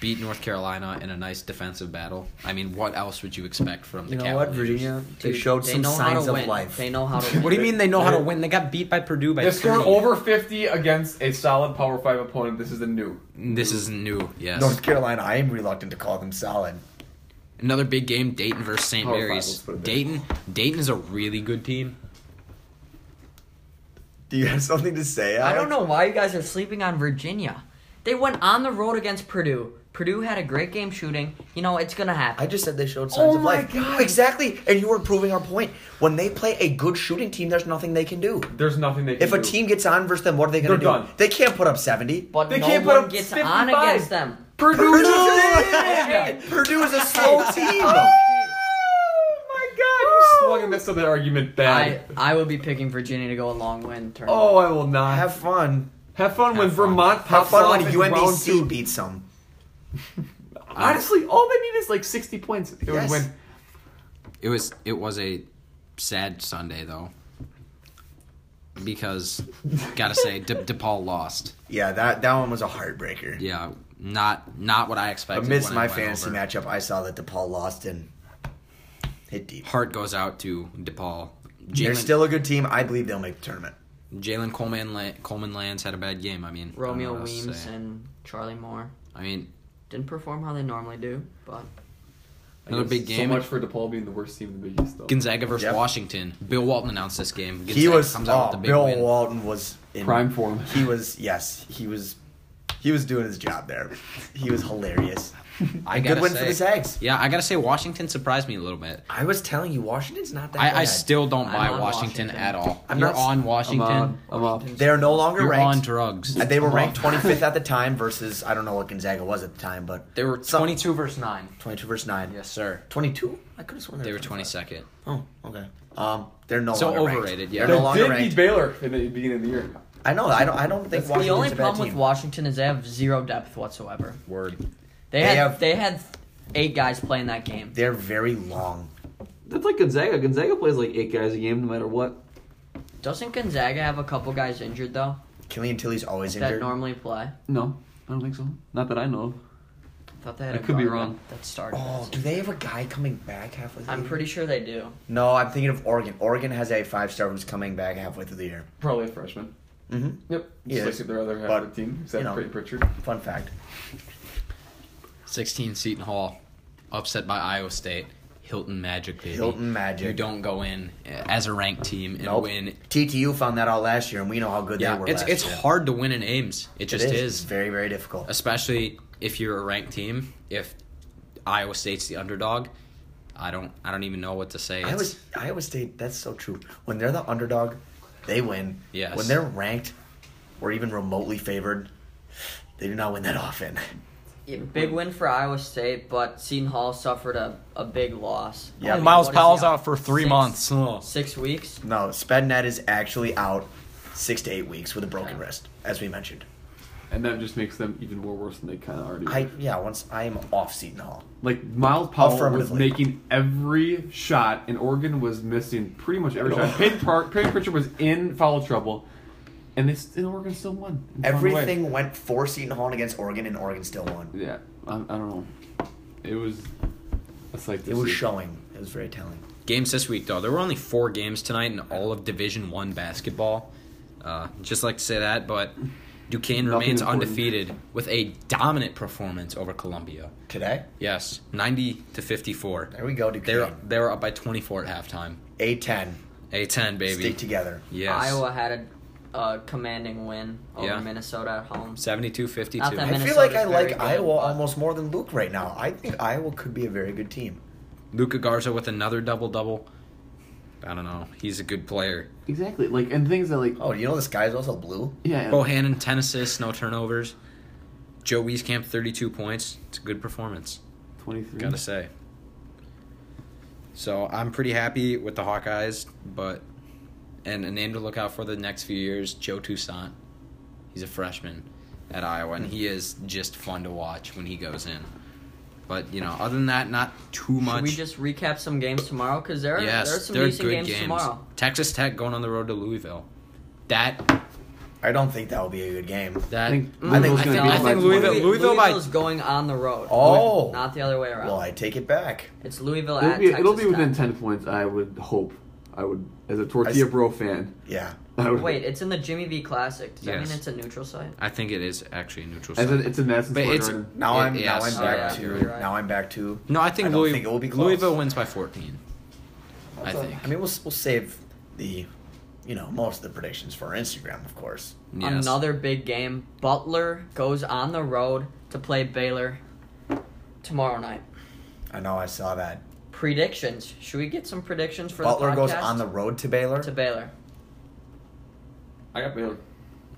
Speaker 4: beat North Carolina in a nice defensive battle. I mean, what else would you expect from the
Speaker 1: You know what,
Speaker 4: Cavaliers?
Speaker 1: Virginia? They
Speaker 2: Dude,
Speaker 1: showed some
Speaker 2: know how
Speaker 1: signs
Speaker 2: to
Speaker 1: of
Speaker 2: win.
Speaker 1: life.
Speaker 2: They know how to win.
Speaker 4: *laughs* What do you mean they know how to win? They got beat by Purdue by
Speaker 3: They're scoring
Speaker 4: 30.
Speaker 3: over 50 against a solid Power 5 opponent. This is the new.
Speaker 4: This is new. Yes.
Speaker 1: North Carolina, I am reluctant to call them solid.
Speaker 4: Another big game, Dayton versus St.
Speaker 3: Power five,
Speaker 4: Mary's.
Speaker 3: let's Oh, put it there.
Speaker 4: Dayton Dayton is a really good team.
Speaker 1: Do you have something to say?
Speaker 2: I
Speaker 1: Alex?
Speaker 2: don't know why you guys are sleeping on Virginia. They went on the road against Purdue. Purdue had a great game shooting. You know, it's going to happen.
Speaker 1: I just said they showed signs
Speaker 3: Oh
Speaker 1: of
Speaker 3: my
Speaker 1: life.
Speaker 3: God.
Speaker 1: Exactly, and you were proving our point. When they play a good shooting team, there's nothing they can do.
Speaker 3: There's nothing they can
Speaker 1: If a
Speaker 3: do.
Speaker 1: team gets on versus them, what are they going to do?
Speaker 3: They're done.
Speaker 1: They can't put up 70.
Speaker 2: but
Speaker 3: They
Speaker 2: no
Speaker 3: can't put
Speaker 2: one
Speaker 3: up
Speaker 2: gets
Speaker 3: 55.
Speaker 2: on against them.
Speaker 3: Purdue!
Speaker 1: Purdue!
Speaker 3: Yeah.
Speaker 1: Purdue is a slow team. *laughs*
Speaker 3: Oh my god, you swung and missed on that argument
Speaker 2: *laughs* I,
Speaker 3: bad.
Speaker 2: I would be picking Virginia to go a long win turn.
Speaker 3: oh, I will not.
Speaker 1: Have
Speaker 3: Have,
Speaker 1: fun.
Speaker 3: have fun when
Speaker 4: fun.
Speaker 3: Vermont
Speaker 1: Have
Speaker 3: pops
Speaker 1: fun when
Speaker 3: off in round
Speaker 1: UNBC
Speaker 3: two.
Speaker 1: beats them.
Speaker 3: Honestly, all they need is like 60 points. They
Speaker 1: Yes.
Speaker 3: would win.
Speaker 4: It was it was a sad Sunday though, because gotta say De- DePaul lost.
Speaker 1: Yeah, that, that one was a heartbreaker.
Speaker 4: Yeah, not not what I expected.
Speaker 1: Amidst
Speaker 4: when
Speaker 1: my
Speaker 4: I went
Speaker 1: fantasy
Speaker 4: over.
Speaker 1: matchup, I saw that DePaul lost and hit deep.
Speaker 4: heart goes out to DePaul.
Speaker 1: They're
Speaker 4: Jalen
Speaker 1: still a good team. I believe they'll make the tournament.
Speaker 4: Jalen Coleman La- Coleman Lands had a bad game. I mean, I don't know
Speaker 2: Romeo
Speaker 5: Oh,
Speaker 4: what else to
Speaker 2: Weems
Speaker 4: say.
Speaker 2: and Charlie Moore
Speaker 4: I mean,
Speaker 2: didn't perform how they normally do, but
Speaker 4: Another
Speaker 3: Yes,
Speaker 4: big game.
Speaker 3: So much for DePaul being the worst team in the Big East, though.
Speaker 4: Gonzaga versus
Speaker 1: Yep.
Speaker 4: Washington. Bill Walton announced this game. Gonzaga
Speaker 1: he was.
Speaker 4: comes out
Speaker 1: Oh,
Speaker 4: with a big
Speaker 1: Bill
Speaker 4: win.
Speaker 1: Walton was in
Speaker 3: Prime form.
Speaker 1: He was. Yes, he was. He was doing his job there. He was hilarious.
Speaker 4: I
Speaker 1: A good
Speaker 4: gotta
Speaker 1: win
Speaker 4: say,
Speaker 1: for the Zags.
Speaker 4: Yeah, I gotta say Washington surprised me a little bit.
Speaker 1: I was telling you, Washington's not that.
Speaker 4: I, I
Speaker 1: bad.
Speaker 4: still don't
Speaker 2: I'm
Speaker 4: buy
Speaker 2: on
Speaker 4: Washington,
Speaker 2: Washington.
Speaker 4: at all.
Speaker 1: I'm
Speaker 4: You're
Speaker 1: not-
Speaker 4: on
Speaker 3: I'm
Speaker 4: Washington.
Speaker 3: on. I'm on.
Speaker 2: Washington's-
Speaker 1: They are no longer
Speaker 4: You're on
Speaker 1: ranked.
Speaker 4: drugs.
Speaker 1: Uh, they were ranked 25th
Speaker 4: *laughs*
Speaker 1: at the time versus I don't know what Gonzaga was at the time, but
Speaker 4: They were
Speaker 1: some-
Speaker 4: 22 versus 9.
Speaker 1: 22 versus nine.
Speaker 4: Yes, sir.
Speaker 1: 22. I could have sworn
Speaker 4: They were
Speaker 1: 25.
Speaker 4: 22nd.
Speaker 1: Oh, okay. Um, they're no
Speaker 4: So
Speaker 1: longer ranked.
Speaker 4: overrated, yeah.
Speaker 1: They're no
Speaker 3: They
Speaker 1: longer
Speaker 3: did
Speaker 1: ranked.
Speaker 3: beat Baylor in the beginning of the year.
Speaker 1: I know. I don't. I don't think Washington's
Speaker 2: the only
Speaker 1: a bad
Speaker 2: problem with
Speaker 1: team.
Speaker 2: Washington is they have zero depth whatsoever.
Speaker 4: Word.
Speaker 2: They,
Speaker 1: They
Speaker 2: had
Speaker 1: have-
Speaker 2: they had eight guys playing that game.
Speaker 1: They're very long.
Speaker 5: That's like Gonzaga. Gonzaga plays like eight guys a game, no matter what.
Speaker 2: Doesn't Gonzaga have a couple guys injured though
Speaker 1: Killian Tilly's always
Speaker 2: that
Speaker 1: injured.
Speaker 2: normally play?
Speaker 5: No, I don't think so. Not that I know. of.
Speaker 2: I thought they had.
Speaker 5: I
Speaker 2: a
Speaker 5: could be
Speaker 2: guard
Speaker 5: wrong.
Speaker 2: That started.
Speaker 1: Oh,
Speaker 2: it.
Speaker 1: do they have a guy coming back halfway? Through
Speaker 2: I'm
Speaker 1: the
Speaker 2: pretty sure they do.
Speaker 1: year? No, I'm thinking of Oregon. Oregon has a five star who's coming back halfway through the year.
Speaker 3: Probably a freshman.
Speaker 1: hmm
Speaker 3: Yep.
Speaker 1: Yeah.
Speaker 3: Just like their other half
Speaker 1: But,
Speaker 3: of the team, except
Speaker 1: you know.
Speaker 3: for Pritchard.
Speaker 1: Fun fact.
Speaker 4: 16 Seton Hall, upset by Iowa State. Hilton Magic, baby.
Speaker 1: Hilton Magic.
Speaker 4: You don't go in as a ranked team and
Speaker 1: Nope.
Speaker 4: win.
Speaker 1: TTU found that out last year, and we know how good they
Speaker 4: Yeah,
Speaker 1: were.
Speaker 4: it's
Speaker 1: last
Speaker 4: it's
Speaker 1: year.
Speaker 4: hard to win in Ames. It just
Speaker 1: it is.
Speaker 4: is.
Speaker 1: very very difficult.
Speaker 4: especially if you're a ranked team. If Iowa State's the underdog, I don't I don't even know what to say.
Speaker 1: Iowa,
Speaker 4: It's-
Speaker 1: Iowa State. That's so true. When they're the underdog, they win.
Speaker 4: Yes.
Speaker 1: When they're ranked or even remotely favored, they do not win that often.
Speaker 2: Yeah, big win for Iowa State, but Seton Hall suffered a, a big loss.
Speaker 1: Yeah.
Speaker 2: Only-
Speaker 1: Miles
Speaker 2: what is he Six-
Speaker 4: months.
Speaker 2: Six weeks.
Speaker 1: No, Spednet is actually out six to eight weeks with a broken wrist, as we mentioned.
Speaker 3: and that just makes them even more worse than they kind of already. were.
Speaker 1: I yeah. Once I am off Seton Hall.
Speaker 3: Like Miles Powell was
Speaker 1: Affirmatively.
Speaker 3: making every shot, and Oregon was missing pretty much every shot. Peyton, Park, Peyton Pritchard was in foul trouble, and they s- and Oregon still won. and found a way.
Speaker 1: Everything went for Seton Hall and against Oregon, and Oregon still won.
Speaker 3: Yeah, I, I don't know. It was. It's like
Speaker 1: It was showing. It was very telling.
Speaker 4: Games this week though, there were only four games tonight in all of Division One basketball. Uh, just like to say that, but Duquesne
Speaker 3: Nothing
Speaker 4: remains
Speaker 3: important.
Speaker 4: undefeated with a dominant performance over Columbia.
Speaker 1: Today,
Speaker 4: Yes, ninety to fifty-four.
Speaker 1: there we go.
Speaker 4: They were
Speaker 1: Duquesne.
Speaker 4: they were up by twenty-four at halftime.
Speaker 1: A ten.
Speaker 4: A ten baby.
Speaker 1: Stick together.
Speaker 4: Yes.
Speaker 2: Iowa had a uh, commanding win over
Speaker 4: Yeah.
Speaker 2: Minnesota at home.
Speaker 4: 72 52.
Speaker 2: Not that
Speaker 1: I
Speaker 2: many.
Speaker 1: feel like I
Speaker 2: Minnesota's
Speaker 1: like
Speaker 2: very good,
Speaker 1: Iowa
Speaker 2: but-
Speaker 1: almost more than Luke right now. I think Iowa could be a very good team.
Speaker 4: Luca Garza with another double double. I don't know. He's a good player.
Speaker 3: exactly like and things that like
Speaker 1: Oh, do you know this guy's also blue?
Speaker 3: yeah.
Speaker 4: Bohannon, 10 assists, no turnovers. Joe Wieskamp, 32 points. It's a good performance,
Speaker 3: Twenty three.
Speaker 4: gotta say. So I'm pretty happy with the Hawkeyes, but. And a name to look out for the next few years Joe Toussaint. He's a freshman at Iowa, and he is just fun to watch when he goes in. But, you know, other than that, not too much.
Speaker 2: Should we just recap some games tomorrow? Because there, are there are
Speaker 4: Yes,
Speaker 2: some
Speaker 4: they're
Speaker 2: decent
Speaker 4: good
Speaker 2: games,
Speaker 4: games.
Speaker 2: tomorrow.
Speaker 4: Texas Tech going on the road to Louisville. That
Speaker 1: I don't think that will be a good game.
Speaker 4: that
Speaker 3: I think
Speaker 4: I think,
Speaker 3: Louisville's gonna
Speaker 4: I
Speaker 3: beat them
Speaker 4: think
Speaker 3: by
Speaker 4: Louisville,
Speaker 2: Louis-
Speaker 4: Louisville by
Speaker 2: Louisville's going on the road.
Speaker 1: Oh.
Speaker 2: Not the other way around.
Speaker 1: Well, I take it back.
Speaker 2: it's Louisville
Speaker 3: It'll
Speaker 2: at
Speaker 3: be,
Speaker 2: Texas
Speaker 3: it'll be within
Speaker 2: Tech.
Speaker 3: ten points. I would hope. I would as a tortilla
Speaker 1: I s-
Speaker 3: bro fan.
Speaker 1: Yeah.
Speaker 3: I would,
Speaker 2: Wait, it's in the Jimmy V Classic. Does that
Speaker 4: Yes.
Speaker 2: mean it's a neutral site?
Speaker 4: I think it is actually a neutral
Speaker 3: as
Speaker 4: site.
Speaker 3: a, it's a Madison
Speaker 4: But
Speaker 3: Square
Speaker 4: it's-
Speaker 3: Garden.
Speaker 1: Now
Speaker 4: It-
Speaker 1: I'm
Speaker 4: yes,
Speaker 1: now I'm back
Speaker 4: oh,
Speaker 2: yeah,
Speaker 1: to
Speaker 2: you're right.
Speaker 1: now I'm back to.
Speaker 4: no, I think,
Speaker 1: I don't
Speaker 4: Louis,
Speaker 1: think it will be close.
Speaker 4: Louisville wins by 14. I think.
Speaker 1: I mean, we'll we'll save the, you know, most of the predictions for Instagram, of course.
Speaker 4: Yes.
Speaker 2: Another big game. Butler goes on the road to play Baylor tomorrow night.
Speaker 1: I know I saw that.
Speaker 2: Predictions. Should we get some predictions for
Speaker 1: Butler
Speaker 2: the podcast?
Speaker 1: goes on the road to Baylor.
Speaker 2: to Baylor.
Speaker 3: I got Baylor.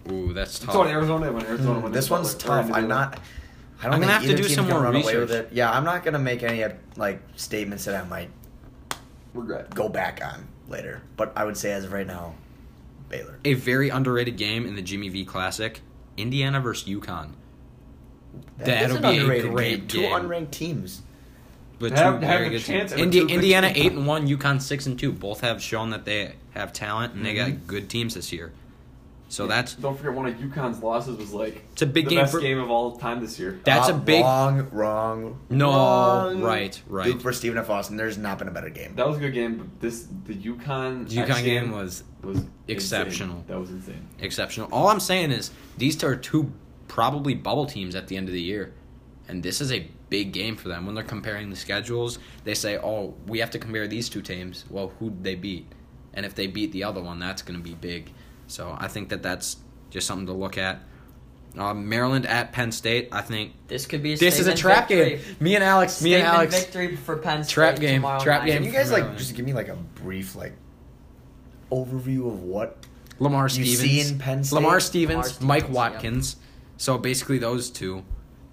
Speaker 3: Mm.
Speaker 4: Ooh, that's
Speaker 3: It's on
Speaker 4: tough.
Speaker 3: Arizona. When Arizona
Speaker 1: Hmm,
Speaker 3: wins
Speaker 1: this one's
Speaker 3: Butler. Or
Speaker 1: tough. I'm
Speaker 3: Indiana.
Speaker 1: not. I don't
Speaker 4: I'm
Speaker 1: think
Speaker 4: gonna have to
Speaker 1: either
Speaker 4: do
Speaker 1: team
Speaker 4: some
Speaker 1: can
Speaker 4: more
Speaker 1: run away with
Speaker 4: research.
Speaker 1: it. Yeah, I'm not gonna make any like statements that I might
Speaker 3: regret.
Speaker 1: go back on later. But I would say as of right now, Baylor.
Speaker 4: A very underrated game in the Jimmy V Classic Indiana versus Yukon.
Speaker 1: That is
Speaker 4: That'll
Speaker 1: an
Speaker 4: be a
Speaker 1: underrated
Speaker 4: great
Speaker 1: game. Two
Speaker 4: game.
Speaker 1: unranked teams.
Speaker 4: With
Speaker 3: Have-
Speaker 4: two
Speaker 3: have
Speaker 4: very
Speaker 3: a
Speaker 4: good
Speaker 3: chance
Speaker 4: teams.
Speaker 3: at a
Speaker 4: Indi-
Speaker 3: two-win
Speaker 4: Indiana
Speaker 3: season.
Speaker 4: 8 and 1, Yukon 6 and 2. Both have shown that they have talent and they got good teams this year. So that's
Speaker 3: Don't forget one of UConn's losses was like
Speaker 4: It's a big
Speaker 3: the
Speaker 4: game
Speaker 3: best
Speaker 4: for-
Speaker 3: game of all time this year.
Speaker 4: that's
Speaker 1: Uh,
Speaker 4: a big
Speaker 1: wrong, wrong.
Speaker 4: No,
Speaker 1: wrong.
Speaker 4: right, right.
Speaker 1: Duke for Stephen F. Austin. There's not been a better game.
Speaker 3: That was a good game, but this the UConn
Speaker 4: UConn
Speaker 3: X
Speaker 4: game was
Speaker 3: was insane.
Speaker 4: exceptional.
Speaker 3: That was insane.
Speaker 4: exceptional. All I'm saying is these are two probably bubble teams at the end of the year, and this is a big game for them. When they're comparing the schedules, they say, "Oh, we have to compare these two teams. Well, who'd they beat? And if they beat the other one, that's going to be big." So I think that that's just something to look at. Uh, Maryland at Penn State. I think
Speaker 2: This could be a
Speaker 4: this is a
Speaker 2: statement
Speaker 4: trap
Speaker 2: victory.
Speaker 4: game. Me and Alex. Me and
Speaker 2: Statement
Speaker 4: Alex.
Speaker 2: victory for Penn State
Speaker 4: Trap game,
Speaker 2: tomorrow
Speaker 4: trap
Speaker 2: night.
Speaker 4: game. uh,
Speaker 1: Can you guys like
Speaker 4: Maryland.
Speaker 1: just give me like a brief like overview of what?
Speaker 4: Lamar
Speaker 1: You
Speaker 4: Stevens.
Speaker 1: see in Penn State?
Speaker 4: Lamar Stevens,
Speaker 2: Lamar Stevens,
Speaker 4: Mike
Speaker 2: yep.
Speaker 4: Watkins. So basically those two.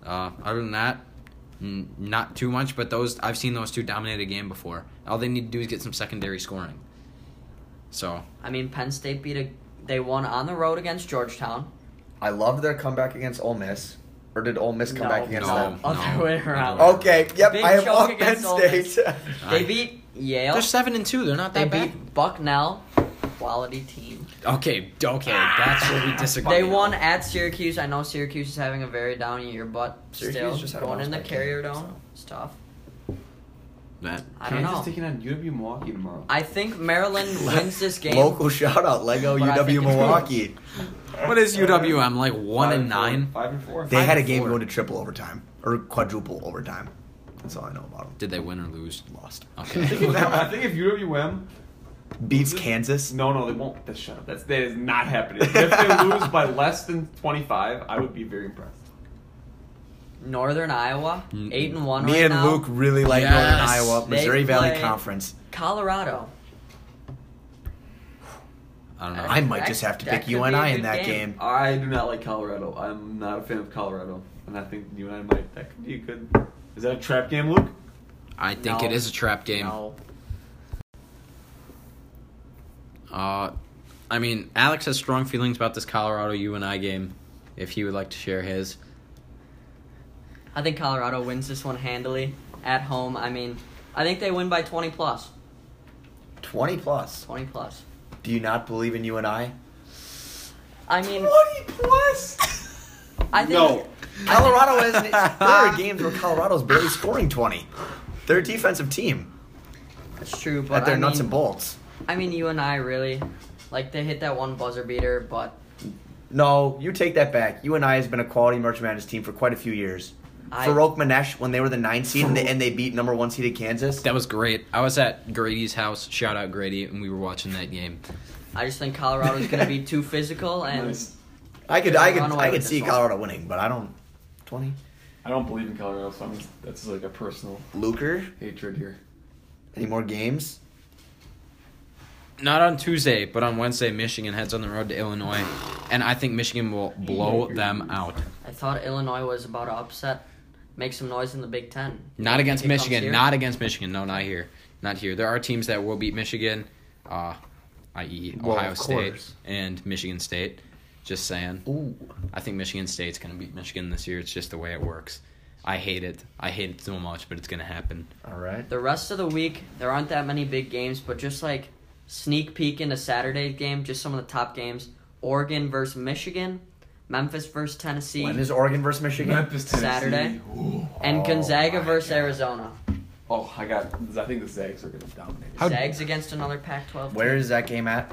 Speaker 4: Uh, other than that, n- not too much. But those I've seen those two dominate a game before. All they need to do is get some secondary scoring. So
Speaker 2: I mean, Penn State beat a. They won on the road against Georgetown.
Speaker 1: I loved their comeback against Ole Miss, or did Ole Miss come
Speaker 2: No.
Speaker 1: back against
Speaker 4: No.
Speaker 1: them?
Speaker 2: Other way around.
Speaker 4: Oh.
Speaker 1: Okay, yep,
Speaker 2: Big
Speaker 1: I have
Speaker 2: choke
Speaker 1: all Penn
Speaker 2: against Ole Miss.
Speaker 1: State.
Speaker 2: They beat Yale.
Speaker 4: they're seven and two. They're not
Speaker 2: they
Speaker 4: that bad.
Speaker 2: beat Bucknell. Quality team.
Speaker 4: Okay, d- okay, that's where we disagree.
Speaker 2: They won at Syracuse. I know Syracuse is having a very down year, but
Speaker 1: Syracuse
Speaker 2: still
Speaker 1: just had a
Speaker 2: going in the
Speaker 1: bounce back game,
Speaker 2: carrier dome.
Speaker 1: so.
Speaker 2: It's tough.
Speaker 4: That
Speaker 2: I don't know.
Speaker 3: Kansas taking on UW Milwaukee tomorrow.
Speaker 2: I think Maryland
Speaker 1: *laughs*
Speaker 2: wins this game.
Speaker 1: Local shout out, Lego
Speaker 2: But I think
Speaker 1: UW
Speaker 2: it's
Speaker 1: Milwaukee.
Speaker 4: what is UWM like one
Speaker 3: Five
Speaker 4: and nine?
Speaker 3: four- five and four.
Speaker 1: They had a
Speaker 4: and
Speaker 1: game
Speaker 4: four.
Speaker 1: going to triple overtime or quadruple overtime. That's all I know about them.
Speaker 4: Did they win or lose?
Speaker 1: Lost. *laughs*
Speaker 3: I think
Speaker 4: Okay.
Speaker 3: if- I think if UWM
Speaker 2: *laughs*
Speaker 1: Beats Kansas.
Speaker 3: No, no, they won't. That's shut up. That's that is not happening. If they lose by less than twenty five, I would be very impressed.
Speaker 2: Northern Iowa,
Speaker 4: Mm.
Speaker 2: eight and one.
Speaker 1: Me
Speaker 2: right
Speaker 1: and
Speaker 2: now.
Speaker 1: Luke really like
Speaker 4: Yes.
Speaker 1: Northern Iowa,
Speaker 2: They
Speaker 1: Missouri Valley
Speaker 2: play-
Speaker 1: Conference.
Speaker 2: Colorado.
Speaker 4: I don't know.
Speaker 1: Uh, I might
Speaker 2: That-
Speaker 1: just have to
Speaker 2: that
Speaker 1: pick
Speaker 2: could be a
Speaker 1: UNI in
Speaker 2: good
Speaker 1: that
Speaker 2: game.
Speaker 1: game.
Speaker 3: I do not like Colorado. I'm not a fan of Colorado, and I think you and I might. That could be a good. Is that a trap game, Luke?
Speaker 4: I think
Speaker 2: No.
Speaker 4: it is a trap game.
Speaker 2: No.
Speaker 4: Uh, I mean, Alex has strong feelings about this Colorado U and I game. if he would like to share his.
Speaker 2: I think Colorado wins this one handily at home. I mean, I think they win by 20 plus.
Speaker 1: 20 plus.
Speaker 2: 20 plus.
Speaker 1: Do you not believe in you and I?
Speaker 2: I mean,
Speaker 1: plus?
Speaker 2: I think
Speaker 4: No.
Speaker 1: Colorado is. *laughs* There are games where Colorado's barely scoring 20. They're a defensive team
Speaker 2: that's true, but
Speaker 1: at their
Speaker 2: I
Speaker 1: nuts
Speaker 2: mean,
Speaker 1: and bolts.
Speaker 2: I mean, you and I really like they hit that one buzzer beater, but
Speaker 1: No, you take that back. You and I has been a quality March Madness team for quite a few years.
Speaker 2: I-
Speaker 1: Farouk Manesh, when they were the nine seed and they, and they beat number one seeded Kansas.
Speaker 4: That was great. I was at Grady's house. Shout out Grady, and we were watching that game.
Speaker 2: I just think Colorado's going
Speaker 1: *laughs*
Speaker 2: to be too physical and
Speaker 3: Nice.
Speaker 1: I could, I could,
Speaker 2: Run away
Speaker 1: I could
Speaker 2: with
Speaker 1: see
Speaker 2: this one.
Speaker 1: Colorado winning, but I don't. Twenty.
Speaker 3: I don't believe in Colorado, so I'm just, that's like a personal
Speaker 1: Luker.
Speaker 3: hatred here.
Speaker 1: Any more games?
Speaker 4: Not on Tuesday, but on Wednesday, Michigan heads on the road to Illinois, and I think Michigan will blow them out.
Speaker 2: I thought Illinois was about to upset, make some noise in the Big Ten.
Speaker 4: Not against
Speaker 2: It comes
Speaker 4: Michigan.
Speaker 2: here.
Speaker 4: Not against Michigan. No, not here. Not here. There are teams that will beat Michigan, uh, i.e.,
Speaker 1: Well,
Speaker 4: Ohio
Speaker 1: of
Speaker 4: State
Speaker 1: course.
Speaker 4: and Michigan State. Just saying.
Speaker 1: Ooh.
Speaker 4: I think Michigan State's going to beat Michigan this year. It's just the way it works. I hate it. I hate it so much, but it's going to happen.
Speaker 1: All right.
Speaker 2: The rest of the week, there aren't that many big games, but just like sneak peek into Saturday's game, just some of the top games: Oregon versus Michigan, Memphis versus Tennessee,
Speaker 1: When is Oregon versus Michigan?
Speaker 3: Memphis, Tennessee.
Speaker 2: Saturday?
Speaker 3: Ooh.
Speaker 2: and
Speaker 1: Oh
Speaker 2: Gonzaga
Speaker 1: my
Speaker 2: versus
Speaker 1: God.
Speaker 2: Arizona.
Speaker 3: Oh, I got. I think the Zags are going to dominate.
Speaker 4: How-
Speaker 2: Zags against another Pac-12.
Speaker 1: Where is that game at?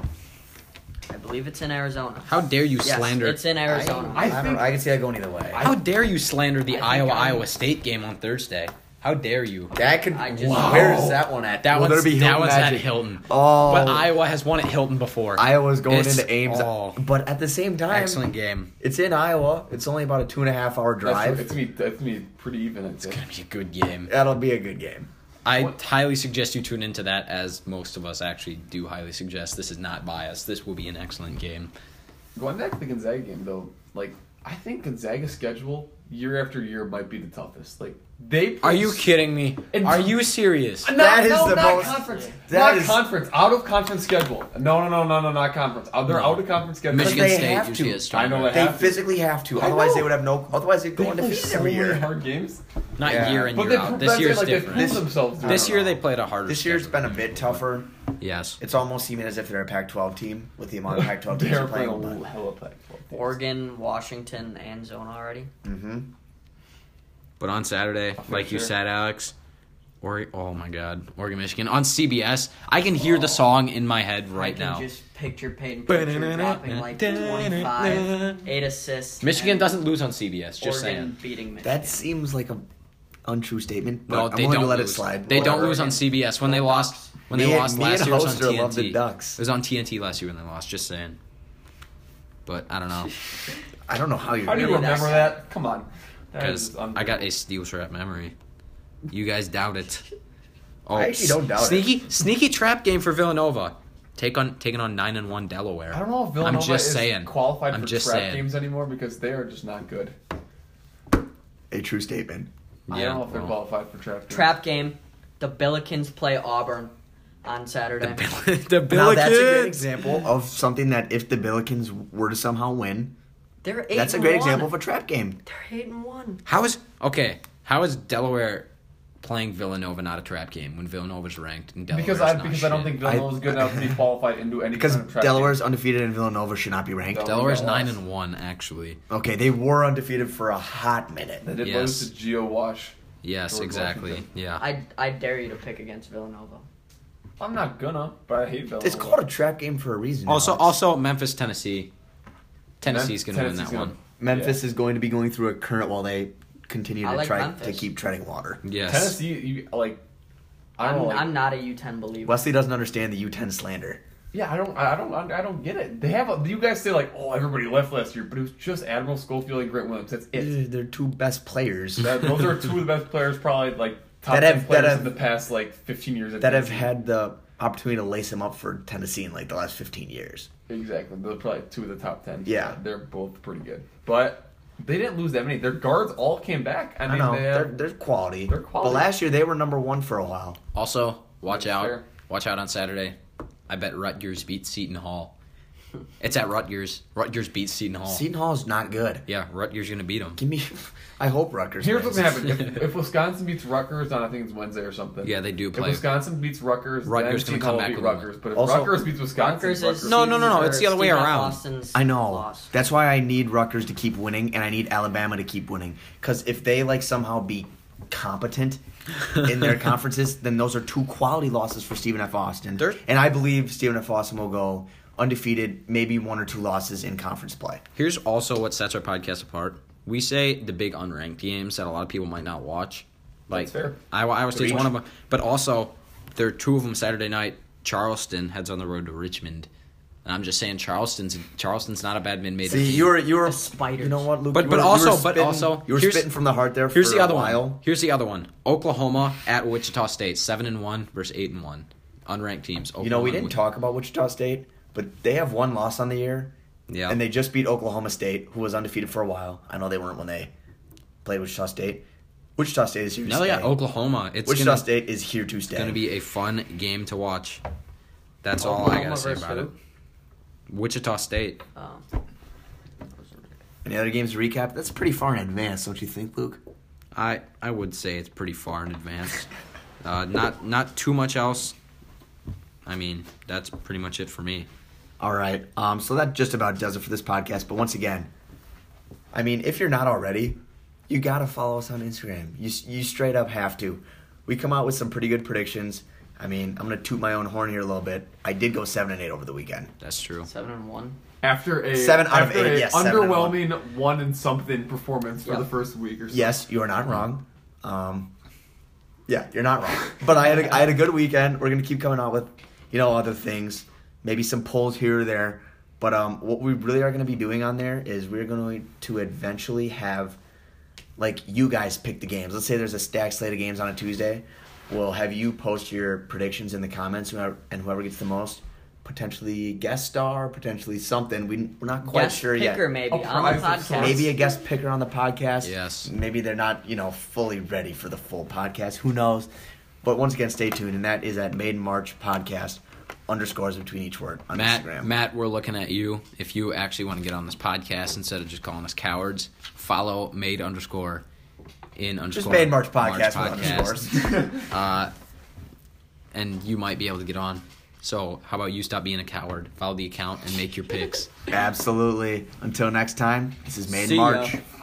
Speaker 2: I believe it's in Arizona.
Speaker 4: How dare you
Speaker 1: Yes,
Speaker 4: slander?
Speaker 2: It's in Arizona.
Speaker 1: I,
Speaker 3: I
Speaker 1: don't
Speaker 3: think-
Speaker 1: know. I can see that going either way.
Speaker 4: How dare you slander the
Speaker 2: I think
Speaker 4: Iowa
Speaker 2: I'm-
Speaker 4: Iowa State game on Thursday? How dare you?
Speaker 1: that could.
Speaker 2: I just- Wow.
Speaker 1: Where is that one at?
Speaker 4: That
Speaker 1: Will there
Speaker 4: one's,
Speaker 1: be
Speaker 4: that
Speaker 1: Hilton
Speaker 4: one's
Speaker 1: Magic?
Speaker 4: at Hilton.
Speaker 1: Oh.
Speaker 4: But Iowa has won at Hilton before.
Speaker 1: Iowa's going
Speaker 4: It's-
Speaker 1: into Ames,
Speaker 4: oh.
Speaker 1: but at the same time,
Speaker 4: Excellent game.
Speaker 1: It's in Iowa. It's only about a two and a half hour
Speaker 3: That's,
Speaker 1: drive.
Speaker 3: it's me. That's me. Pretty even. I'd say.
Speaker 4: It's going to be a good game.
Speaker 1: That'll be a good game.
Speaker 4: I
Speaker 3: What-
Speaker 4: highly suggest you tune into that, as most of us actually do highly suggest. This is not biased. This will be an excellent game.
Speaker 3: Going back to the Gonzaga game though, like I think Gonzaga's schedule year after year might be the toughest. Like they.
Speaker 4: Are you kidding me?
Speaker 3: And-
Speaker 4: Are you serious?
Speaker 3: No,
Speaker 1: That is
Speaker 3: no,
Speaker 1: the
Speaker 3: not
Speaker 1: most-
Speaker 3: Conference.
Speaker 1: that
Speaker 3: not
Speaker 1: is-
Speaker 3: conference. Out of conference schedule. No, no, no, no, no, not conference. Out, they're out of conference schedule.
Speaker 4: Michigan
Speaker 1: they
Speaker 4: State
Speaker 1: have
Speaker 4: usually
Speaker 1: to.
Speaker 4: is strong.
Speaker 3: I know
Speaker 4: right?
Speaker 3: that.
Speaker 1: They
Speaker 3: have to.
Speaker 1: physically have to,
Speaker 3: I
Speaker 1: otherwise
Speaker 3: know.
Speaker 1: they would have no. Otherwise they'd
Speaker 3: They
Speaker 1: go
Speaker 3: play
Speaker 1: undefeated
Speaker 3: so
Speaker 1: every
Speaker 3: many
Speaker 1: year.
Speaker 3: hard games.
Speaker 4: Not
Speaker 1: Yeah.
Speaker 4: year in
Speaker 3: But
Speaker 4: year
Speaker 3: they
Speaker 4: out.
Speaker 3: prove-
Speaker 4: This
Speaker 3: that's
Speaker 4: year's
Speaker 3: like they
Speaker 4: different.
Speaker 3: prove themselves during
Speaker 4: This
Speaker 3: the
Speaker 4: year
Speaker 3: run.
Speaker 4: they played a harder.
Speaker 1: This year's
Speaker 4: schedule.
Speaker 1: been a bit tougher.
Speaker 4: Yes.
Speaker 1: It's almost seeming as if they're a Pac-12 team with the amount of
Speaker 4: *laughs*
Speaker 1: Pac-12 teams they're
Speaker 3: They're
Speaker 1: playing.
Speaker 3: playing a hell of a Pac-12 teams.
Speaker 2: Oregon, Washington, and zone already.
Speaker 1: Mm-hmm.
Speaker 4: But on Saturday, like you
Speaker 3: sure.
Speaker 4: said, Alex, or oh my God, Oregon, Michigan on CBS. I can hear the song in my head right
Speaker 2: I can
Speaker 4: now.
Speaker 2: just picture Peyton
Speaker 1: *laughs*
Speaker 2: Pritchard dropping like 25, eight assists.
Speaker 4: Michigan
Speaker 2: and
Speaker 4: doesn't lose on CBS. Just
Speaker 2: Oregon
Speaker 4: saying.
Speaker 2: beating Michigan.
Speaker 1: That seems like a untrue statement, but
Speaker 4: No,
Speaker 1: I'm
Speaker 4: they
Speaker 1: willing
Speaker 4: don't
Speaker 1: to let
Speaker 4: lose.
Speaker 1: it slide.
Speaker 4: They don't
Speaker 2: Whatever.
Speaker 4: lose on CBS when they
Speaker 2: Go
Speaker 4: lost.
Speaker 2: Ducks.
Speaker 4: When they
Speaker 1: Me and-
Speaker 4: lost
Speaker 1: me
Speaker 4: last
Speaker 1: and
Speaker 4: year, it was on
Speaker 1: Hoster
Speaker 4: TNT.
Speaker 1: love the Ducks.
Speaker 4: It was on TNT last year when they lost. Just saying. But I don't
Speaker 1: *laughs*
Speaker 4: know
Speaker 1: I don't know how you're.
Speaker 3: How do you
Speaker 2: Really,
Speaker 3: remember
Speaker 2: that's-
Speaker 3: that? Come on. That
Speaker 4: because
Speaker 3: is
Speaker 4: I got a steel trap memory. You guys
Speaker 1: *laughs*
Speaker 4: doubt it. Oh,
Speaker 1: I actually don't doubt it.
Speaker 4: sneaky, Sneaky, trap game for Villanova. Take on taking on nine and one Delaware.
Speaker 3: I don't know if Villanova
Speaker 4: I'm just
Speaker 3: is
Speaker 4: saying.
Speaker 3: qualified
Speaker 4: I'm
Speaker 3: for
Speaker 4: just
Speaker 3: trap
Speaker 4: saying.
Speaker 3: games anymore because they are just not good.
Speaker 1: A true statement.
Speaker 3: I
Speaker 4: Yeah, Oh.
Speaker 3: don't know if they're
Speaker 4: well.
Speaker 3: qualified for trap games.
Speaker 2: Trap game. The Billikens play Auburn on Saturday.
Speaker 4: *laughs* the
Speaker 1: *laughs* Now that's a good
Speaker 4: Billikens.
Speaker 1: example of something that if the Billikens were to somehow win,
Speaker 2: They're eight.
Speaker 1: that's a
Speaker 2: and
Speaker 1: great
Speaker 2: one.
Speaker 1: example of a trap game.
Speaker 2: They're eight and one.
Speaker 4: How is okay? How is Delaware playing Villanova not a trap game when Villanova's ranked and Delaware's
Speaker 3: because I
Speaker 4: not
Speaker 3: because
Speaker 4: shit?
Speaker 3: I don't think Villanova's good
Speaker 1: *laughs*
Speaker 3: enough to be qualified into any
Speaker 1: Because
Speaker 3: kind of trap
Speaker 1: Delaware's
Speaker 3: game.
Speaker 1: undefeated and Villanova should not be ranked.
Speaker 3: Del-
Speaker 4: Delaware's
Speaker 3: Delaware
Speaker 4: nine
Speaker 3: lost.
Speaker 4: and one actually.
Speaker 1: Okay, they were undefeated for a hot minute.
Speaker 3: They did
Speaker 4: Yes.
Speaker 3: lose to Geo Wash.
Speaker 4: Yes,
Speaker 3: George
Speaker 4: exactly.
Speaker 3: Washington.
Speaker 4: Yeah.
Speaker 2: I I dare you to pick against Villanova.
Speaker 3: I'm not gonna, but I hate Villanova.
Speaker 1: It's called a trap game for a reason.
Speaker 4: Also,
Speaker 1: Alex.
Speaker 4: also Memphis, Tennessee. Tennessee's gonna win that
Speaker 3: Tennessee's gonna-
Speaker 4: one.
Speaker 1: Memphis is going to be going through a current while they continue
Speaker 2: I
Speaker 1: to
Speaker 2: like
Speaker 1: try
Speaker 2: Memphis.
Speaker 1: to keep treading water.
Speaker 4: Yes.
Speaker 3: Tennessee, you like. I
Speaker 2: I'm,
Speaker 3: don't. like,
Speaker 2: I'm not a U10 believer.
Speaker 1: Wesley doesn't understand the U10 slander.
Speaker 3: Yeah, I don't. I don't. I don't get it. They have. A, you guys say like, oh, everybody left last year, but it was just Admiral Schofield and Grant Williams. That's
Speaker 1: *laughs*
Speaker 3: it.
Speaker 1: Ugh, They're two best players
Speaker 3: That, those are two of the best players, probably like top
Speaker 1: That
Speaker 3: ten
Speaker 1: have- that
Speaker 3: players
Speaker 1: have-
Speaker 3: in the past like 15 years.
Speaker 1: *laughs*
Speaker 3: at
Speaker 1: that have
Speaker 3: Tennessee.
Speaker 1: had the opportunity to lace them up for Tennessee in like the last 15 years.
Speaker 3: exactly. They're probably two of the top ten.
Speaker 1: Yeah.
Speaker 3: they're both pretty good, but they didn't lose that many. Their guards all came back. I
Speaker 1: I
Speaker 3: mean,
Speaker 1: know
Speaker 3: they
Speaker 1: they're,
Speaker 3: have,
Speaker 1: they're quality.
Speaker 3: They're quality.
Speaker 1: But last year they were number one for a while.
Speaker 4: Also, watch
Speaker 3: That's
Speaker 4: out.
Speaker 3: fair.
Speaker 4: Watch out on Saturday. I bet Rutgers beat Seton Hall. It's at Rutgers. Rutgers beats Seton Hall.
Speaker 1: Seton Hall is not good.
Speaker 4: Oh. yeah, Rutgers gonna beat them.
Speaker 1: Give me. *laughs* I hope Rutgers.
Speaker 3: Here's what's
Speaker 1: wins.
Speaker 3: gonna happen
Speaker 4: *laughs*
Speaker 3: if, if Wisconsin beats Rutgers on I think it's Wednesday or something.
Speaker 4: Yeah, they do
Speaker 3: If
Speaker 4: play.
Speaker 3: Wisconsin beats Rutgers,
Speaker 4: Rutgers
Speaker 3: then Seton
Speaker 4: can come
Speaker 3: Hall
Speaker 4: back
Speaker 3: will beat
Speaker 4: with a win.
Speaker 3: Rutgers. But if
Speaker 1: Also-
Speaker 3: Rutgers beats Wisconsin,
Speaker 2: Rutgers is
Speaker 4: No, no, no, no,
Speaker 2: or
Speaker 4: it's the other way
Speaker 2: Stephen F.
Speaker 4: around.
Speaker 2: Austin's
Speaker 1: I know.
Speaker 2: loss.
Speaker 1: That's why I need Rutgers to keep winning, and I need Alabama to keep winning. Because if they like somehow be competent in
Speaker 4: *laughs*
Speaker 1: their conferences, then those are two quality losses for Stephen F. Austin.
Speaker 4: There-
Speaker 1: and I believe Stephen F. Austin will go undefeated, maybe one or two losses in conference play.
Speaker 4: Here's also what sets our podcast apart. We say the big unranked games that a lot of people might not watch. Like
Speaker 3: That's fair.
Speaker 4: Iowa, Iowa State's
Speaker 1: Reach.
Speaker 4: one of them, but also there are two of them Saturday night. Charleston heads on the road to Richmond, and I'm just saying Charleston's Charleston's not a bad mid-major.
Speaker 1: See,
Speaker 4: team.
Speaker 1: you were you were
Speaker 2: The spiders.
Speaker 1: You know what, Luke?
Speaker 4: But-
Speaker 1: you
Speaker 4: but
Speaker 1: were- you
Speaker 4: also-
Speaker 1: were
Speaker 4: but
Speaker 1: spitting-
Speaker 4: also,
Speaker 1: you were
Speaker 4: here's-
Speaker 1: spitting from the heart there.
Speaker 4: Here's
Speaker 1: for
Speaker 4: the
Speaker 1: a
Speaker 4: other one.
Speaker 1: while.
Speaker 4: Here's the other one. Oklahoma at Wichita State, seven and one versus eight and one, unranked teams. Oklahoma
Speaker 1: You know, we
Speaker 4: and
Speaker 1: didn't
Speaker 4: Wi-
Speaker 1: talk about Wichita State, but they have one loss on the year.
Speaker 4: Yeah.
Speaker 1: And they just beat Oklahoma State, who was undefeated for a while. I know they weren't when they played Wichita State. Wichita State is here to
Speaker 4: No,
Speaker 1: stay.
Speaker 4: yeah, Oklahoma. It's
Speaker 1: Wichita
Speaker 4: gonna,
Speaker 1: State is here to stay.
Speaker 4: gonna be a fun game to watch. That's all I
Speaker 3: Oklahoma
Speaker 4: gotta say
Speaker 3: versus
Speaker 4: about
Speaker 3: who?
Speaker 4: it. Wichita State.
Speaker 2: Um,
Speaker 1: Any other games to recap? That's pretty far in advance, don't you think, Luke?
Speaker 4: I I would say it's pretty far in advance. Uh, not not too much else. I mean, that's pretty much it for me.
Speaker 1: All right. Um, so that just about does it for this podcast. But once again, I mean, if you're not already, you got to follow us on Instagram. You, you straight up have to. We come out with some pretty good predictions. I mean, I'm going to toot my own horn here a little bit. I did go 7 and 8 over the weekend.
Speaker 4: That's true.
Speaker 2: seven and one.
Speaker 3: After a
Speaker 1: Seven out of
Speaker 3: after
Speaker 1: eight,
Speaker 3: a
Speaker 1: yes, seven out of
Speaker 3: underwhelming one and something performance for
Speaker 2: Yeah.
Speaker 3: the first week or so. *laughs*
Speaker 1: Yes, you are not
Speaker 2: Mm-hmm.
Speaker 1: wrong. Um, yeah, you're not wrong. But I had a, I had a good weekend. We're going to keep coming out with, you know, other things. Maybe some polls here or there. But um, what we really are going to be doing on there is we're going to eventually have like you guys pick the games. Let's say there's a stack slate of games on a Tuesday. We'll have you post your predictions in the comments, whoever- and whoever gets the most, potentially guest star, potentially something. We, we're not quite
Speaker 2: Guest
Speaker 1: sure
Speaker 2: picker
Speaker 1: yet.
Speaker 2: maybe
Speaker 3: A
Speaker 2: on the
Speaker 3: prize of
Speaker 2: podcast.
Speaker 3: sorts.
Speaker 1: Maybe a guest picker on the podcast.
Speaker 4: Yes.
Speaker 1: Maybe they're not, you know, fully ready for the full podcast. Who knows? But once again, stay tuned, and that is at Made in March podcast underscores between each word on
Speaker 4: Matt,
Speaker 1: Instagram.
Speaker 4: Matt, we're looking at you. If you actually want to get on this podcast instead of just calling us cowards, follow made underscore in
Speaker 1: just
Speaker 4: underscore
Speaker 1: Made in March podcast with
Speaker 4: podcast,
Speaker 1: underscores. *laughs*
Speaker 4: uh, and you might be able to get on. So how about you stop being a coward? Follow the account and make your picks.
Speaker 1: Absolutely. Until next time, this is Made
Speaker 4: See
Speaker 1: in
Speaker 4: ya.
Speaker 1: March.